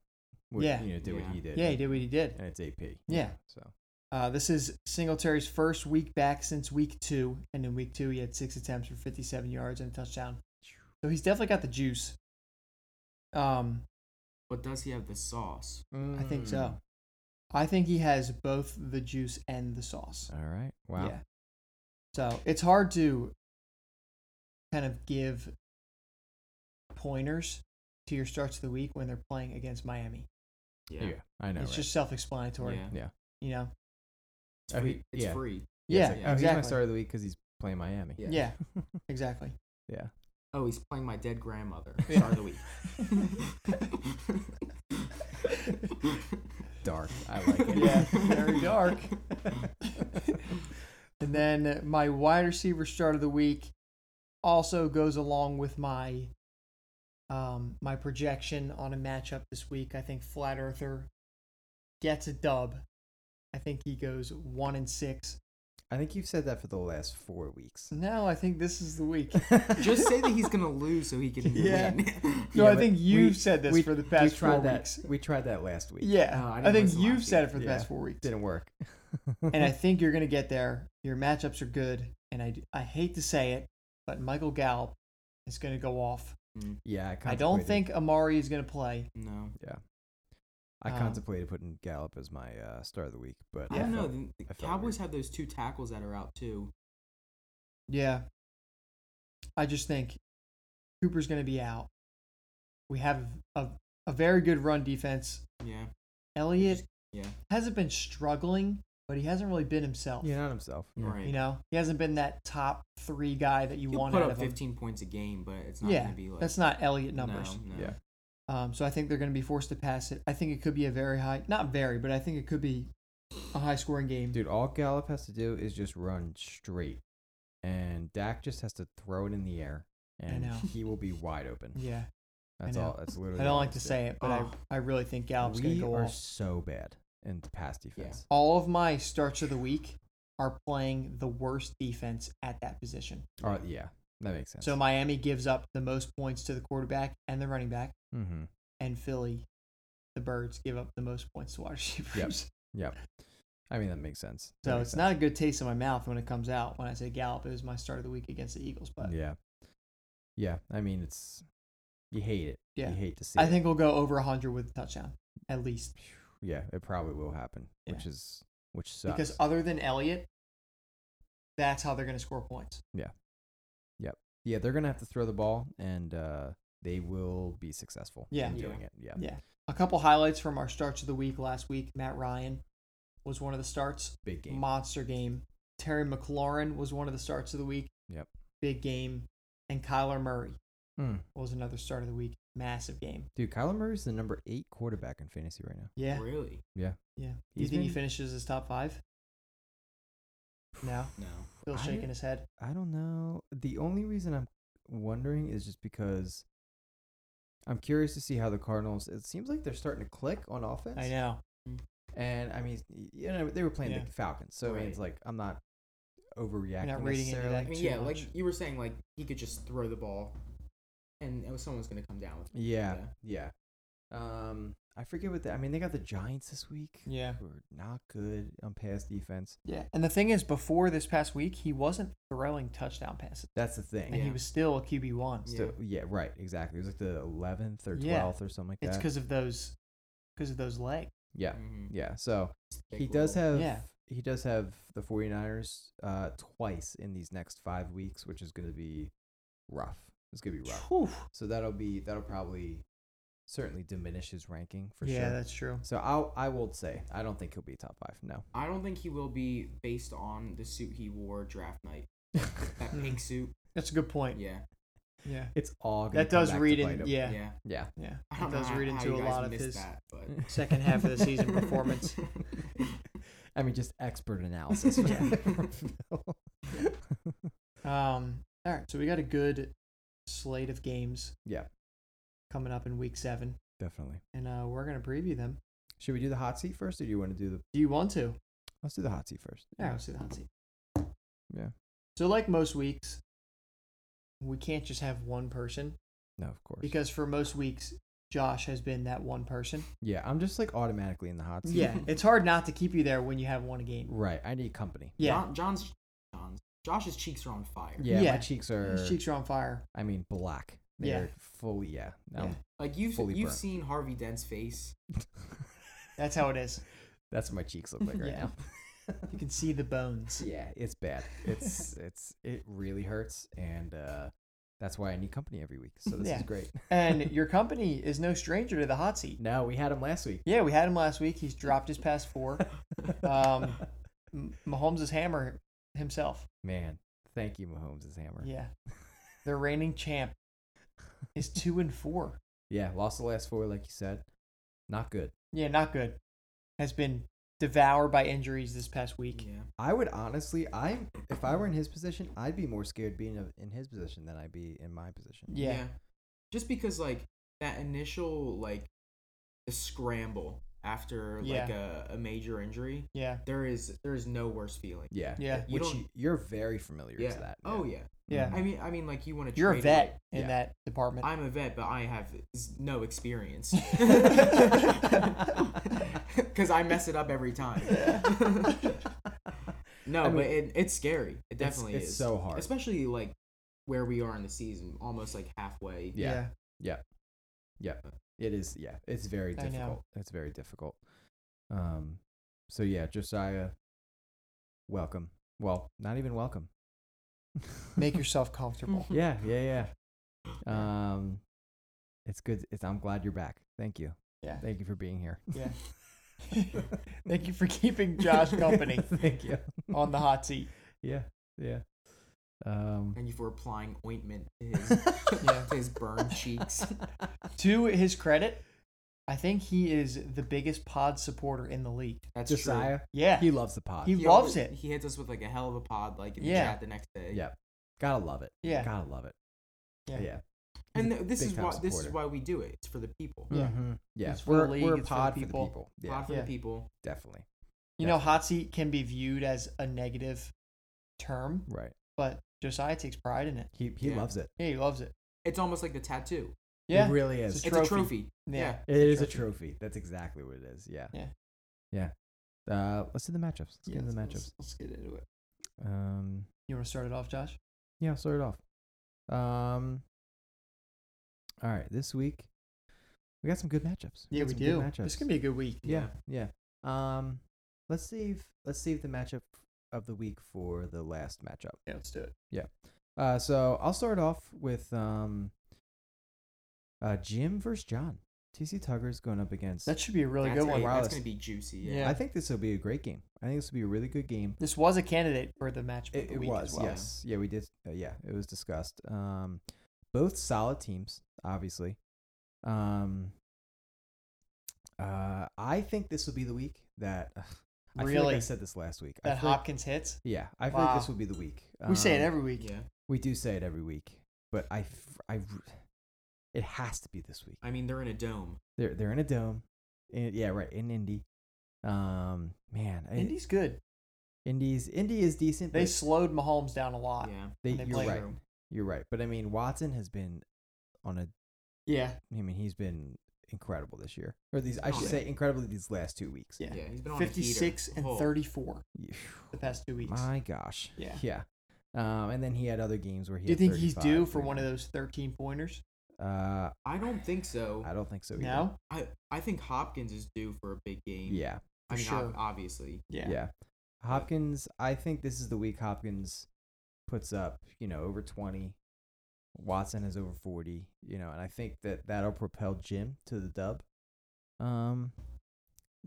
[SPEAKER 2] Would,
[SPEAKER 1] Yeah.
[SPEAKER 2] you know, did
[SPEAKER 3] Yeah.
[SPEAKER 2] what he did.
[SPEAKER 1] Yeah, he did what he did.
[SPEAKER 2] and it's AP.
[SPEAKER 1] Yeah.
[SPEAKER 2] So
[SPEAKER 1] Uh, this is Singletary's first week back since week two, and in week two he had six attempts for 57 yards and a touchdown. So he's definitely got the juice. Um,
[SPEAKER 3] But does he have the sauce?
[SPEAKER 1] I think so. I think he has both the juice and the sauce.
[SPEAKER 2] All right. Oh, Wow.
[SPEAKER 1] Yeah. So it's hard to kind of give pointers to your starts of the week when they're playing against Miami.
[SPEAKER 3] Yeah.
[SPEAKER 2] Yeah. I know.
[SPEAKER 1] it's
[SPEAKER 2] right?
[SPEAKER 1] just self-explanatory,
[SPEAKER 3] Yeah.
[SPEAKER 2] yeah.
[SPEAKER 1] you know.
[SPEAKER 3] It's
[SPEAKER 2] Oh,
[SPEAKER 3] free.
[SPEAKER 2] he-
[SPEAKER 3] it's
[SPEAKER 2] yeah.
[SPEAKER 3] free.
[SPEAKER 1] Yeah,
[SPEAKER 2] it's like, oh, he's my
[SPEAKER 1] exactly.
[SPEAKER 2] start of the week because he's playing Miami.
[SPEAKER 3] Yeah.
[SPEAKER 1] yeah, exactly.
[SPEAKER 2] Yeah.
[SPEAKER 3] Oh, he's playing my dead grandmother.
[SPEAKER 1] Yeah.
[SPEAKER 3] Start of the week.
[SPEAKER 2] Dark. I like it.
[SPEAKER 1] Yeah, very dark. And then my wide receiver start of the week also goes along with my um, my projection on a matchup this week. I think Flat Earther gets a dub. I think he goes one and six
[SPEAKER 2] I think you've said that for the last four weeks.
[SPEAKER 1] No, I think this is the week.
[SPEAKER 3] Just say that he's gonna lose so he can
[SPEAKER 1] Yeah.
[SPEAKER 3] win.
[SPEAKER 1] No,
[SPEAKER 2] Yeah,
[SPEAKER 1] I
[SPEAKER 2] but
[SPEAKER 1] think you've
[SPEAKER 2] we-
[SPEAKER 1] said this
[SPEAKER 2] we-
[SPEAKER 1] for the
[SPEAKER 2] we
[SPEAKER 1] past
[SPEAKER 2] tried
[SPEAKER 1] four
[SPEAKER 2] that,
[SPEAKER 1] weeks.
[SPEAKER 2] We tried that last week.
[SPEAKER 1] Yeah,
[SPEAKER 3] Oh, I
[SPEAKER 1] I,
[SPEAKER 3] didn't
[SPEAKER 1] think
[SPEAKER 3] listen
[SPEAKER 1] you've
[SPEAKER 3] last
[SPEAKER 1] said
[SPEAKER 3] week.
[SPEAKER 1] it for the
[SPEAKER 2] Yeah.
[SPEAKER 1] past four weeks,
[SPEAKER 2] Didn't work.
[SPEAKER 1] and I think you're gonna get there. Your matchups are good, and I I hate to say it, but Michael Gallup is gonna go off.
[SPEAKER 2] yeah, I,
[SPEAKER 1] I don't
[SPEAKER 2] contemplated-
[SPEAKER 1] think Amari is gonna play.
[SPEAKER 3] no,
[SPEAKER 2] I
[SPEAKER 1] um,
[SPEAKER 2] contemplated putting Gallup as my uh, star of the week, but
[SPEAKER 3] I don't
[SPEAKER 2] felt-
[SPEAKER 3] know. The, the
[SPEAKER 2] I felt
[SPEAKER 3] Cowboys
[SPEAKER 2] weird.
[SPEAKER 3] have those two tackles that are out too.
[SPEAKER 1] Yeah, I just think Cooper's gonna be out. We have a a very good run defense.
[SPEAKER 3] Yeah,
[SPEAKER 1] Elliott
[SPEAKER 3] yeah,
[SPEAKER 1] hasn't been struggling, but he hasn't really been himself.
[SPEAKER 2] Yeah, not himself. Yeah.
[SPEAKER 3] right.
[SPEAKER 1] You know, he hasn't been that top three guy that you
[SPEAKER 3] He'll
[SPEAKER 1] want
[SPEAKER 3] put
[SPEAKER 1] out
[SPEAKER 3] up
[SPEAKER 1] of him.
[SPEAKER 3] 15 points a game, but it's not
[SPEAKER 1] yeah,
[SPEAKER 3] gonna be like
[SPEAKER 1] that's not Elliott numbers.
[SPEAKER 3] No, no.
[SPEAKER 2] Yeah.
[SPEAKER 1] Um, so I think they're going to be forced to pass it. I think it could be a very high, not very, but I think it could be a high scoring game.
[SPEAKER 2] Dude, all Gallup has to do is just run straight, and Dak just has to throw it in the air, and
[SPEAKER 1] know.
[SPEAKER 2] he will be wide open.
[SPEAKER 1] Yeah,
[SPEAKER 2] That's
[SPEAKER 1] know.
[SPEAKER 2] all. That's literally.
[SPEAKER 1] I
[SPEAKER 2] all
[SPEAKER 1] don't like to
[SPEAKER 2] he has do.
[SPEAKER 1] say it, but
[SPEAKER 3] Oh.
[SPEAKER 1] I, I really think Gallup's going
[SPEAKER 2] we
[SPEAKER 1] to go
[SPEAKER 2] are
[SPEAKER 1] off.
[SPEAKER 2] so bad in the pass defense.
[SPEAKER 1] All of my starts of the week are playing the worst defense at that position.
[SPEAKER 2] Yeah. yeah, that makes sense.
[SPEAKER 1] So Miami gives up the most points to the quarterback and the running back,
[SPEAKER 2] mm-hmm.
[SPEAKER 1] and Philly, the Birds, give up the most points to wide receivers.
[SPEAKER 2] I mean, that makes sense. That
[SPEAKER 1] So
[SPEAKER 2] makes
[SPEAKER 1] it's
[SPEAKER 2] sense.
[SPEAKER 1] not a good taste in my mouth when it comes out when I say Gallup is my start of the week against the Eagles, but
[SPEAKER 2] Yeah, yeah. I mean, it's you hate it.
[SPEAKER 1] Yeah.
[SPEAKER 2] you hate to see.
[SPEAKER 1] I
[SPEAKER 2] it.
[SPEAKER 1] think we'll go over 100 with a touchdown at least.
[SPEAKER 2] Yeah, it probably will happen,
[SPEAKER 1] Yeah.
[SPEAKER 2] which is which sucks.
[SPEAKER 1] Because other than Elliott, that's how they're going to score points.
[SPEAKER 2] yeah, they're gonna have to throw the ball, and uh, they will be successful.
[SPEAKER 1] Yeah.
[SPEAKER 2] in
[SPEAKER 3] Yeah.
[SPEAKER 2] doing it. Yeah,
[SPEAKER 1] Yeah. A couple highlights from our starts of the week last week. Matt Ryan was one of the starts.
[SPEAKER 2] big game.
[SPEAKER 1] Monster game. Terry McLaurin was one of the starts of the week.
[SPEAKER 2] Yep.
[SPEAKER 1] Big game. And Kyler Murray
[SPEAKER 2] Mm.
[SPEAKER 1] was another start of the week. Massive game.
[SPEAKER 2] Dude, Kyler Murray's the number eight quarterback in fantasy right now.
[SPEAKER 1] Yeah.
[SPEAKER 3] Really?
[SPEAKER 1] Yeah. Do you
[SPEAKER 2] He's
[SPEAKER 1] think he
[SPEAKER 2] been-
[SPEAKER 1] finishes his top five? No.
[SPEAKER 3] No.
[SPEAKER 1] Phil's
[SPEAKER 2] I-
[SPEAKER 1] shaking his head.
[SPEAKER 2] I don't know. The only reason I'm wondering is just because I'm curious to see how the Cardinals. It seems like they're starting to click on offense.
[SPEAKER 1] I know.
[SPEAKER 2] And I mean, you know, they were playing
[SPEAKER 1] Yeah.
[SPEAKER 2] the Falcons, so I mean, it's like I'm not overreacting.
[SPEAKER 1] You're not reading into
[SPEAKER 2] necessarily.
[SPEAKER 1] that.
[SPEAKER 3] I mean,
[SPEAKER 1] Too
[SPEAKER 3] yeah,
[SPEAKER 1] much.
[SPEAKER 3] like you were saying, like he could just throw the ball, and it was- someone's gonna come down with it.
[SPEAKER 2] Yeah, yeah. Um, I forget what that. I mean, they got the Giants this week.
[SPEAKER 1] Yeah.
[SPEAKER 2] who are not good on pass defense.
[SPEAKER 1] Yeah. And the thing is, before this past week, he wasn't throwing touchdown passes.
[SPEAKER 2] That's the thing.
[SPEAKER 1] And he
[SPEAKER 3] Yeah.
[SPEAKER 1] was still a QB1.
[SPEAKER 2] So- yeah, right. Exactly. It was like the 11th or 12th
[SPEAKER 1] Yeah.
[SPEAKER 2] or something like
[SPEAKER 1] It's
[SPEAKER 2] that.
[SPEAKER 1] because of those, because of those legs.
[SPEAKER 2] yeah,
[SPEAKER 3] Mhm.
[SPEAKER 2] yeah. So
[SPEAKER 3] Thick
[SPEAKER 2] he does
[SPEAKER 3] little-
[SPEAKER 2] have
[SPEAKER 1] Yeah.
[SPEAKER 2] he does have the 49ers uh twice in these next 5 weeks, which is going to be rough. It's going to be rough.
[SPEAKER 1] Whew.
[SPEAKER 2] So that'll be that'll probably certainly diminish his ranking for
[SPEAKER 1] yeah,
[SPEAKER 2] sure.
[SPEAKER 1] that's true.
[SPEAKER 2] so I I will say I don't think he'll be top 5. No.
[SPEAKER 3] I don't think he will be based on the suit he wore draft night. That
[SPEAKER 1] Mm.
[SPEAKER 3] pink suit.
[SPEAKER 1] That's a good point. Yeah,
[SPEAKER 3] Yeah.
[SPEAKER 2] it's all gonna
[SPEAKER 1] that
[SPEAKER 2] come
[SPEAKER 1] does
[SPEAKER 2] back to
[SPEAKER 1] read
[SPEAKER 2] bite
[SPEAKER 1] in.
[SPEAKER 2] him.
[SPEAKER 1] Yeah, yeah,
[SPEAKER 3] Yeah.
[SPEAKER 2] Yeah.
[SPEAKER 3] I
[SPEAKER 1] It
[SPEAKER 3] don't know
[SPEAKER 1] does
[SPEAKER 3] how,
[SPEAKER 1] read
[SPEAKER 3] how
[SPEAKER 1] into
[SPEAKER 3] you
[SPEAKER 1] a
[SPEAKER 3] guys
[SPEAKER 1] lot of
[SPEAKER 3] missed
[SPEAKER 1] his
[SPEAKER 3] that, but
[SPEAKER 1] second half of the season performance.
[SPEAKER 2] I mean just expert analysis.
[SPEAKER 1] Yeah.
[SPEAKER 2] from Phil.
[SPEAKER 1] Um. All right, so we got a good slate of games
[SPEAKER 2] yeah,
[SPEAKER 1] coming up in week seven,
[SPEAKER 2] definitely.
[SPEAKER 1] and uh, we're gonna preview them.
[SPEAKER 2] Should we do the hot seat first or do you want to do the
[SPEAKER 1] Do you want to?
[SPEAKER 2] Let's do the hot seat first.
[SPEAKER 1] Yeah, let's do the hot seat.
[SPEAKER 2] Yeah.
[SPEAKER 1] So, like most weeks, we can't just have one person
[SPEAKER 2] No, of course.
[SPEAKER 1] because for most weeks, Josh has been that one person.
[SPEAKER 2] yeah, I'm just like automatically in the hot seat.
[SPEAKER 1] Yeah, it's hard not to keep you there when you have one game.
[SPEAKER 2] Right. I need company.
[SPEAKER 1] Yeah,
[SPEAKER 3] John, John's, John's, Josh's cheeks are on fire.
[SPEAKER 2] Yeah,
[SPEAKER 1] Yeah.
[SPEAKER 2] my cheeks are
[SPEAKER 1] his cheeks are on fire.
[SPEAKER 2] I mean black.
[SPEAKER 1] Yeah.
[SPEAKER 2] They're fully yeah. Um,
[SPEAKER 3] Like you've
[SPEAKER 2] Fully
[SPEAKER 3] you've
[SPEAKER 2] burnt.
[SPEAKER 3] seen Harvey Dent's face.
[SPEAKER 1] That's how it is.
[SPEAKER 2] That's what my cheeks look like right
[SPEAKER 1] Yeah.
[SPEAKER 2] now.
[SPEAKER 1] You can see the bones.
[SPEAKER 2] yeah, it's bad. It's it's it really hurts and uh that's why I need company every week. So this
[SPEAKER 1] Yeah.
[SPEAKER 2] is great.
[SPEAKER 1] And your company is no stranger to the hot seat.
[SPEAKER 2] No, we had him last week.
[SPEAKER 1] Yeah, we had him last week. He's dropped his past four. Um, M- Mahomes is hammer himself.
[SPEAKER 2] Man, thank you Mahomes' hammer.
[SPEAKER 1] Yeah, the reigning champ is two and four.
[SPEAKER 2] yeah, lost the last four like you said. Not good.
[SPEAKER 1] Yeah, not good. Has been devoured by injuries this past week.
[SPEAKER 3] Yeah.
[SPEAKER 2] I would honestly, I if I were in his position, I'd be more scared being of- in his position than I'd be in my position.
[SPEAKER 1] Yeah.
[SPEAKER 3] Just because like that initial like the scramble after like a, a major injury,
[SPEAKER 1] Yeah.
[SPEAKER 3] there is there is no worse feeling.
[SPEAKER 2] Yeah.
[SPEAKER 1] Yeah.
[SPEAKER 3] You
[SPEAKER 2] Which
[SPEAKER 3] don't-
[SPEAKER 2] you you're very familiar
[SPEAKER 3] Yeah.
[SPEAKER 2] to that.
[SPEAKER 3] Oh yeah.
[SPEAKER 1] Yeah.
[SPEAKER 2] Mhm.
[SPEAKER 3] I mean I mean like you want to
[SPEAKER 1] You're a vet in
[SPEAKER 2] yeah.
[SPEAKER 1] that department.
[SPEAKER 3] I'm a vet, but I have z- no experience. Because I mess it up every time. no,
[SPEAKER 2] I mean,
[SPEAKER 3] but it, it's scary. It
[SPEAKER 2] it's-
[SPEAKER 3] definitely
[SPEAKER 2] it's
[SPEAKER 3] is.
[SPEAKER 2] so hard.
[SPEAKER 3] Especially like where we are in the season, almost like halfway.
[SPEAKER 2] Yeah. It is, yeah. It's very
[SPEAKER 1] I know.
[SPEAKER 2] difficult. It's very difficult. Um, so yeah, Josiah, welcome. Well, not even welcome.
[SPEAKER 1] Make yourself comfortable.
[SPEAKER 3] Mm-hmm.
[SPEAKER 2] yeah, yeah, yeah. Um, it's good. It's, I'm glad you're back. Thank you.
[SPEAKER 1] Yeah.
[SPEAKER 2] Thank you for being here.
[SPEAKER 1] Yeah. Thank you for keeping Josh company
[SPEAKER 2] Thank you.
[SPEAKER 1] on the hot seat.
[SPEAKER 2] Yeah, yeah. Um,
[SPEAKER 3] And you for applying ointment to his,
[SPEAKER 1] Yeah.
[SPEAKER 3] to his burned cheeks.
[SPEAKER 1] To his credit, I think he is the biggest pod supporter in the league.
[SPEAKER 3] That's
[SPEAKER 2] Josiah,
[SPEAKER 1] Yeah.
[SPEAKER 2] he loves the pod.
[SPEAKER 1] He
[SPEAKER 3] true.
[SPEAKER 1] loves it.
[SPEAKER 3] always- He hits us with like a hell of a pod, like in
[SPEAKER 1] Yeah.
[SPEAKER 3] the chat the next day.
[SPEAKER 2] yeah, gotta love it.
[SPEAKER 1] Yeah.
[SPEAKER 2] gotta love it.
[SPEAKER 1] Yeah.
[SPEAKER 2] yeah.
[SPEAKER 3] And th- this
[SPEAKER 2] Big
[SPEAKER 3] is
[SPEAKER 2] time
[SPEAKER 3] why this is
[SPEAKER 2] supporter.
[SPEAKER 3] why we do it. It's for the people.
[SPEAKER 1] Yeah.
[SPEAKER 2] Mhm. Yeah.
[SPEAKER 1] It's for the
[SPEAKER 2] we're
[SPEAKER 1] league,
[SPEAKER 2] we're a
[SPEAKER 1] it's for the
[SPEAKER 2] pod for the people.
[SPEAKER 1] people.
[SPEAKER 2] Yeah,
[SPEAKER 3] Pod for
[SPEAKER 1] Yeah.
[SPEAKER 3] the people.
[SPEAKER 2] definitely.
[SPEAKER 1] You know, hot seat can be viewed as a negative term,
[SPEAKER 2] Right.
[SPEAKER 1] but Josiah takes pride in it.
[SPEAKER 2] He he
[SPEAKER 3] Yeah.
[SPEAKER 2] loves it.
[SPEAKER 1] Yeah, he loves it.
[SPEAKER 3] It's almost like the tattoo.
[SPEAKER 1] Yeah.
[SPEAKER 2] It really
[SPEAKER 1] It's
[SPEAKER 2] is.
[SPEAKER 1] a
[SPEAKER 3] It's a trophy.
[SPEAKER 1] Yeah.
[SPEAKER 3] yeah.
[SPEAKER 2] It is a trophy. That's exactly what it is. Yeah.
[SPEAKER 1] Yeah.
[SPEAKER 2] Yeah. Uh, let's do the matchups. Let's get into the matchups.
[SPEAKER 1] Let's, let's get into it.
[SPEAKER 2] Um,
[SPEAKER 1] You want to start it off, Josh?
[SPEAKER 2] yeah, I'll start it off. Um, all right. This week, we got some good matchups.
[SPEAKER 1] Yeah,
[SPEAKER 2] got
[SPEAKER 1] we
[SPEAKER 2] some good
[SPEAKER 1] do.
[SPEAKER 2] matchups.
[SPEAKER 1] This can be a good week.
[SPEAKER 2] Yeah, yeah. Um, let's save let's save the matchup of the week for the last matchup.
[SPEAKER 1] Yeah, let's do it.
[SPEAKER 2] Uh, so I'll start off with um, uh, Jim versus John. TC Tugger's going up against.
[SPEAKER 1] That should be a really
[SPEAKER 3] that's
[SPEAKER 1] good
[SPEAKER 3] gonna-
[SPEAKER 1] one.
[SPEAKER 2] Wow,
[SPEAKER 3] That's
[SPEAKER 2] that's-
[SPEAKER 3] gonna be juicy.
[SPEAKER 1] Yeah.
[SPEAKER 3] Yeah.
[SPEAKER 2] I think this will be a great game. I think this will be a really good game.
[SPEAKER 1] This was a candidate for the match. of
[SPEAKER 2] It,
[SPEAKER 1] the
[SPEAKER 2] it
[SPEAKER 1] week
[SPEAKER 2] was,
[SPEAKER 1] as well.
[SPEAKER 2] yes, yeah, we did, uh, yeah, it was discussed. Um, both solid teams, obviously. Um, uh, I think this will be the week that. I feel like I
[SPEAKER 1] Really?
[SPEAKER 2] said this last week. I
[SPEAKER 1] That
[SPEAKER 2] feel like-
[SPEAKER 1] Hopkins hits.
[SPEAKER 2] yeah, I feel like this
[SPEAKER 1] Wow.
[SPEAKER 2] will be the week.
[SPEAKER 1] we say it
[SPEAKER 2] Um,
[SPEAKER 1] every week.
[SPEAKER 3] Yeah.
[SPEAKER 2] We do say it every week, but I, f- I, r- it has to be this week.
[SPEAKER 3] I mean, they're in a dome.
[SPEAKER 2] They're they're in a dome. In, yeah, right in Indy. Um, man, I-
[SPEAKER 1] Indy's good.
[SPEAKER 2] Indy's Indy is decent.
[SPEAKER 1] They
[SPEAKER 2] but
[SPEAKER 1] slowed Mahomes down a lot.
[SPEAKER 3] Yeah.
[SPEAKER 2] they,
[SPEAKER 1] they
[SPEAKER 2] you're
[SPEAKER 1] play
[SPEAKER 2] right.
[SPEAKER 3] through.
[SPEAKER 2] You're right. But I mean, Watson has been on a.
[SPEAKER 1] Yeah.
[SPEAKER 2] I mean, he's been incredible this year, or these I
[SPEAKER 3] Oh,
[SPEAKER 2] should
[SPEAKER 3] yeah.
[SPEAKER 2] say, incredibly these last two weeks.
[SPEAKER 1] Yeah.
[SPEAKER 3] Yeah. He's been on a heater.
[SPEAKER 1] 56 and
[SPEAKER 3] Oh.
[SPEAKER 1] 34
[SPEAKER 2] Yeah.
[SPEAKER 1] the past two weeks.
[SPEAKER 2] My gosh.
[SPEAKER 1] Yeah.
[SPEAKER 2] Yeah. Um, and then he had other games where he.
[SPEAKER 1] Do you
[SPEAKER 2] had
[SPEAKER 1] think he's
[SPEAKER 2] 35,
[SPEAKER 1] due for one of
[SPEAKER 2] 31.
[SPEAKER 1] those 13 pointers?
[SPEAKER 2] Uh,
[SPEAKER 3] I don't think so.
[SPEAKER 1] Oh.
[SPEAKER 2] I don't think so. Either.
[SPEAKER 1] No?
[SPEAKER 3] I I think Hopkins is due for a big game.
[SPEAKER 2] Yeah.
[SPEAKER 3] I
[SPEAKER 1] for
[SPEAKER 3] mean, ob-
[SPEAKER 1] sure.
[SPEAKER 3] obviously.
[SPEAKER 1] Yeah.
[SPEAKER 2] Yeah. Hopkins, I think this is the week Hopkins puts up, you know, over 20. Watson is over 40, you know, and I think that that'll propel Jim to the dub. Um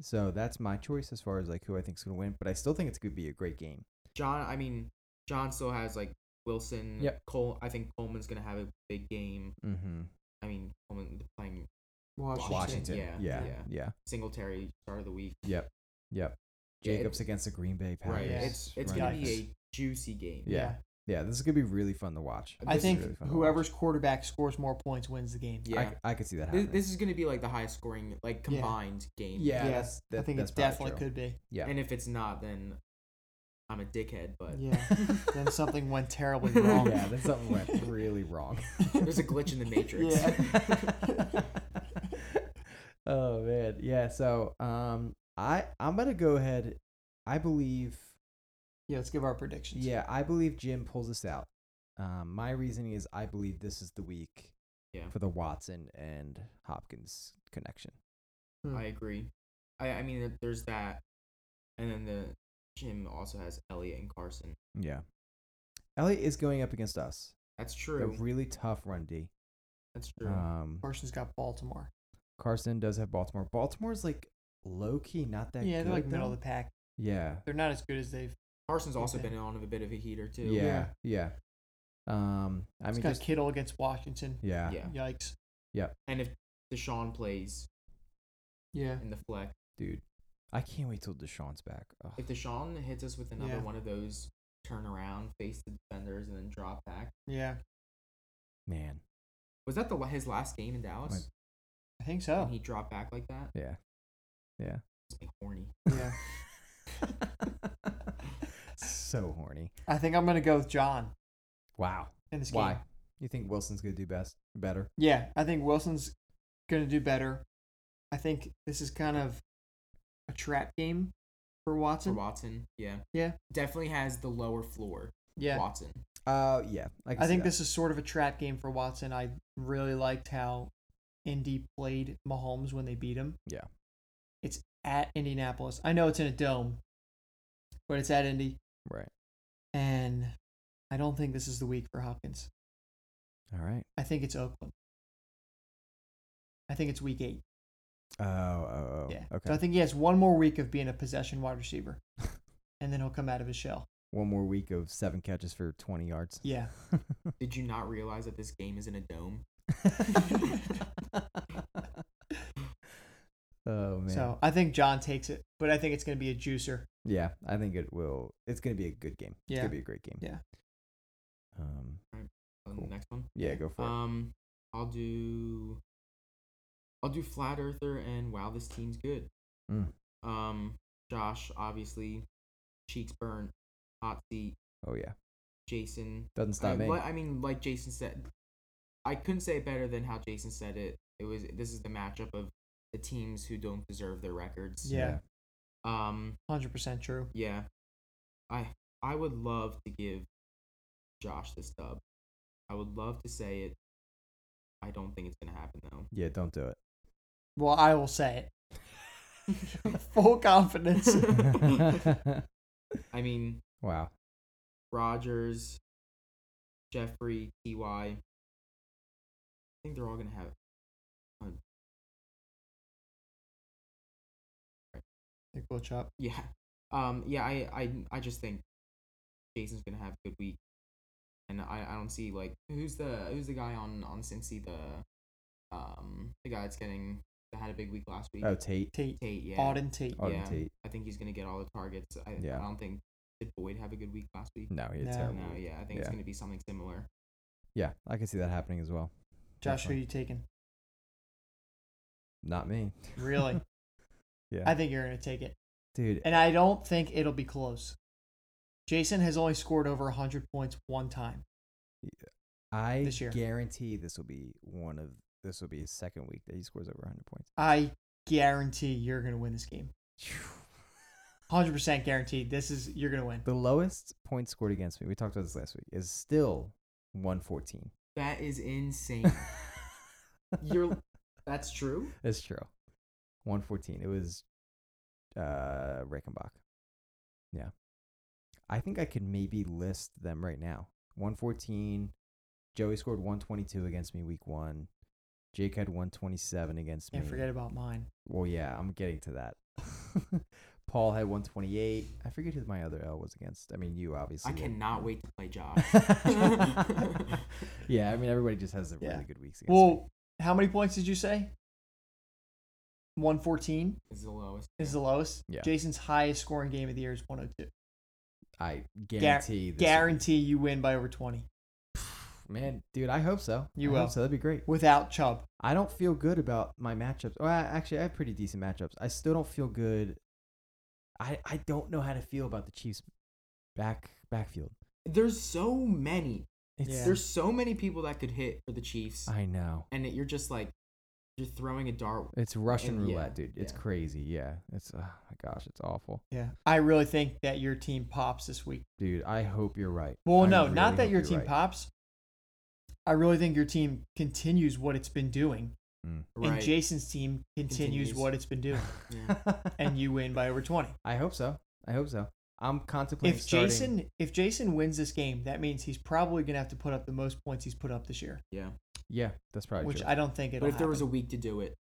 [SPEAKER 2] so that's my choice as far as like who I think's going to win, but I still think it's going to be a great game.
[SPEAKER 3] John. I mean, John still has like Wilson.
[SPEAKER 2] Yep.
[SPEAKER 3] Cole. I think Coleman's gonna have a big game.
[SPEAKER 2] Mhm.
[SPEAKER 3] I mean, Coleman playing
[SPEAKER 1] Washington.
[SPEAKER 2] Washington. Yeah.
[SPEAKER 3] Yeah,
[SPEAKER 2] Yeah.
[SPEAKER 3] yeah. Singletary start of the week.
[SPEAKER 2] Yep. Yep.
[SPEAKER 3] Yeah, it-
[SPEAKER 2] Jacobs against the Green Bay Packers.
[SPEAKER 3] Right.
[SPEAKER 1] Yeah.
[SPEAKER 3] It's it's
[SPEAKER 2] Right.
[SPEAKER 3] gonna
[SPEAKER 1] Yikes.
[SPEAKER 3] be a juicy game.
[SPEAKER 2] Yeah. Yeah, this is going to be really fun to watch.
[SPEAKER 3] I
[SPEAKER 1] I
[SPEAKER 3] This is
[SPEAKER 1] think
[SPEAKER 2] really fun to watch.
[SPEAKER 1] whoever's quarterback scores more points wins the game.
[SPEAKER 3] Yeah.
[SPEAKER 2] I, I could see that
[SPEAKER 3] This,
[SPEAKER 2] happening.
[SPEAKER 3] this is gonna be like the highest scoring like
[SPEAKER 1] Yeah.
[SPEAKER 3] combined game.
[SPEAKER 2] yeah, that's, that,
[SPEAKER 1] I think
[SPEAKER 2] that's
[SPEAKER 1] it
[SPEAKER 2] probably
[SPEAKER 1] definitely
[SPEAKER 2] true.
[SPEAKER 1] could be.
[SPEAKER 2] Yeah.
[SPEAKER 3] And if it's not, then I'm a dickhead. But
[SPEAKER 1] Yeah. then something went terribly
[SPEAKER 2] Oh,
[SPEAKER 1] wrong.
[SPEAKER 2] yeah, then something went really wrong.
[SPEAKER 3] there's a glitch in the matrix.
[SPEAKER 2] oh man, yeah. So, um, I I'm gonna go ahead. I believe,
[SPEAKER 1] Yeah, let's give our predictions.
[SPEAKER 2] yeah, I believe Jim pulls this out. Um, my reasoning is I believe this is the week
[SPEAKER 3] Yeah.
[SPEAKER 2] for the Watson and Hopkins connection.
[SPEAKER 3] I agree. I I mean, there's that, and then the Jim also has Elliot and Carson.
[SPEAKER 2] Yeah, Elliot is going up against us.
[SPEAKER 3] That's
[SPEAKER 2] A
[SPEAKER 3] true.
[SPEAKER 2] really tough run D.
[SPEAKER 3] That's true.
[SPEAKER 2] Um,
[SPEAKER 1] Carson's got Baltimore.
[SPEAKER 2] Carson does have Baltimore. Baltimore's like low key, not that.
[SPEAKER 1] yeah,
[SPEAKER 2] good,
[SPEAKER 1] they're like middle
[SPEAKER 2] though.
[SPEAKER 1] of the pack.
[SPEAKER 2] Yeah,
[SPEAKER 1] They're not as good as they've.
[SPEAKER 3] Carson's also
[SPEAKER 1] okay.
[SPEAKER 3] been on a bit of a heater too.
[SPEAKER 2] Yeah, yeah. Um, I
[SPEAKER 1] I mean,
[SPEAKER 2] mean,
[SPEAKER 1] got
[SPEAKER 2] just,
[SPEAKER 1] Kittle against Washington.
[SPEAKER 2] yeah,
[SPEAKER 3] yeah.
[SPEAKER 1] Yikes.
[SPEAKER 3] And if Deshaun plays
[SPEAKER 1] Yeah.
[SPEAKER 3] in the flex,
[SPEAKER 2] dude, I can't wait till Deshaun's back. Oh, Ugh.
[SPEAKER 3] if Deshaun hits us with another
[SPEAKER 1] Yeah.
[SPEAKER 3] one of those turn around, face the defenders, and then drop back,
[SPEAKER 1] Yeah.
[SPEAKER 2] Man,
[SPEAKER 3] was that the la- his last game in Dallas?
[SPEAKER 1] I think so.
[SPEAKER 3] When he dropped back like that,
[SPEAKER 2] yeah, Yeah.
[SPEAKER 3] It's like horny.
[SPEAKER 1] Yeah.
[SPEAKER 2] so horny.
[SPEAKER 1] I think I'm gonna go with John
[SPEAKER 2] Wow.
[SPEAKER 1] in this game.
[SPEAKER 2] Why? You think Wilson's gonna do best better?
[SPEAKER 1] Yeah, I think Wilson's gonna do better. I think this is kind of a trap game for
[SPEAKER 3] For
[SPEAKER 1] Watson.
[SPEAKER 3] Watson, yeah,
[SPEAKER 1] Yeah.
[SPEAKER 3] definitely has the lower floor.
[SPEAKER 1] yeah,
[SPEAKER 3] Watson.
[SPEAKER 2] Uh yeah. I, can
[SPEAKER 1] I
[SPEAKER 2] see
[SPEAKER 1] think
[SPEAKER 2] that.
[SPEAKER 1] this is sort of a trap game for Watson. I really liked how Indy played Mahomes when they beat him.
[SPEAKER 2] Yeah.
[SPEAKER 1] It's at Indianapolis. I know it's in a dome, but it's at Indy.
[SPEAKER 2] right.
[SPEAKER 1] And I don't think this is the week for Hopkins.
[SPEAKER 2] All right.
[SPEAKER 1] I think it's Oakland. I think it's week eight.
[SPEAKER 2] Oh, oh, oh.
[SPEAKER 1] yeah.
[SPEAKER 2] Okay.
[SPEAKER 1] So I think he has one more week of being a possession wide receiver. and then he'll come out of his shell.
[SPEAKER 2] One more week of seven catches for twenty yards.
[SPEAKER 1] Yeah.
[SPEAKER 3] Did you not realize that this game is in a dome?
[SPEAKER 2] oh man.
[SPEAKER 1] So I think John takes it, but I think it's going to be a juicer.
[SPEAKER 2] Yeah, I think it will. It's gonna be a good game. It's
[SPEAKER 1] Yeah.
[SPEAKER 2] gonna be a great game.
[SPEAKER 1] Yeah.
[SPEAKER 2] Um.
[SPEAKER 3] On
[SPEAKER 2] Cool.
[SPEAKER 3] the next one.
[SPEAKER 2] Yeah. Go for
[SPEAKER 3] Um, I'll do. I'll do flat earther and wow, this team's good.
[SPEAKER 2] it.
[SPEAKER 1] Hmm.
[SPEAKER 2] Mm.
[SPEAKER 3] Um, Josh obviously, cheeks burnt, hot seat.
[SPEAKER 2] Oh yeah.
[SPEAKER 3] Jason,
[SPEAKER 2] Doesn't stop
[SPEAKER 3] I,
[SPEAKER 2] me.
[SPEAKER 3] li- I mean, like Jason said, I couldn't say it better than how Jason said it. It was this is the matchup of the teams who don't deserve their records.
[SPEAKER 1] Yeah.
[SPEAKER 3] Um.
[SPEAKER 1] 100% true.
[SPEAKER 3] Yeah. I I would love to give Josh this dub. I would love to say it. I don't think it's gonna happen though.
[SPEAKER 2] Yeah. Don't do it.
[SPEAKER 1] Well, I will say it. Full confidence.
[SPEAKER 3] I mean,
[SPEAKER 2] wow.
[SPEAKER 3] Rogers, Jeffrey, Ty. I think they're all gonna have.
[SPEAKER 1] Nick Wilchop.
[SPEAKER 3] Yeah. Um. Yeah. I. I. I just think Jason's gonna have a good week, and I. I don't see like who's the who's the guy on on Cincy the, um the guy that's getting that had a big week last week.
[SPEAKER 2] Oh Tate. Oh,
[SPEAKER 1] Tate.
[SPEAKER 3] Tate. Yeah.
[SPEAKER 1] Auden Tate.
[SPEAKER 2] Auden
[SPEAKER 3] yeah.
[SPEAKER 2] Tate.
[SPEAKER 3] I think he's gonna get all the targets. I.
[SPEAKER 2] Yeah.
[SPEAKER 3] I don't think did Boyd have a good week last week.
[SPEAKER 2] No, he had
[SPEAKER 1] No.
[SPEAKER 2] terrible.
[SPEAKER 3] No. Yeah. I think it's
[SPEAKER 2] Yeah.
[SPEAKER 3] gonna be something similar.
[SPEAKER 2] Yeah, I can see that happening as well.
[SPEAKER 1] Josh, who
[SPEAKER 2] Definitely.
[SPEAKER 1] you taking?
[SPEAKER 2] Not me.
[SPEAKER 1] Really?
[SPEAKER 2] Yeah.
[SPEAKER 1] I uh, think you're going to take it.
[SPEAKER 2] Dude,
[SPEAKER 1] And I don't think it'll be close. Jason has only scored over 100 points one time.
[SPEAKER 2] I
[SPEAKER 1] this year.
[SPEAKER 2] guarantee this will be one of this will be his second week that he scores over 100 points.
[SPEAKER 1] I guarantee you're going to win this game. 100% guaranteed. This is you're going to win.
[SPEAKER 2] The lowest point scored against me, we talked about this last week, is still 114.
[SPEAKER 3] That is insane. You're. That's true.
[SPEAKER 2] It's true. 114. It was uh Reichenbach. Yeah. I think I could maybe list them right now. 114. Joey scored 122 against me week 1. Jake had 127 against me.
[SPEAKER 1] Can't forget about mine.
[SPEAKER 2] Well, yeah, I'm getting to that. Paul had 128. I forget who my other L was against. I mean, you obviously.
[SPEAKER 3] I
[SPEAKER 2] will-
[SPEAKER 3] cannot wait to play Josh.
[SPEAKER 2] yeah, I mean, everybody just has their
[SPEAKER 1] Yeah.
[SPEAKER 2] really good weeks. Against me.
[SPEAKER 1] Well, how many points did you say? 114
[SPEAKER 3] Is the lowest.
[SPEAKER 1] is the lowest.
[SPEAKER 2] Yeah.
[SPEAKER 1] Jason's highest scoring game of the year is 102.
[SPEAKER 2] I guarantee. this
[SPEAKER 1] Guarantee you win by over 20
[SPEAKER 2] man, dude, I hope so.
[SPEAKER 1] You
[SPEAKER 2] I hope
[SPEAKER 1] will.
[SPEAKER 2] So that'd be great.
[SPEAKER 1] without Chubb.
[SPEAKER 2] I don't feel good about my matchups. Well, I, actually, I have pretty decent matchups. I still don't feel good. I I don't know how to feel about the Chiefs back backfield.
[SPEAKER 3] There's so many.
[SPEAKER 2] It's
[SPEAKER 1] Yeah.
[SPEAKER 3] There's so many people that could hit for the Chiefs,
[SPEAKER 2] I know.
[SPEAKER 3] and it, you're just like, you're throwing a dart.
[SPEAKER 2] It's Russian
[SPEAKER 3] And- yeah,
[SPEAKER 2] roulette, dude. It's
[SPEAKER 3] yeah.
[SPEAKER 2] crazy. Yeah. It's oh my gosh, it's awful.
[SPEAKER 1] Yeah. I really think that your team pops this week.
[SPEAKER 2] Dude, I hope you're right.
[SPEAKER 1] Well,
[SPEAKER 2] I
[SPEAKER 1] no,
[SPEAKER 2] really
[SPEAKER 1] not that
[SPEAKER 2] hope
[SPEAKER 1] your
[SPEAKER 2] you're
[SPEAKER 1] team
[SPEAKER 2] right.
[SPEAKER 1] pops. I really think your team continues what it's been doing,
[SPEAKER 2] Mm.
[SPEAKER 3] Right.
[SPEAKER 1] and Jason's team continues,
[SPEAKER 3] Continues.
[SPEAKER 1] what it's been doing, and you win by over twenty.
[SPEAKER 2] I hope so. I hope so. I'm contemplating
[SPEAKER 1] If
[SPEAKER 2] starting-
[SPEAKER 1] Jason if Jason wins this game, that means he's probably gonna have to put up the most points he's put up this year,
[SPEAKER 3] yeah.
[SPEAKER 2] Yeah, that's probably
[SPEAKER 1] which
[SPEAKER 2] true.
[SPEAKER 1] I don't think
[SPEAKER 3] But if
[SPEAKER 1] it'll.
[SPEAKER 3] there was a
[SPEAKER 1] happen.
[SPEAKER 3] week to do it,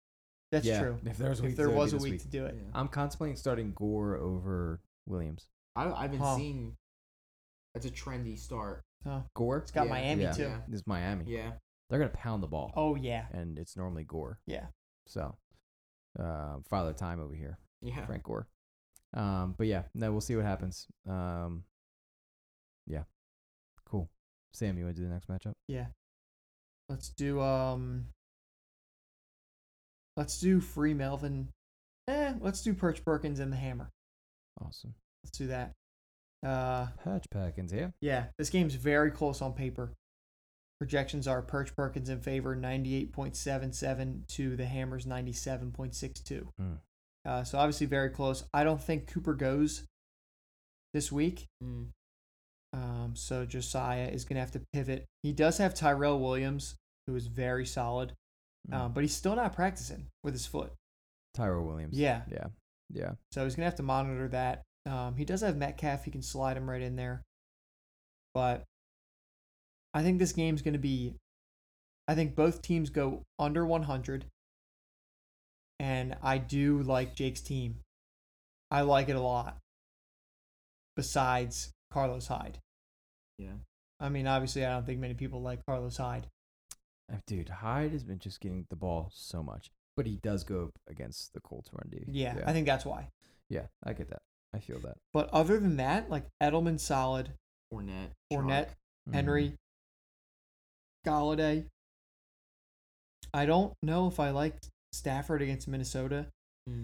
[SPEAKER 1] that's
[SPEAKER 2] Yeah,
[SPEAKER 1] true.
[SPEAKER 2] If there was a week,
[SPEAKER 1] If there
[SPEAKER 2] to do it, it'd
[SPEAKER 1] was
[SPEAKER 2] be
[SPEAKER 1] a
[SPEAKER 2] this
[SPEAKER 1] week to do it,
[SPEAKER 3] yeah.
[SPEAKER 2] I'm contemplating starting Gore over Williams.
[SPEAKER 3] I, I've been
[SPEAKER 1] Huh.
[SPEAKER 3] seeing. That's a trendy start.
[SPEAKER 1] oh,
[SPEAKER 2] Gore?
[SPEAKER 1] it's got
[SPEAKER 3] Yeah,
[SPEAKER 1] Miami
[SPEAKER 2] yeah.
[SPEAKER 1] too.
[SPEAKER 3] Yeah.
[SPEAKER 2] This is Miami.
[SPEAKER 3] Yeah.
[SPEAKER 2] They're gonna pound the ball.
[SPEAKER 1] Oh yeah,
[SPEAKER 2] And it's normally Gore.
[SPEAKER 1] yeah.
[SPEAKER 2] So uh, father time over here.
[SPEAKER 3] Yeah.
[SPEAKER 2] Frank Gore. Um, but yeah, no, we'll see what happens. Um, yeah, cool. Sam, you want to do the next matchup?
[SPEAKER 1] Let's do um. Let's do free Melvin eh, let's do Perch Perkins and the Hammer.
[SPEAKER 2] Awesome.
[SPEAKER 1] Let's do that. Uh,
[SPEAKER 2] Patch Perkins, yeah.
[SPEAKER 1] yeah, this game's very close on paper. Projections are Perch Perkins in favor, 98.77 to the Hammers, 97.62.
[SPEAKER 2] Hmm.
[SPEAKER 1] Uh, so obviously very close. I don't think Cooper goes this week.
[SPEAKER 3] Mm.
[SPEAKER 1] Um, so Josiah is going to have to pivot. He does have Tyrell Williams, who is very solid, um, but he's still not practicing with his foot.
[SPEAKER 2] Tyro Williams.
[SPEAKER 1] Yeah.
[SPEAKER 2] Yeah. Yeah.
[SPEAKER 1] So he's going to have to monitor that. Um, he does have Metcalf. He can slide him right in there. But I think this game's going to be. I think both teams go under 100. And I do like Jake's team. I like it a lot. Besides Carlos Hyde.
[SPEAKER 3] Yeah.
[SPEAKER 1] I mean, obviously, I don't think many people like Carlos Hyde.
[SPEAKER 2] Uh, Dude, Hyde has been just getting the ball so much. But he does go against the Colts run D.
[SPEAKER 1] Yeah,
[SPEAKER 2] Yeah.
[SPEAKER 1] I think that's why.
[SPEAKER 2] yeah, I get that. I feel that.
[SPEAKER 1] But other than that, like Edelman solid,
[SPEAKER 3] Fournette.
[SPEAKER 1] Fournette,
[SPEAKER 3] Chark.
[SPEAKER 2] Mhm.
[SPEAKER 1] Henry,
[SPEAKER 2] Mm.
[SPEAKER 1] Galladay. I don't know if I like Stafford against Minnesota,
[SPEAKER 2] Hmm.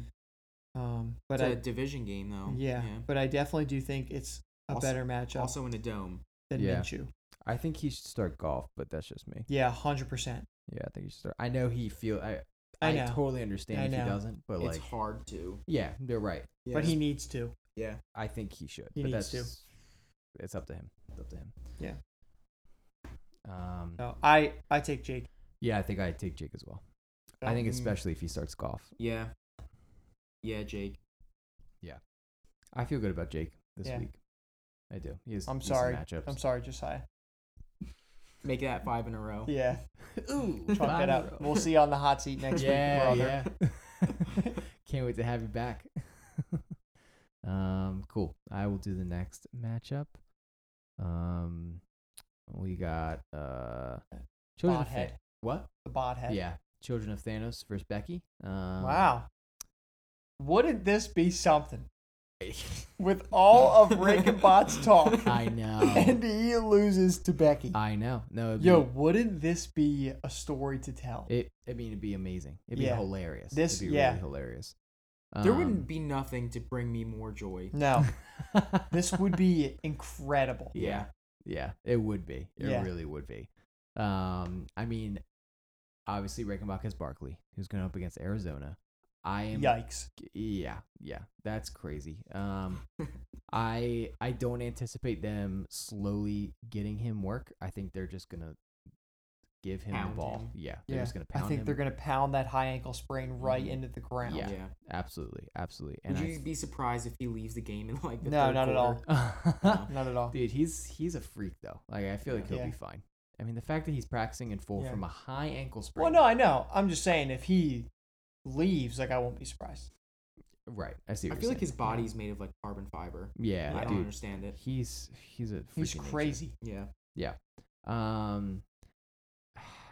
[SPEAKER 3] Mm.
[SPEAKER 1] um, but
[SPEAKER 3] It's
[SPEAKER 1] I
[SPEAKER 3] a division game though.
[SPEAKER 1] yeah, but I definitely do think it's a
[SPEAKER 3] Also-
[SPEAKER 1] better matchup
[SPEAKER 3] also in a dome.
[SPEAKER 1] than
[SPEAKER 2] Yeah.
[SPEAKER 1] Minshew.
[SPEAKER 2] I think he should start golf, but that's just me.
[SPEAKER 1] Yeah, hundred percent.
[SPEAKER 2] Yeah, I think he should start. I know he feel. I
[SPEAKER 1] I
[SPEAKER 2] I,
[SPEAKER 1] know.
[SPEAKER 2] totally understand
[SPEAKER 1] I
[SPEAKER 2] if
[SPEAKER 1] know.
[SPEAKER 2] he doesn't, but
[SPEAKER 3] It's
[SPEAKER 2] like,
[SPEAKER 3] hard to.
[SPEAKER 2] yeah, they're right.
[SPEAKER 3] Yeah.
[SPEAKER 1] But he needs to.
[SPEAKER 3] Yeah.
[SPEAKER 2] I think he should.
[SPEAKER 1] He
[SPEAKER 2] but
[SPEAKER 1] needs
[SPEAKER 2] that's, It's up to him. It's up to him.
[SPEAKER 1] Yeah. Uh,
[SPEAKER 2] Um.
[SPEAKER 1] So I I take Jake.
[SPEAKER 2] Yeah, I think I take Jake as well. I
[SPEAKER 1] um,
[SPEAKER 2] think
[SPEAKER 3] Mm.
[SPEAKER 2] especially if he starts golf.
[SPEAKER 3] Yeah. Yeah, Jake.
[SPEAKER 2] I feel good about Jake this
[SPEAKER 1] Yeah.
[SPEAKER 2] week. I do. He has
[SPEAKER 1] I'm
[SPEAKER 2] decent
[SPEAKER 1] sorry.
[SPEAKER 2] Matchups.
[SPEAKER 1] I'm sorry, Josiah.
[SPEAKER 3] Make that five in a row.
[SPEAKER 1] Yeah,
[SPEAKER 2] Ooh,
[SPEAKER 1] chalk it up. We'll see you on the hot seat next
[SPEAKER 2] yeah,
[SPEAKER 1] week, brother.
[SPEAKER 2] yeah. Can't wait to have you back. um, cool. I will do the next matchup. Um, we got uh, children of
[SPEAKER 1] Bothead.
[SPEAKER 2] Tha- what?
[SPEAKER 1] The bothead.
[SPEAKER 2] Yeah, children of Thanos versus Becky. Um,
[SPEAKER 1] Wow. Wouldn't this be something? With all of Rick and Bot's talk,
[SPEAKER 2] I know.
[SPEAKER 1] and he loses to Becky.
[SPEAKER 2] I know. No, it'd be-
[SPEAKER 1] Yo, wouldn't this be a story to tell?
[SPEAKER 2] it. I mean, it'd be amazing. It'd
[SPEAKER 1] Yeah.
[SPEAKER 2] be hilarious.
[SPEAKER 1] This-
[SPEAKER 2] it'd be
[SPEAKER 1] yeah.
[SPEAKER 2] really hilarious.
[SPEAKER 3] There
[SPEAKER 2] Um,
[SPEAKER 3] wouldn't be nothing to bring me more joy.
[SPEAKER 1] no,
[SPEAKER 2] Um,
[SPEAKER 1] this would be incredible.
[SPEAKER 2] Yeah. Yeah, it would be. It
[SPEAKER 1] Yeah.
[SPEAKER 2] really would be. Um, I mean, obviously Reichenbach has Barkley, who's going up against Arizona. I am.
[SPEAKER 1] Yikes.
[SPEAKER 2] Yeah, yeah, that's crazy. Um, I I don't anticipate them slowly getting him work. I think they're just gonna give him
[SPEAKER 3] Pound
[SPEAKER 2] the ball.
[SPEAKER 3] him.
[SPEAKER 2] Yeah, they're just gonna
[SPEAKER 1] I
[SPEAKER 2] pound
[SPEAKER 1] think
[SPEAKER 2] him. Mm-hmm.
[SPEAKER 1] they're going to pound that high ankle sprain right
[SPEAKER 3] Mhm.
[SPEAKER 1] into the ground.
[SPEAKER 2] Yeah.
[SPEAKER 3] Yeah.
[SPEAKER 2] Absolutely, absolutely. And
[SPEAKER 3] Would
[SPEAKER 2] I
[SPEAKER 3] you be surprised if he leaves the game in like the
[SPEAKER 1] No,
[SPEAKER 3] third
[SPEAKER 1] not at all.
[SPEAKER 3] quarter?
[SPEAKER 2] th-
[SPEAKER 1] Not at all.
[SPEAKER 2] dude, he's he's a freak though. Like I feel like he'll
[SPEAKER 1] Yeah.
[SPEAKER 2] be fine. I mean, the fact that he's practicing in full
[SPEAKER 1] Yeah.
[SPEAKER 2] from a high ankle sprain.
[SPEAKER 1] Well, no, I know. I'm just saying, if he leaves, like, I won't be surprised.
[SPEAKER 2] Right. I see.
[SPEAKER 3] I
[SPEAKER 2] What
[SPEAKER 3] feel
[SPEAKER 2] you're
[SPEAKER 3] like his
[SPEAKER 2] saying.
[SPEAKER 3] body's made of like carbon fiber.
[SPEAKER 2] Yeah,
[SPEAKER 3] I don't
[SPEAKER 2] dude.
[SPEAKER 3] understand it.
[SPEAKER 2] He's he's a freaking
[SPEAKER 1] He's
[SPEAKER 2] nature.
[SPEAKER 1] crazy.
[SPEAKER 3] Yeah.
[SPEAKER 2] Um,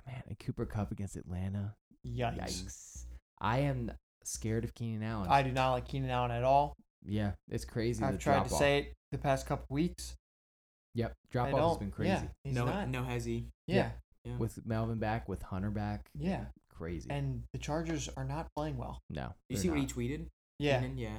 [SPEAKER 2] man, and Cooper Cup against Atlanta.
[SPEAKER 1] Yikes.
[SPEAKER 2] Yikes. I am scared of Keenan Allen.
[SPEAKER 1] I do not like Keenan Allen at all.
[SPEAKER 2] yeah, it's crazy. the
[SPEAKER 1] I've tried to
[SPEAKER 2] drop-off.
[SPEAKER 1] say it the past couple weeks.
[SPEAKER 2] Yep,
[SPEAKER 1] I
[SPEAKER 2] drop off has
[SPEAKER 1] don't-
[SPEAKER 2] been crazy.
[SPEAKER 1] Yeah, he's
[SPEAKER 3] no,
[SPEAKER 1] not.
[SPEAKER 3] no, has he?
[SPEAKER 1] yeah,
[SPEAKER 3] Yeah.
[SPEAKER 2] With Melvin back, with Hunter back,
[SPEAKER 1] yeah.
[SPEAKER 2] crazy.
[SPEAKER 1] And the Chargers are not playing well.
[SPEAKER 2] no,
[SPEAKER 3] you
[SPEAKER 2] they're
[SPEAKER 3] see what he
[SPEAKER 2] not.
[SPEAKER 3] tweeted?
[SPEAKER 1] Yeah,
[SPEAKER 3] Keenan? Yeah.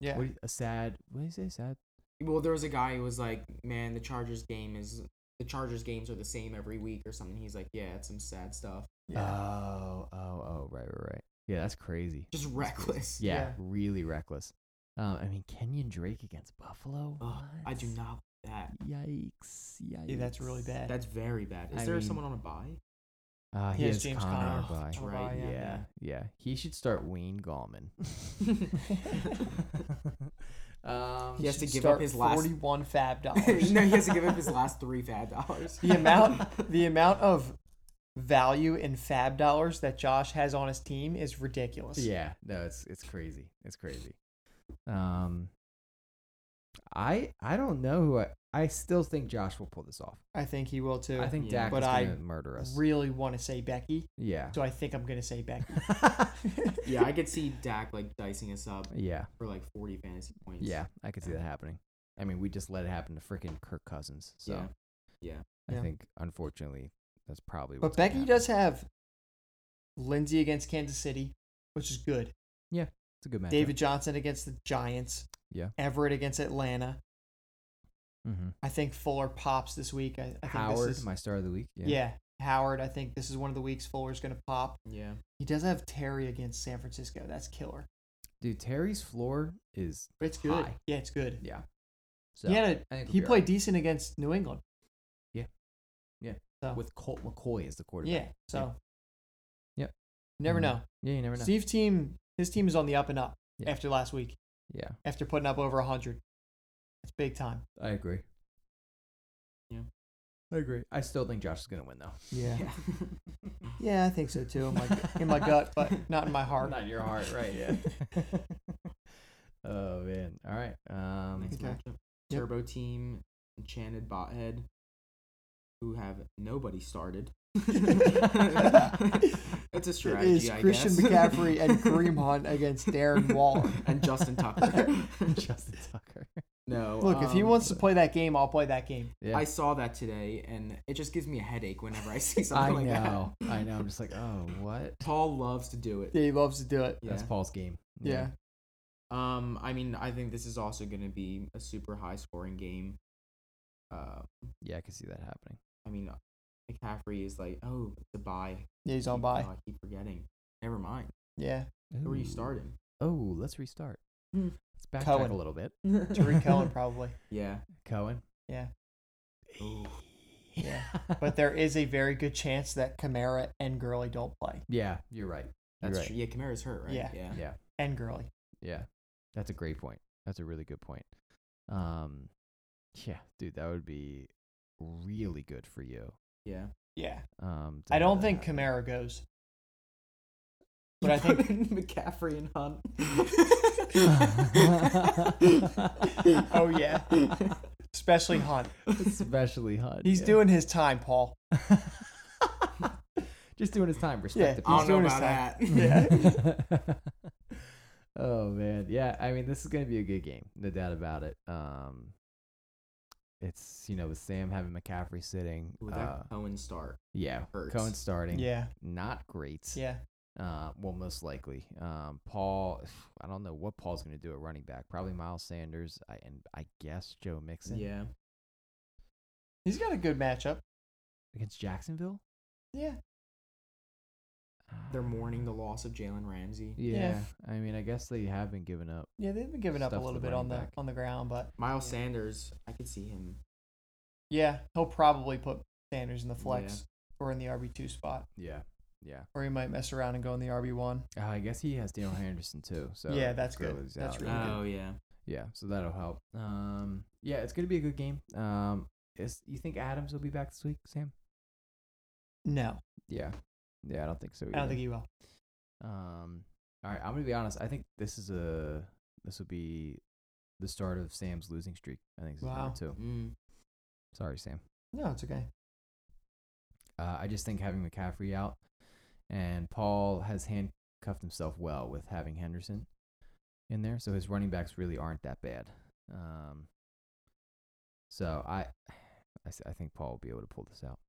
[SPEAKER 1] yeah.
[SPEAKER 2] What do you- a sad. What did he say? Sad.
[SPEAKER 3] Well, there was a guy who was like, "Man, the Chargers game is the Chargers games are the same every week or something." He's like, "Yeah, it's some sad stuff,
[SPEAKER 1] yeah.
[SPEAKER 2] Oh, oh, oh, right, right, right. Yeah, that's crazy.
[SPEAKER 3] just reckless."
[SPEAKER 2] Yeah,
[SPEAKER 1] Yeah.
[SPEAKER 2] really reckless. Um, I mean, Kenyon Drake against Buffalo.
[SPEAKER 3] Ugh, I do
[SPEAKER 2] What?
[SPEAKER 3] not like that.
[SPEAKER 2] Yikes! Yikes!
[SPEAKER 1] Yeah, that's really bad.
[SPEAKER 3] That's very bad. Is
[SPEAKER 2] I
[SPEAKER 3] there
[SPEAKER 2] mean-
[SPEAKER 3] someone on a buy?
[SPEAKER 2] Uh, he,
[SPEAKER 1] He has
[SPEAKER 2] has
[SPEAKER 1] James
[SPEAKER 2] Conner
[SPEAKER 1] Conner.
[SPEAKER 2] by.
[SPEAKER 3] That's
[SPEAKER 1] Oh,
[SPEAKER 3] right.
[SPEAKER 1] yeah,
[SPEAKER 2] Yeah, yeah,
[SPEAKER 3] Yeah.
[SPEAKER 2] He should start Wayne Gallman. um,
[SPEAKER 3] He has
[SPEAKER 1] Should
[SPEAKER 3] to give up
[SPEAKER 1] start
[SPEAKER 3] his last-
[SPEAKER 1] forty-one fab dollars.
[SPEAKER 3] no, he has to give up his last three fab dollars.
[SPEAKER 1] the amount, the amount of value in fab dollars that Josh has on his team is ridiculous.
[SPEAKER 2] yeah, no, it's it's crazy. It's crazy. Um, I I don't know who I I still think Josh will pull this off.
[SPEAKER 1] I think he will too.
[SPEAKER 2] I think
[SPEAKER 3] Yeah.
[SPEAKER 2] Dak
[SPEAKER 1] But
[SPEAKER 2] is
[SPEAKER 1] I
[SPEAKER 2] gonna murder us.
[SPEAKER 1] really want to say Becky,
[SPEAKER 2] yeah,
[SPEAKER 1] so I think I'm gonna say Becky.
[SPEAKER 3] Yeah, I could see Dak like dicing us up
[SPEAKER 2] yeah,
[SPEAKER 3] for like forty fantasy points.
[SPEAKER 2] yeah. I could see that happening. I mean, we just let it happen to freaking Kirk Cousins. So
[SPEAKER 3] Yeah. Yeah.
[SPEAKER 2] I
[SPEAKER 1] Yeah.
[SPEAKER 2] think unfortunately that's probably.
[SPEAKER 1] but
[SPEAKER 2] what's gonna
[SPEAKER 1] Becky
[SPEAKER 2] happen.
[SPEAKER 1] does have Lindsay against Kansas City, which is good.
[SPEAKER 2] Yeah, it's It's a good match.
[SPEAKER 1] David Johnson against the Giants.
[SPEAKER 2] Yeah.
[SPEAKER 1] Everett against Atlanta.
[SPEAKER 2] mm-hmm.
[SPEAKER 1] I think Fuller pops this week. I, I think
[SPEAKER 2] Howard,
[SPEAKER 1] This is,
[SPEAKER 2] my star of the week. Yeah.
[SPEAKER 1] yeah. Howard. I think this is one of the weeks Fuller's going to pop.
[SPEAKER 3] Yeah.
[SPEAKER 1] He does have Terry against San Francisco. That's killer.
[SPEAKER 2] Dude, Terry's floor is
[SPEAKER 1] But it's good.
[SPEAKER 2] High.
[SPEAKER 1] Yeah, it's good.
[SPEAKER 2] yeah. So
[SPEAKER 1] he had
[SPEAKER 2] I
[SPEAKER 1] a,
[SPEAKER 2] think we'll
[SPEAKER 1] he
[SPEAKER 2] be all
[SPEAKER 1] played decent against New England.
[SPEAKER 2] Yeah. Yeah.
[SPEAKER 1] So,
[SPEAKER 2] right. with Colt McCoy as the quarterback.
[SPEAKER 1] yeah. So.
[SPEAKER 2] Yep.
[SPEAKER 1] You never
[SPEAKER 2] Mhm.
[SPEAKER 1] know.
[SPEAKER 2] Yeah, you never know.
[SPEAKER 1] Steve's team, his team is on the up and up
[SPEAKER 2] Yeah.
[SPEAKER 1] after last week,
[SPEAKER 2] yeah,
[SPEAKER 1] after putting up over 100. It's big time.
[SPEAKER 2] I agree.
[SPEAKER 3] Yeah.
[SPEAKER 2] I agree. I still think Josh is gonna win though.
[SPEAKER 1] Yeah.
[SPEAKER 3] Yeah.
[SPEAKER 1] Yeah, I think so too. In my, in my gut, but not in my heart.
[SPEAKER 2] Not in your heart, right? Yeah. oh man. All right. Um.
[SPEAKER 3] Next
[SPEAKER 1] Okay.
[SPEAKER 3] matchup.
[SPEAKER 1] Yep.
[SPEAKER 3] Turbo Team, Enchanted Bothead, who have nobody started. it's a strategy,
[SPEAKER 1] It is
[SPEAKER 3] I
[SPEAKER 1] Christian
[SPEAKER 3] guess.
[SPEAKER 1] McCaffrey and Kareem Hunt against Darren Waller.
[SPEAKER 3] and Justin Tucker.
[SPEAKER 2] Justin Tucker.
[SPEAKER 3] no.
[SPEAKER 1] Look, if he
[SPEAKER 3] um,
[SPEAKER 1] wants to play that game, I'll play that game.
[SPEAKER 2] Yeah.
[SPEAKER 3] I saw that today, and it just gives me a headache whenever I see
[SPEAKER 2] I
[SPEAKER 3] something like
[SPEAKER 2] know.
[SPEAKER 3] that.
[SPEAKER 2] I know. I'm just like, oh, what?
[SPEAKER 3] Paul loves to do it.
[SPEAKER 1] Yeah, he loves to do it.
[SPEAKER 3] Yeah.
[SPEAKER 2] That's Paul's game.
[SPEAKER 1] Yeah.
[SPEAKER 3] Um, I mean, I think this is also going to be a super high scoring game. Uh,
[SPEAKER 2] Yeah, I can see that happening.
[SPEAKER 3] I mean, McCaffrey is like, oh, it's a buy.
[SPEAKER 1] Yeah, he's on bye. Mm.
[SPEAKER 3] I keep forgetting. Never mind.
[SPEAKER 1] Yeah.
[SPEAKER 3] Who are you
[SPEAKER 2] Ooh.
[SPEAKER 3] starting?
[SPEAKER 2] Oh, let's restart.
[SPEAKER 3] Hmm.
[SPEAKER 2] Let's backtrack
[SPEAKER 1] Cohen.
[SPEAKER 2] a little bit.
[SPEAKER 1] Tariq Cohen, probably.
[SPEAKER 3] Yeah.
[SPEAKER 2] Cohen.
[SPEAKER 1] Yeah.
[SPEAKER 3] Ooh.
[SPEAKER 1] Yeah. But there is a very good chance that Kamara and Gurley don't play.
[SPEAKER 2] yeah, you're right. You're
[SPEAKER 3] That's
[SPEAKER 2] right.
[SPEAKER 3] true. Yeah, Kamara's hurt, right?
[SPEAKER 1] Yeah.
[SPEAKER 3] Yeah.
[SPEAKER 2] Yeah,
[SPEAKER 1] And Gurley.
[SPEAKER 2] yeah. That's a great point. That's a really good point. Um, yeah, dude, that would be really good for you.
[SPEAKER 3] Yeah.
[SPEAKER 1] Yeah.
[SPEAKER 2] Um, to
[SPEAKER 1] I
[SPEAKER 2] have
[SPEAKER 1] don't
[SPEAKER 2] that
[SPEAKER 1] think
[SPEAKER 2] happen.
[SPEAKER 1] Kamara goes. But I think
[SPEAKER 3] McCaffrey and Hunt.
[SPEAKER 1] Oh, yeah. especially Hunt.
[SPEAKER 2] especially Hunt.
[SPEAKER 1] He's
[SPEAKER 2] yeah.
[SPEAKER 1] doing his time, Paul.
[SPEAKER 2] just doing his time. Respect
[SPEAKER 1] Yeah,
[SPEAKER 2] the
[SPEAKER 3] I
[SPEAKER 1] he's
[SPEAKER 3] don't
[SPEAKER 2] people.
[SPEAKER 3] know
[SPEAKER 1] doing his
[SPEAKER 3] about that.
[SPEAKER 2] oh man, yeah. I mean, this is gonna be a good game, no doubt about it. Um, it's you know with Sam having McCaffrey sitting,
[SPEAKER 3] With
[SPEAKER 2] uh,
[SPEAKER 3] that Cohen start.
[SPEAKER 2] yeah,
[SPEAKER 3] hurts.
[SPEAKER 2] Cohen starting,
[SPEAKER 1] Yeah.
[SPEAKER 2] not great.
[SPEAKER 1] Yeah.
[SPEAKER 2] Uh, well, most likely, um, Paul. I don't know what Paul's gonna do at running back. Probably Miles Sanders, I, and I guess Joe Mixon
[SPEAKER 3] Yeah.
[SPEAKER 1] He's got a good matchup.
[SPEAKER 2] against Jacksonville.
[SPEAKER 1] Yeah.
[SPEAKER 3] They're mourning the loss of Jalen Ramsey.
[SPEAKER 2] Yeah,
[SPEAKER 1] Yeah.
[SPEAKER 2] I mean, I guess they have been giving up.
[SPEAKER 1] Yeah, they've been giving up a
[SPEAKER 2] Stuff
[SPEAKER 1] little
[SPEAKER 2] the
[SPEAKER 1] bit on the
[SPEAKER 2] running back.
[SPEAKER 1] on the ground, but
[SPEAKER 3] Miles Sanders, I could see him.
[SPEAKER 1] yeah, he'll probably put Sanders in the flex
[SPEAKER 3] Yeah.
[SPEAKER 1] or in the RB two spot.
[SPEAKER 2] Yeah, yeah.
[SPEAKER 1] Or he might mess around and go in the RB one.
[SPEAKER 2] Uh, I guess he has Daniel Henderson too. So
[SPEAKER 1] Yeah, that's good.
[SPEAKER 2] Gurley's
[SPEAKER 1] That's
[SPEAKER 2] out.
[SPEAKER 1] Really good.
[SPEAKER 3] oh yeah.
[SPEAKER 2] Yeah, so that'll help. Um, yeah, it's gonna be a good game. Um, is you think Adams will be back this week, Sam?
[SPEAKER 1] No.
[SPEAKER 2] Yeah, yeah, I don't think so. Either.
[SPEAKER 1] I don't think he will.
[SPEAKER 2] Um, all right, I'm gonna be honest. I think this is a this will be the start of Sam's losing streak. I think this is
[SPEAKER 1] Wow.
[SPEAKER 2] number two.
[SPEAKER 3] Mm.
[SPEAKER 2] Sorry, Sam.
[SPEAKER 1] No, it's okay.
[SPEAKER 2] Uh, I just think having McCaffrey out and Paul has handcuffed himself well with having Henderson in there, so his running backs really aren't that bad. Um, so I, I, s- I think Paul will be able to pull this out.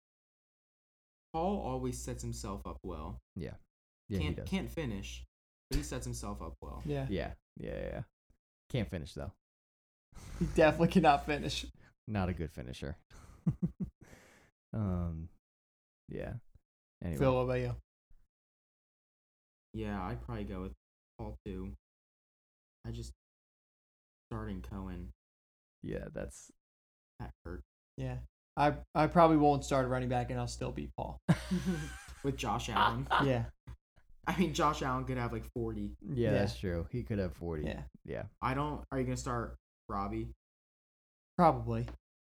[SPEAKER 3] Paul always sets himself up well.
[SPEAKER 2] Yeah, yeah, he
[SPEAKER 3] can't
[SPEAKER 2] does.
[SPEAKER 3] can't finish, but he sets himself up well.
[SPEAKER 1] Yeah.
[SPEAKER 2] Yeah, yeah, yeah, yeah. Can't finish though.
[SPEAKER 1] He definitely cannot finish.
[SPEAKER 2] Not a good finisher. um, yeah. Anyway,
[SPEAKER 1] Phil, what about you?
[SPEAKER 3] Yeah, I'd probably go with Paul too. I just starting Cohen.
[SPEAKER 2] yeah, that's
[SPEAKER 3] That hurt.
[SPEAKER 1] Yeah. I I probably won't start a running back and I'll still beat Paul.
[SPEAKER 3] With Josh Allen.
[SPEAKER 2] Ah,
[SPEAKER 1] Yeah.
[SPEAKER 3] I mean, Josh Allen could have like 40.
[SPEAKER 2] yeah,
[SPEAKER 1] Yeah.
[SPEAKER 2] that's true. He could have forty.
[SPEAKER 1] Yeah.
[SPEAKER 2] yeah.
[SPEAKER 3] I don't. Are you going to start Robbie?
[SPEAKER 1] Probably.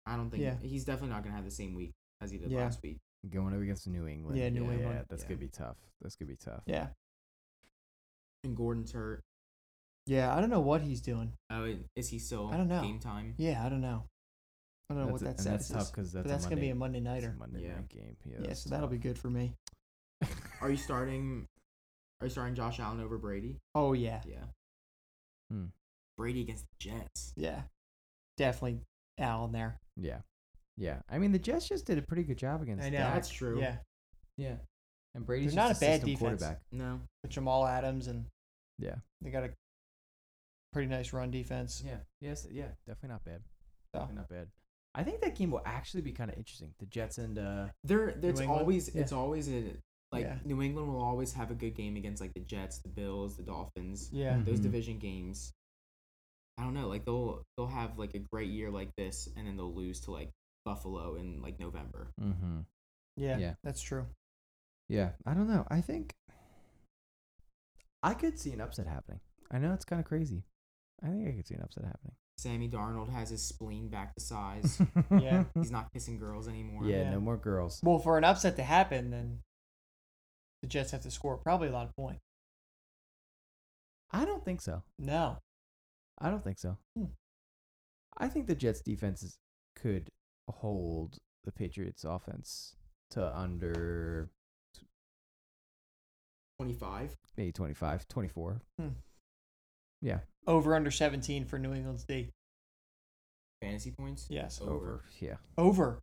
[SPEAKER 3] I don't think.
[SPEAKER 1] Yeah.
[SPEAKER 3] He's definitely not going to have the same week as he did
[SPEAKER 1] Yeah.
[SPEAKER 3] last week.
[SPEAKER 2] Going up against New England.
[SPEAKER 1] Yeah, New England.
[SPEAKER 2] Yeah, that's
[SPEAKER 3] Yeah.
[SPEAKER 2] gonna be tough. That's gonna be tough.
[SPEAKER 1] Yeah.
[SPEAKER 3] And Gordon's hurt.
[SPEAKER 1] Yeah, I don't know what he's doing.
[SPEAKER 3] Oh, i- is he still
[SPEAKER 1] I don't know.
[SPEAKER 3] game time?
[SPEAKER 1] Yeah, I don't know. I don't know what
[SPEAKER 2] That's a-
[SPEAKER 1] that
[SPEAKER 2] and
[SPEAKER 1] status
[SPEAKER 2] that's tough
[SPEAKER 1] is.
[SPEAKER 2] because that's,
[SPEAKER 1] But that's
[SPEAKER 2] a
[SPEAKER 1] gonna be a
[SPEAKER 2] Monday-
[SPEAKER 1] Monday
[SPEAKER 2] it's a
[SPEAKER 1] nighter.
[SPEAKER 2] Monday
[SPEAKER 3] Yeah.
[SPEAKER 2] night game. Yeah,
[SPEAKER 1] Yeah,
[SPEAKER 2] that's
[SPEAKER 1] so that'll be
[SPEAKER 2] tough.
[SPEAKER 1] good for me.
[SPEAKER 3] Are you starting? Are you starting Josh Allen over Brady?
[SPEAKER 1] Oh yeah.
[SPEAKER 3] Yeah.
[SPEAKER 2] Hmm.
[SPEAKER 3] Brady against the Jets.
[SPEAKER 1] Yeah. Definitely Allen there.
[SPEAKER 2] Yeah, yeah. I mean, the Jets just did a pretty good job against.
[SPEAKER 1] I know.
[SPEAKER 2] Dak.
[SPEAKER 3] That's true.
[SPEAKER 1] Yeah.
[SPEAKER 2] Yeah, and Brady's
[SPEAKER 1] They're
[SPEAKER 2] just
[SPEAKER 1] not a bad
[SPEAKER 2] system
[SPEAKER 1] defense.
[SPEAKER 2] quarterback.
[SPEAKER 3] No.
[SPEAKER 1] With Jamal Adams and
[SPEAKER 2] Yeah,
[SPEAKER 1] they got a pretty nice run defense.
[SPEAKER 2] Yeah. Yes. Yeah. Definitely not bad.
[SPEAKER 1] Yeah.
[SPEAKER 2] Definitely not bad. I think that game will actually be kind of interesting. The Jets and uh,
[SPEAKER 3] There, there's
[SPEAKER 1] England?
[SPEAKER 3] always
[SPEAKER 2] Yeah.
[SPEAKER 3] it's always a like
[SPEAKER 1] Yeah.
[SPEAKER 3] New England will always have a good game against like the Jets, the Bills, the Dolphins,
[SPEAKER 1] Yeah.
[SPEAKER 2] Mm.
[SPEAKER 3] those
[SPEAKER 2] Mhm.
[SPEAKER 3] division games. I don't know, like they'll they'll have like a great year like this, and then they'll lose to like Buffalo in like November.
[SPEAKER 2] mm-hmm.
[SPEAKER 1] Yeah.
[SPEAKER 2] Yeah.
[SPEAKER 1] That's true.
[SPEAKER 2] Yeah, I don't know. I think I could see an upset happening. I know it's kind of crazy. I think I could see an upset
[SPEAKER 3] Sammy Darnold has his spleen back to size.
[SPEAKER 2] happening.
[SPEAKER 1] Yeah.
[SPEAKER 3] He's not kissing girls anymore.
[SPEAKER 2] yeah,
[SPEAKER 1] Yeah.
[SPEAKER 2] no more girls.
[SPEAKER 1] Well, for an upset to happen, then the Jets have to score probably a lot of points.
[SPEAKER 2] I don't think so.
[SPEAKER 1] No.
[SPEAKER 2] I don't think so.
[SPEAKER 1] Hmm.
[SPEAKER 2] I think the Jets defense is- could hold the Patriots offense to under
[SPEAKER 3] twenty five.
[SPEAKER 2] maybe 25, 24.
[SPEAKER 1] Over under 17 for New England's D.
[SPEAKER 3] fantasy points.
[SPEAKER 1] Yes.
[SPEAKER 3] Over.
[SPEAKER 2] Yeah.
[SPEAKER 1] Over.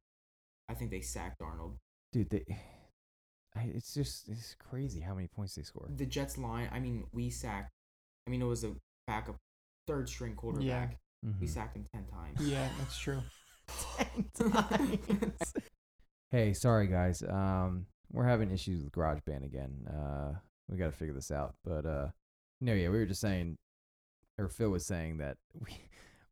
[SPEAKER 3] I think they sacked Darnold.
[SPEAKER 2] Dude, they I, it's just it's crazy how many points they score.
[SPEAKER 3] The Jets line. I mean, we sacked. I mean, it was a backup, third string quarterback. We
[SPEAKER 2] Mhm.
[SPEAKER 3] sacked him ten times.
[SPEAKER 1] Yeah, that's true.
[SPEAKER 2] hey, sorry guys. Um, we're having issues with GarageBand again. Uh, we got to figure this out. But uh, no, yeah, we were just saying, or Phil was saying that we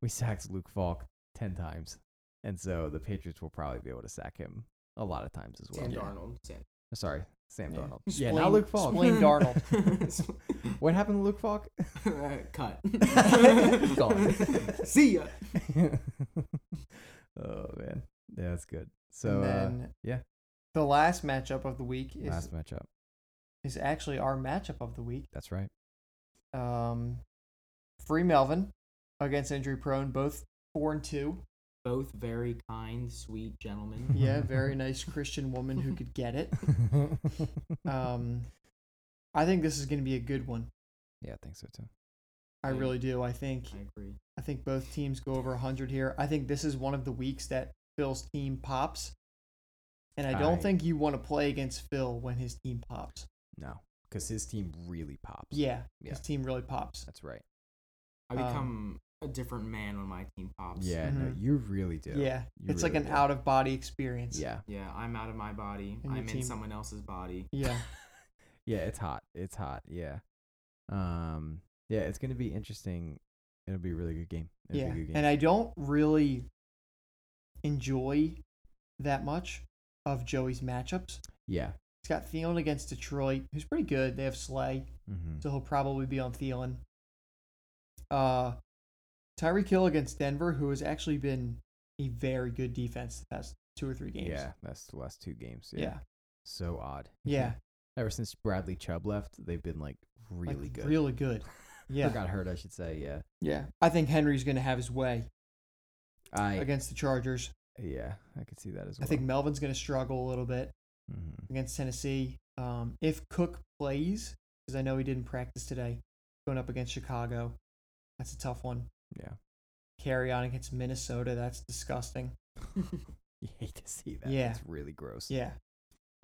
[SPEAKER 2] we sacked Luke Falk ten times, and so the Patriots will probably be able to sack him a lot of times as well.
[SPEAKER 3] Sam
[SPEAKER 2] Yeah.
[SPEAKER 3] Darnold. Sam.
[SPEAKER 2] Sorry, Sam
[SPEAKER 1] Yeah.
[SPEAKER 2] Darnold. Yeah, not
[SPEAKER 1] Spleen-
[SPEAKER 2] Luke Falk.
[SPEAKER 1] spleen Darnold.
[SPEAKER 2] What happened to Luke Falk?
[SPEAKER 3] Uh, Cut.
[SPEAKER 2] Gone.
[SPEAKER 3] See ya.
[SPEAKER 2] oh man, yeah, that's good. So
[SPEAKER 1] and
[SPEAKER 2] uh,
[SPEAKER 1] then
[SPEAKER 2] yeah.
[SPEAKER 1] The last matchup of the week is
[SPEAKER 2] last matchup.
[SPEAKER 1] is actually our matchup of the week.
[SPEAKER 2] That's right.
[SPEAKER 1] Um, free Melvin against injury prone, both four and two.
[SPEAKER 3] Both very kind, sweet gentlemen.
[SPEAKER 1] Yeah, very nice Christian woman who could get it. Um, I think this is going to be a good one.
[SPEAKER 2] yeah, I think so too.
[SPEAKER 1] I
[SPEAKER 3] Yeah.
[SPEAKER 1] really do. I think
[SPEAKER 3] I agree.
[SPEAKER 1] I think both teams go over 100 here. I think this is one of the weeks that Phil's team pops. And I don't
[SPEAKER 2] I-
[SPEAKER 1] think you want to play against Phil when his team pops.
[SPEAKER 2] No, because his team really pops.
[SPEAKER 1] Yeah,
[SPEAKER 2] Yeah.
[SPEAKER 1] his team really pops.
[SPEAKER 2] that's right.
[SPEAKER 3] I
[SPEAKER 1] Um,
[SPEAKER 3] become a different man when my team pops.
[SPEAKER 2] Yeah, no,
[SPEAKER 1] Mhm.
[SPEAKER 2] you really do.
[SPEAKER 1] Yeah.
[SPEAKER 2] You
[SPEAKER 1] It's like
[SPEAKER 2] really
[SPEAKER 1] an
[SPEAKER 2] do.
[SPEAKER 1] out of body experience.
[SPEAKER 2] Yeah,
[SPEAKER 3] Yeah, I'm out of my body.
[SPEAKER 1] And your
[SPEAKER 3] I'm in
[SPEAKER 1] team-
[SPEAKER 3] someone else's body.
[SPEAKER 1] Yeah.
[SPEAKER 2] yeah, it's hot. It's hot. Yeah, um, yeah, it's gonna be interesting. It'll be a really good game. It'll
[SPEAKER 1] yeah.
[SPEAKER 2] be a good game.
[SPEAKER 1] And I don't really enjoy that much of Joey's matchups.
[SPEAKER 2] yeah.
[SPEAKER 1] He's got Thielen against Detroit, who's pretty good. They have Slay.
[SPEAKER 2] Mm-hmm.
[SPEAKER 1] so he'll probably be on Thielen. Uh, Tyreek Hill against Denver, who has actually been a very good defense the past two or three games.
[SPEAKER 2] Yeah, that's the last two games. Yeah.
[SPEAKER 1] yeah,
[SPEAKER 2] So odd.
[SPEAKER 1] yeah,
[SPEAKER 2] Ever since Bradley Chubb left, they've been like really
[SPEAKER 1] like,
[SPEAKER 2] good.
[SPEAKER 1] really good. Yeah,
[SPEAKER 2] Or got hurt, I should say. Yeah.
[SPEAKER 1] yeah. I think Henry's going to have his way
[SPEAKER 2] I.
[SPEAKER 1] against the Chargers.
[SPEAKER 2] yeah, I could see that as well.
[SPEAKER 1] I think Melvin's going to struggle a little bit
[SPEAKER 2] Mm-hmm.
[SPEAKER 1] against Tennessee. Um, if Cook plays, because I know he didn't practice today, going up against Chicago, that's a tough one.
[SPEAKER 2] Yeah.
[SPEAKER 1] Carry on against Minnesota, that's disgusting.
[SPEAKER 2] you hate to see that.
[SPEAKER 1] Yeah.
[SPEAKER 2] It's really gross.
[SPEAKER 1] Yeah,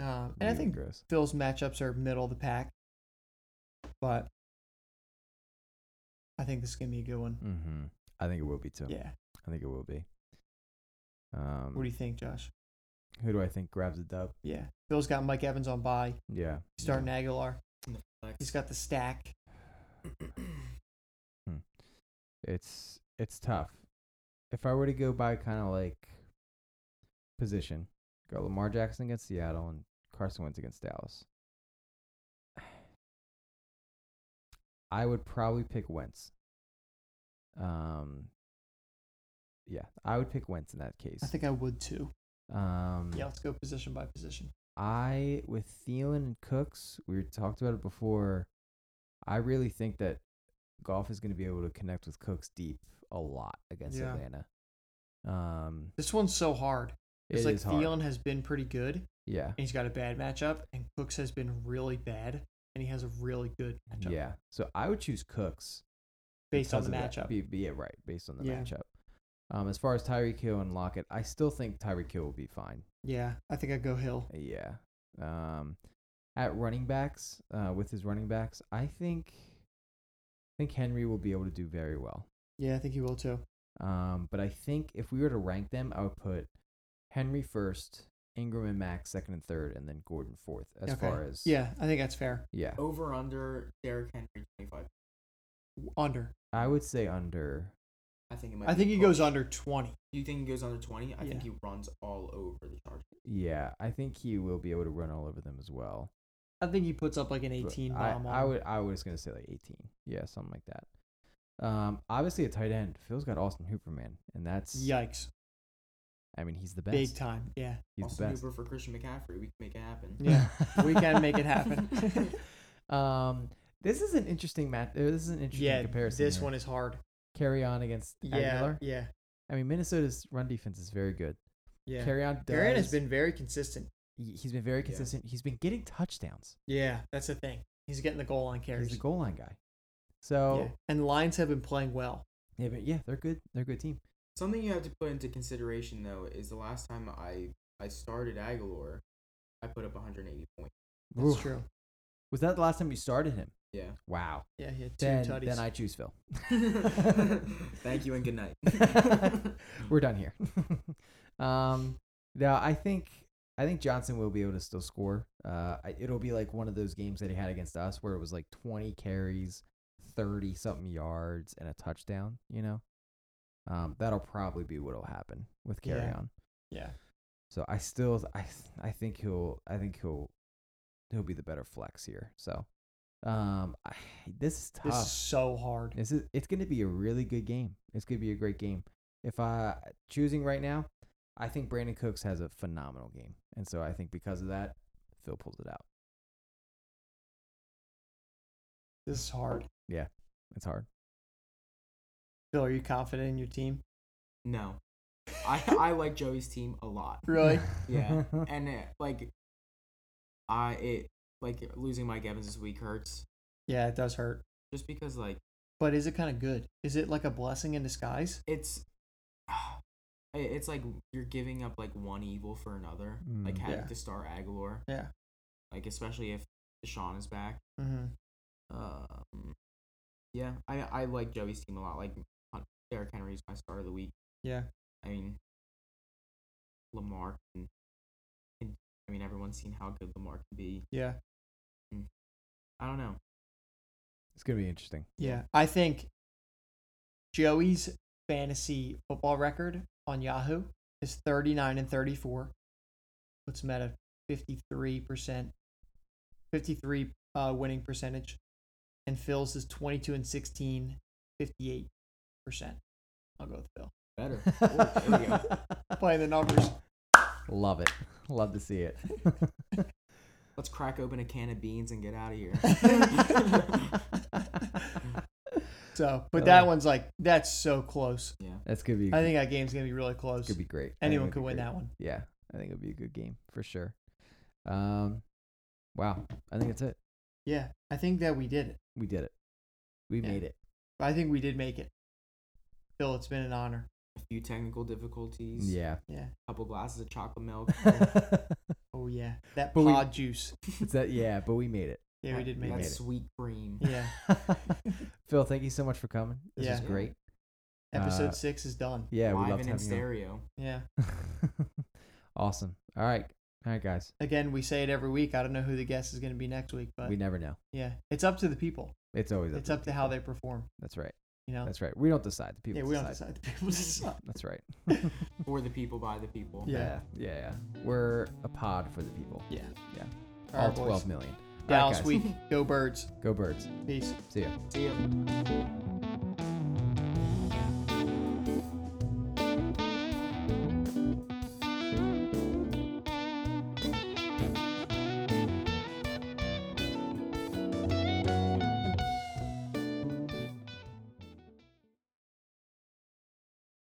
[SPEAKER 1] um, and I
[SPEAKER 2] Really
[SPEAKER 1] think
[SPEAKER 2] gross.
[SPEAKER 1] Phil's matchups are middle of the pack, but I think this is gonna be a good one.
[SPEAKER 2] Mm-hmm. I think it will be too.
[SPEAKER 1] Yeah.
[SPEAKER 2] I think it will be. Um,
[SPEAKER 1] What do you think, Josh?
[SPEAKER 2] who do I think grabs the dub?
[SPEAKER 1] Yeah. Phil's got Mike Evans on bye.
[SPEAKER 2] Yeah.
[SPEAKER 1] Starting
[SPEAKER 2] yeah.
[SPEAKER 1] Aguilar.
[SPEAKER 3] Like,
[SPEAKER 1] He's got the stack.
[SPEAKER 2] It's it's tough. If I were to go by kind of like position, go Lamar Jackson against Seattle and Carson Wentz against Dallas. I would probably pick Wentz. Um, yeah, I would pick Wentz in that case.
[SPEAKER 1] I think I would too.
[SPEAKER 2] um,
[SPEAKER 1] Yeah, let's go position by position.
[SPEAKER 2] I with Thielen and Cooks, we talked about it before. I really think that golf is going to be able to connect with Cooks deep a lot against
[SPEAKER 1] Yeah.
[SPEAKER 2] Atlanta. Um,
[SPEAKER 1] This one's so hard. It's
[SPEAKER 2] it
[SPEAKER 1] like
[SPEAKER 2] is hard.
[SPEAKER 1] Thielen has been pretty good and
[SPEAKER 2] Yeah,
[SPEAKER 1] he's got a bad matchup, and Cooks has been really bad and he has a really good matchup
[SPEAKER 2] yeah. So I would choose Cooks
[SPEAKER 1] based on
[SPEAKER 2] because
[SPEAKER 1] the
[SPEAKER 2] of that.
[SPEAKER 1] matchup.
[SPEAKER 2] Be, be- yeah, right, based on the
[SPEAKER 1] Yeah.
[SPEAKER 2] matchup. Um, as far as Tyreek Hill and Lockett, I still think Tyreek Hill will be fine.
[SPEAKER 1] Yeah, I think I'd go Hill.
[SPEAKER 2] Yeah. Um, at running backs, uh, with his running backs, I think I think Henry will be able to do very well.
[SPEAKER 1] Yeah, I think he will too.
[SPEAKER 2] Um, but I think if we were to rank them, I would put Henry first, Ingram and Max second and third, and then Gordon fourth. As
[SPEAKER 1] Okay.
[SPEAKER 2] far as
[SPEAKER 1] Yeah, I think that's fair.
[SPEAKER 2] yeah,
[SPEAKER 3] Over under Derrick Henry twenty five.
[SPEAKER 1] Under.
[SPEAKER 2] I would say under.
[SPEAKER 3] I think it might.
[SPEAKER 1] I
[SPEAKER 3] be
[SPEAKER 1] think he
[SPEAKER 3] close.
[SPEAKER 1] goes under 20.
[SPEAKER 3] You think he goes under twenty? I
[SPEAKER 1] Yeah.
[SPEAKER 3] think he runs all over the Chargers.
[SPEAKER 2] Yeah, I think he will be able to run all over them as well.
[SPEAKER 1] I think he puts up like an
[SPEAKER 2] but
[SPEAKER 1] 18
[SPEAKER 2] I,
[SPEAKER 1] bomb.
[SPEAKER 2] I
[SPEAKER 1] on-
[SPEAKER 2] would. I was gonna say like eighteen. Yeah, something like that. Um, obviously a tight end. Phil's got Austin Hooper, man, and that's
[SPEAKER 1] Yikes.
[SPEAKER 2] I mean, he's the best.
[SPEAKER 1] Big time. Yeah.
[SPEAKER 2] He's the
[SPEAKER 3] Austin
[SPEAKER 2] best.
[SPEAKER 3] Hooper for Christian McCaffrey. We can make it happen.
[SPEAKER 1] Yeah. we can make it happen.
[SPEAKER 2] um, this is an interesting match. This is an interesting
[SPEAKER 1] yeah.
[SPEAKER 2] comparison.
[SPEAKER 1] This
[SPEAKER 2] here.
[SPEAKER 1] one is hard.
[SPEAKER 2] carry on against
[SPEAKER 1] Yeah.
[SPEAKER 2] Aguilar.
[SPEAKER 1] Yeah.
[SPEAKER 2] I mean, Minnesota's run defense is very good.
[SPEAKER 1] Yeah.
[SPEAKER 2] Carry on.
[SPEAKER 1] Darian
[SPEAKER 2] does-
[SPEAKER 1] has been very consistent.
[SPEAKER 2] he- He's been very
[SPEAKER 3] Yeah.
[SPEAKER 2] consistent. He's been getting touchdowns.
[SPEAKER 1] Yeah. That's the thing. He's getting the goal line carries.
[SPEAKER 2] He's a goal line guy.
[SPEAKER 1] Yeah.
[SPEAKER 2] So
[SPEAKER 1] And Lions have been playing well.
[SPEAKER 2] yeah. but yeah, they're good. They're a good team.
[SPEAKER 3] Something you have to put into consideration though is the last time I I started Aguilar, I put up 180 points.
[SPEAKER 1] That's
[SPEAKER 2] Oof.
[SPEAKER 1] true.
[SPEAKER 2] Was that the last time you started him?
[SPEAKER 3] Yeah.
[SPEAKER 2] Wow.
[SPEAKER 1] Yeah. He had two
[SPEAKER 2] Then,
[SPEAKER 1] tutties.
[SPEAKER 2] then I choose Phil.
[SPEAKER 3] Thank you and good night.
[SPEAKER 2] We're done here. um, now I think I think Johnson will be able to still score. Uh, I, it'll be like one of those games that he had against us where it was like 20 carries, 30 something yards, and a touchdown. You know, um, that'll probably be what'll happen with
[SPEAKER 1] Yeah.
[SPEAKER 2] carry on.
[SPEAKER 1] yeah.
[SPEAKER 2] So I still I I think he'll I think he'll he'll be the better flex here. So um, I, this is tough.
[SPEAKER 1] This is so hard.
[SPEAKER 2] This is it's going to be a really good game. It's going to be a great game. If I choosing right now, I think Brandon Cooks has a phenomenal game, and so I think because of that, Phil pulls it out.
[SPEAKER 1] This is hard.
[SPEAKER 2] It's hard.
[SPEAKER 1] Phil, are you confident in your team?
[SPEAKER 3] No, I I like Joey's team a lot.
[SPEAKER 1] Really?
[SPEAKER 3] Yeah. and it, like I it like losing Mike Evans this week hurts
[SPEAKER 1] Yeah, it does hurt.
[SPEAKER 3] just because like
[SPEAKER 1] But is it kind of good? Is it like a blessing in disguise?
[SPEAKER 3] it's it- it's like you're giving up like one evil for another. Like
[SPEAKER 2] Mm.
[SPEAKER 3] having
[SPEAKER 1] Yeah.
[SPEAKER 3] to star Aguilar,
[SPEAKER 1] Yeah.
[SPEAKER 3] like especially if Sean is back.
[SPEAKER 1] Mm-hmm.
[SPEAKER 3] Um, yeah, I I like Joey's team a lot. Like Hunt- Derrick Henry's my star of the week.
[SPEAKER 1] Yeah.
[SPEAKER 3] I mean, Lamar. Can, can, I mean, everyone's seen how good Lamar can be.
[SPEAKER 1] Yeah.
[SPEAKER 3] I don't know.
[SPEAKER 2] It's going to be interesting.
[SPEAKER 1] Yeah. I think Joey's fantasy football record on Yahoo is 39 and 34. Puts him at a 53%, 53 uh, winning percentage. And Phil's is 22 and 16, 58%. I'll go with Phil.
[SPEAKER 3] Better. Oh, there we go.
[SPEAKER 1] Playing the numbers.
[SPEAKER 2] Love it. Love to see it.
[SPEAKER 3] Let's crack open a can of beans and get out of here.
[SPEAKER 1] So, but that
[SPEAKER 2] Uh,
[SPEAKER 1] one's like, that's so close.
[SPEAKER 2] That's going to be.
[SPEAKER 1] I think that game's going to be really close.
[SPEAKER 2] could be great. I think
[SPEAKER 1] Anyone
[SPEAKER 2] it'd be
[SPEAKER 1] could win
[SPEAKER 2] great.
[SPEAKER 1] that one.
[SPEAKER 2] Yeah, I think it'll be a good game for sure. Um, wow. I think that's it.
[SPEAKER 1] Yeah. I think that we did it.
[SPEAKER 2] We did it. We
[SPEAKER 1] Yeah.
[SPEAKER 2] made it.
[SPEAKER 1] I think we did make it. Phil, it's been an honor.
[SPEAKER 3] a few technical difficulties.
[SPEAKER 2] Yeah.
[SPEAKER 1] Yeah.
[SPEAKER 3] A couple glasses of chocolate milk.
[SPEAKER 1] Oh yeah. That
[SPEAKER 2] But we-
[SPEAKER 1] pod juice.
[SPEAKER 2] It's that yeah, but we made it.
[SPEAKER 1] Yeah, we did make
[SPEAKER 3] that
[SPEAKER 2] made
[SPEAKER 1] it.
[SPEAKER 2] it.
[SPEAKER 3] sweet cream.
[SPEAKER 1] Yeah.
[SPEAKER 2] Phil, thank you so much for coming. This is
[SPEAKER 1] Yeah.
[SPEAKER 2] great.
[SPEAKER 1] Episode
[SPEAKER 2] Uh,
[SPEAKER 1] six is done.
[SPEAKER 2] Yeah, we
[SPEAKER 3] Live
[SPEAKER 2] loved
[SPEAKER 3] and in
[SPEAKER 2] having you.
[SPEAKER 3] stereo.
[SPEAKER 1] Yeah.
[SPEAKER 2] on. awesome. All right. All right, guys.
[SPEAKER 1] Again, we say it every week. I don't know who the guest is going to be next week, but
[SPEAKER 2] we never know.
[SPEAKER 1] yeah, it's up to the people.
[SPEAKER 2] It's always up
[SPEAKER 1] It's up to how
[SPEAKER 2] people.
[SPEAKER 1] they perform.
[SPEAKER 2] That's right.
[SPEAKER 1] You know.
[SPEAKER 2] That's right. We don't decide. The people
[SPEAKER 1] yeah, we don't
[SPEAKER 2] decide.
[SPEAKER 1] decide. The people decide.
[SPEAKER 2] That's right.
[SPEAKER 3] For the people, by the people.
[SPEAKER 1] Yeah.
[SPEAKER 2] yeah. Yeah. yeah. We're a pod for the people.
[SPEAKER 1] Yeah.
[SPEAKER 2] Yeah.
[SPEAKER 1] All
[SPEAKER 2] All
[SPEAKER 1] right, boys.
[SPEAKER 2] 12 million. All right,
[SPEAKER 1] Dallas
[SPEAKER 2] guys.
[SPEAKER 1] week. Go birds.
[SPEAKER 2] Go birds.
[SPEAKER 1] Peace.
[SPEAKER 2] See ya.
[SPEAKER 3] See ya.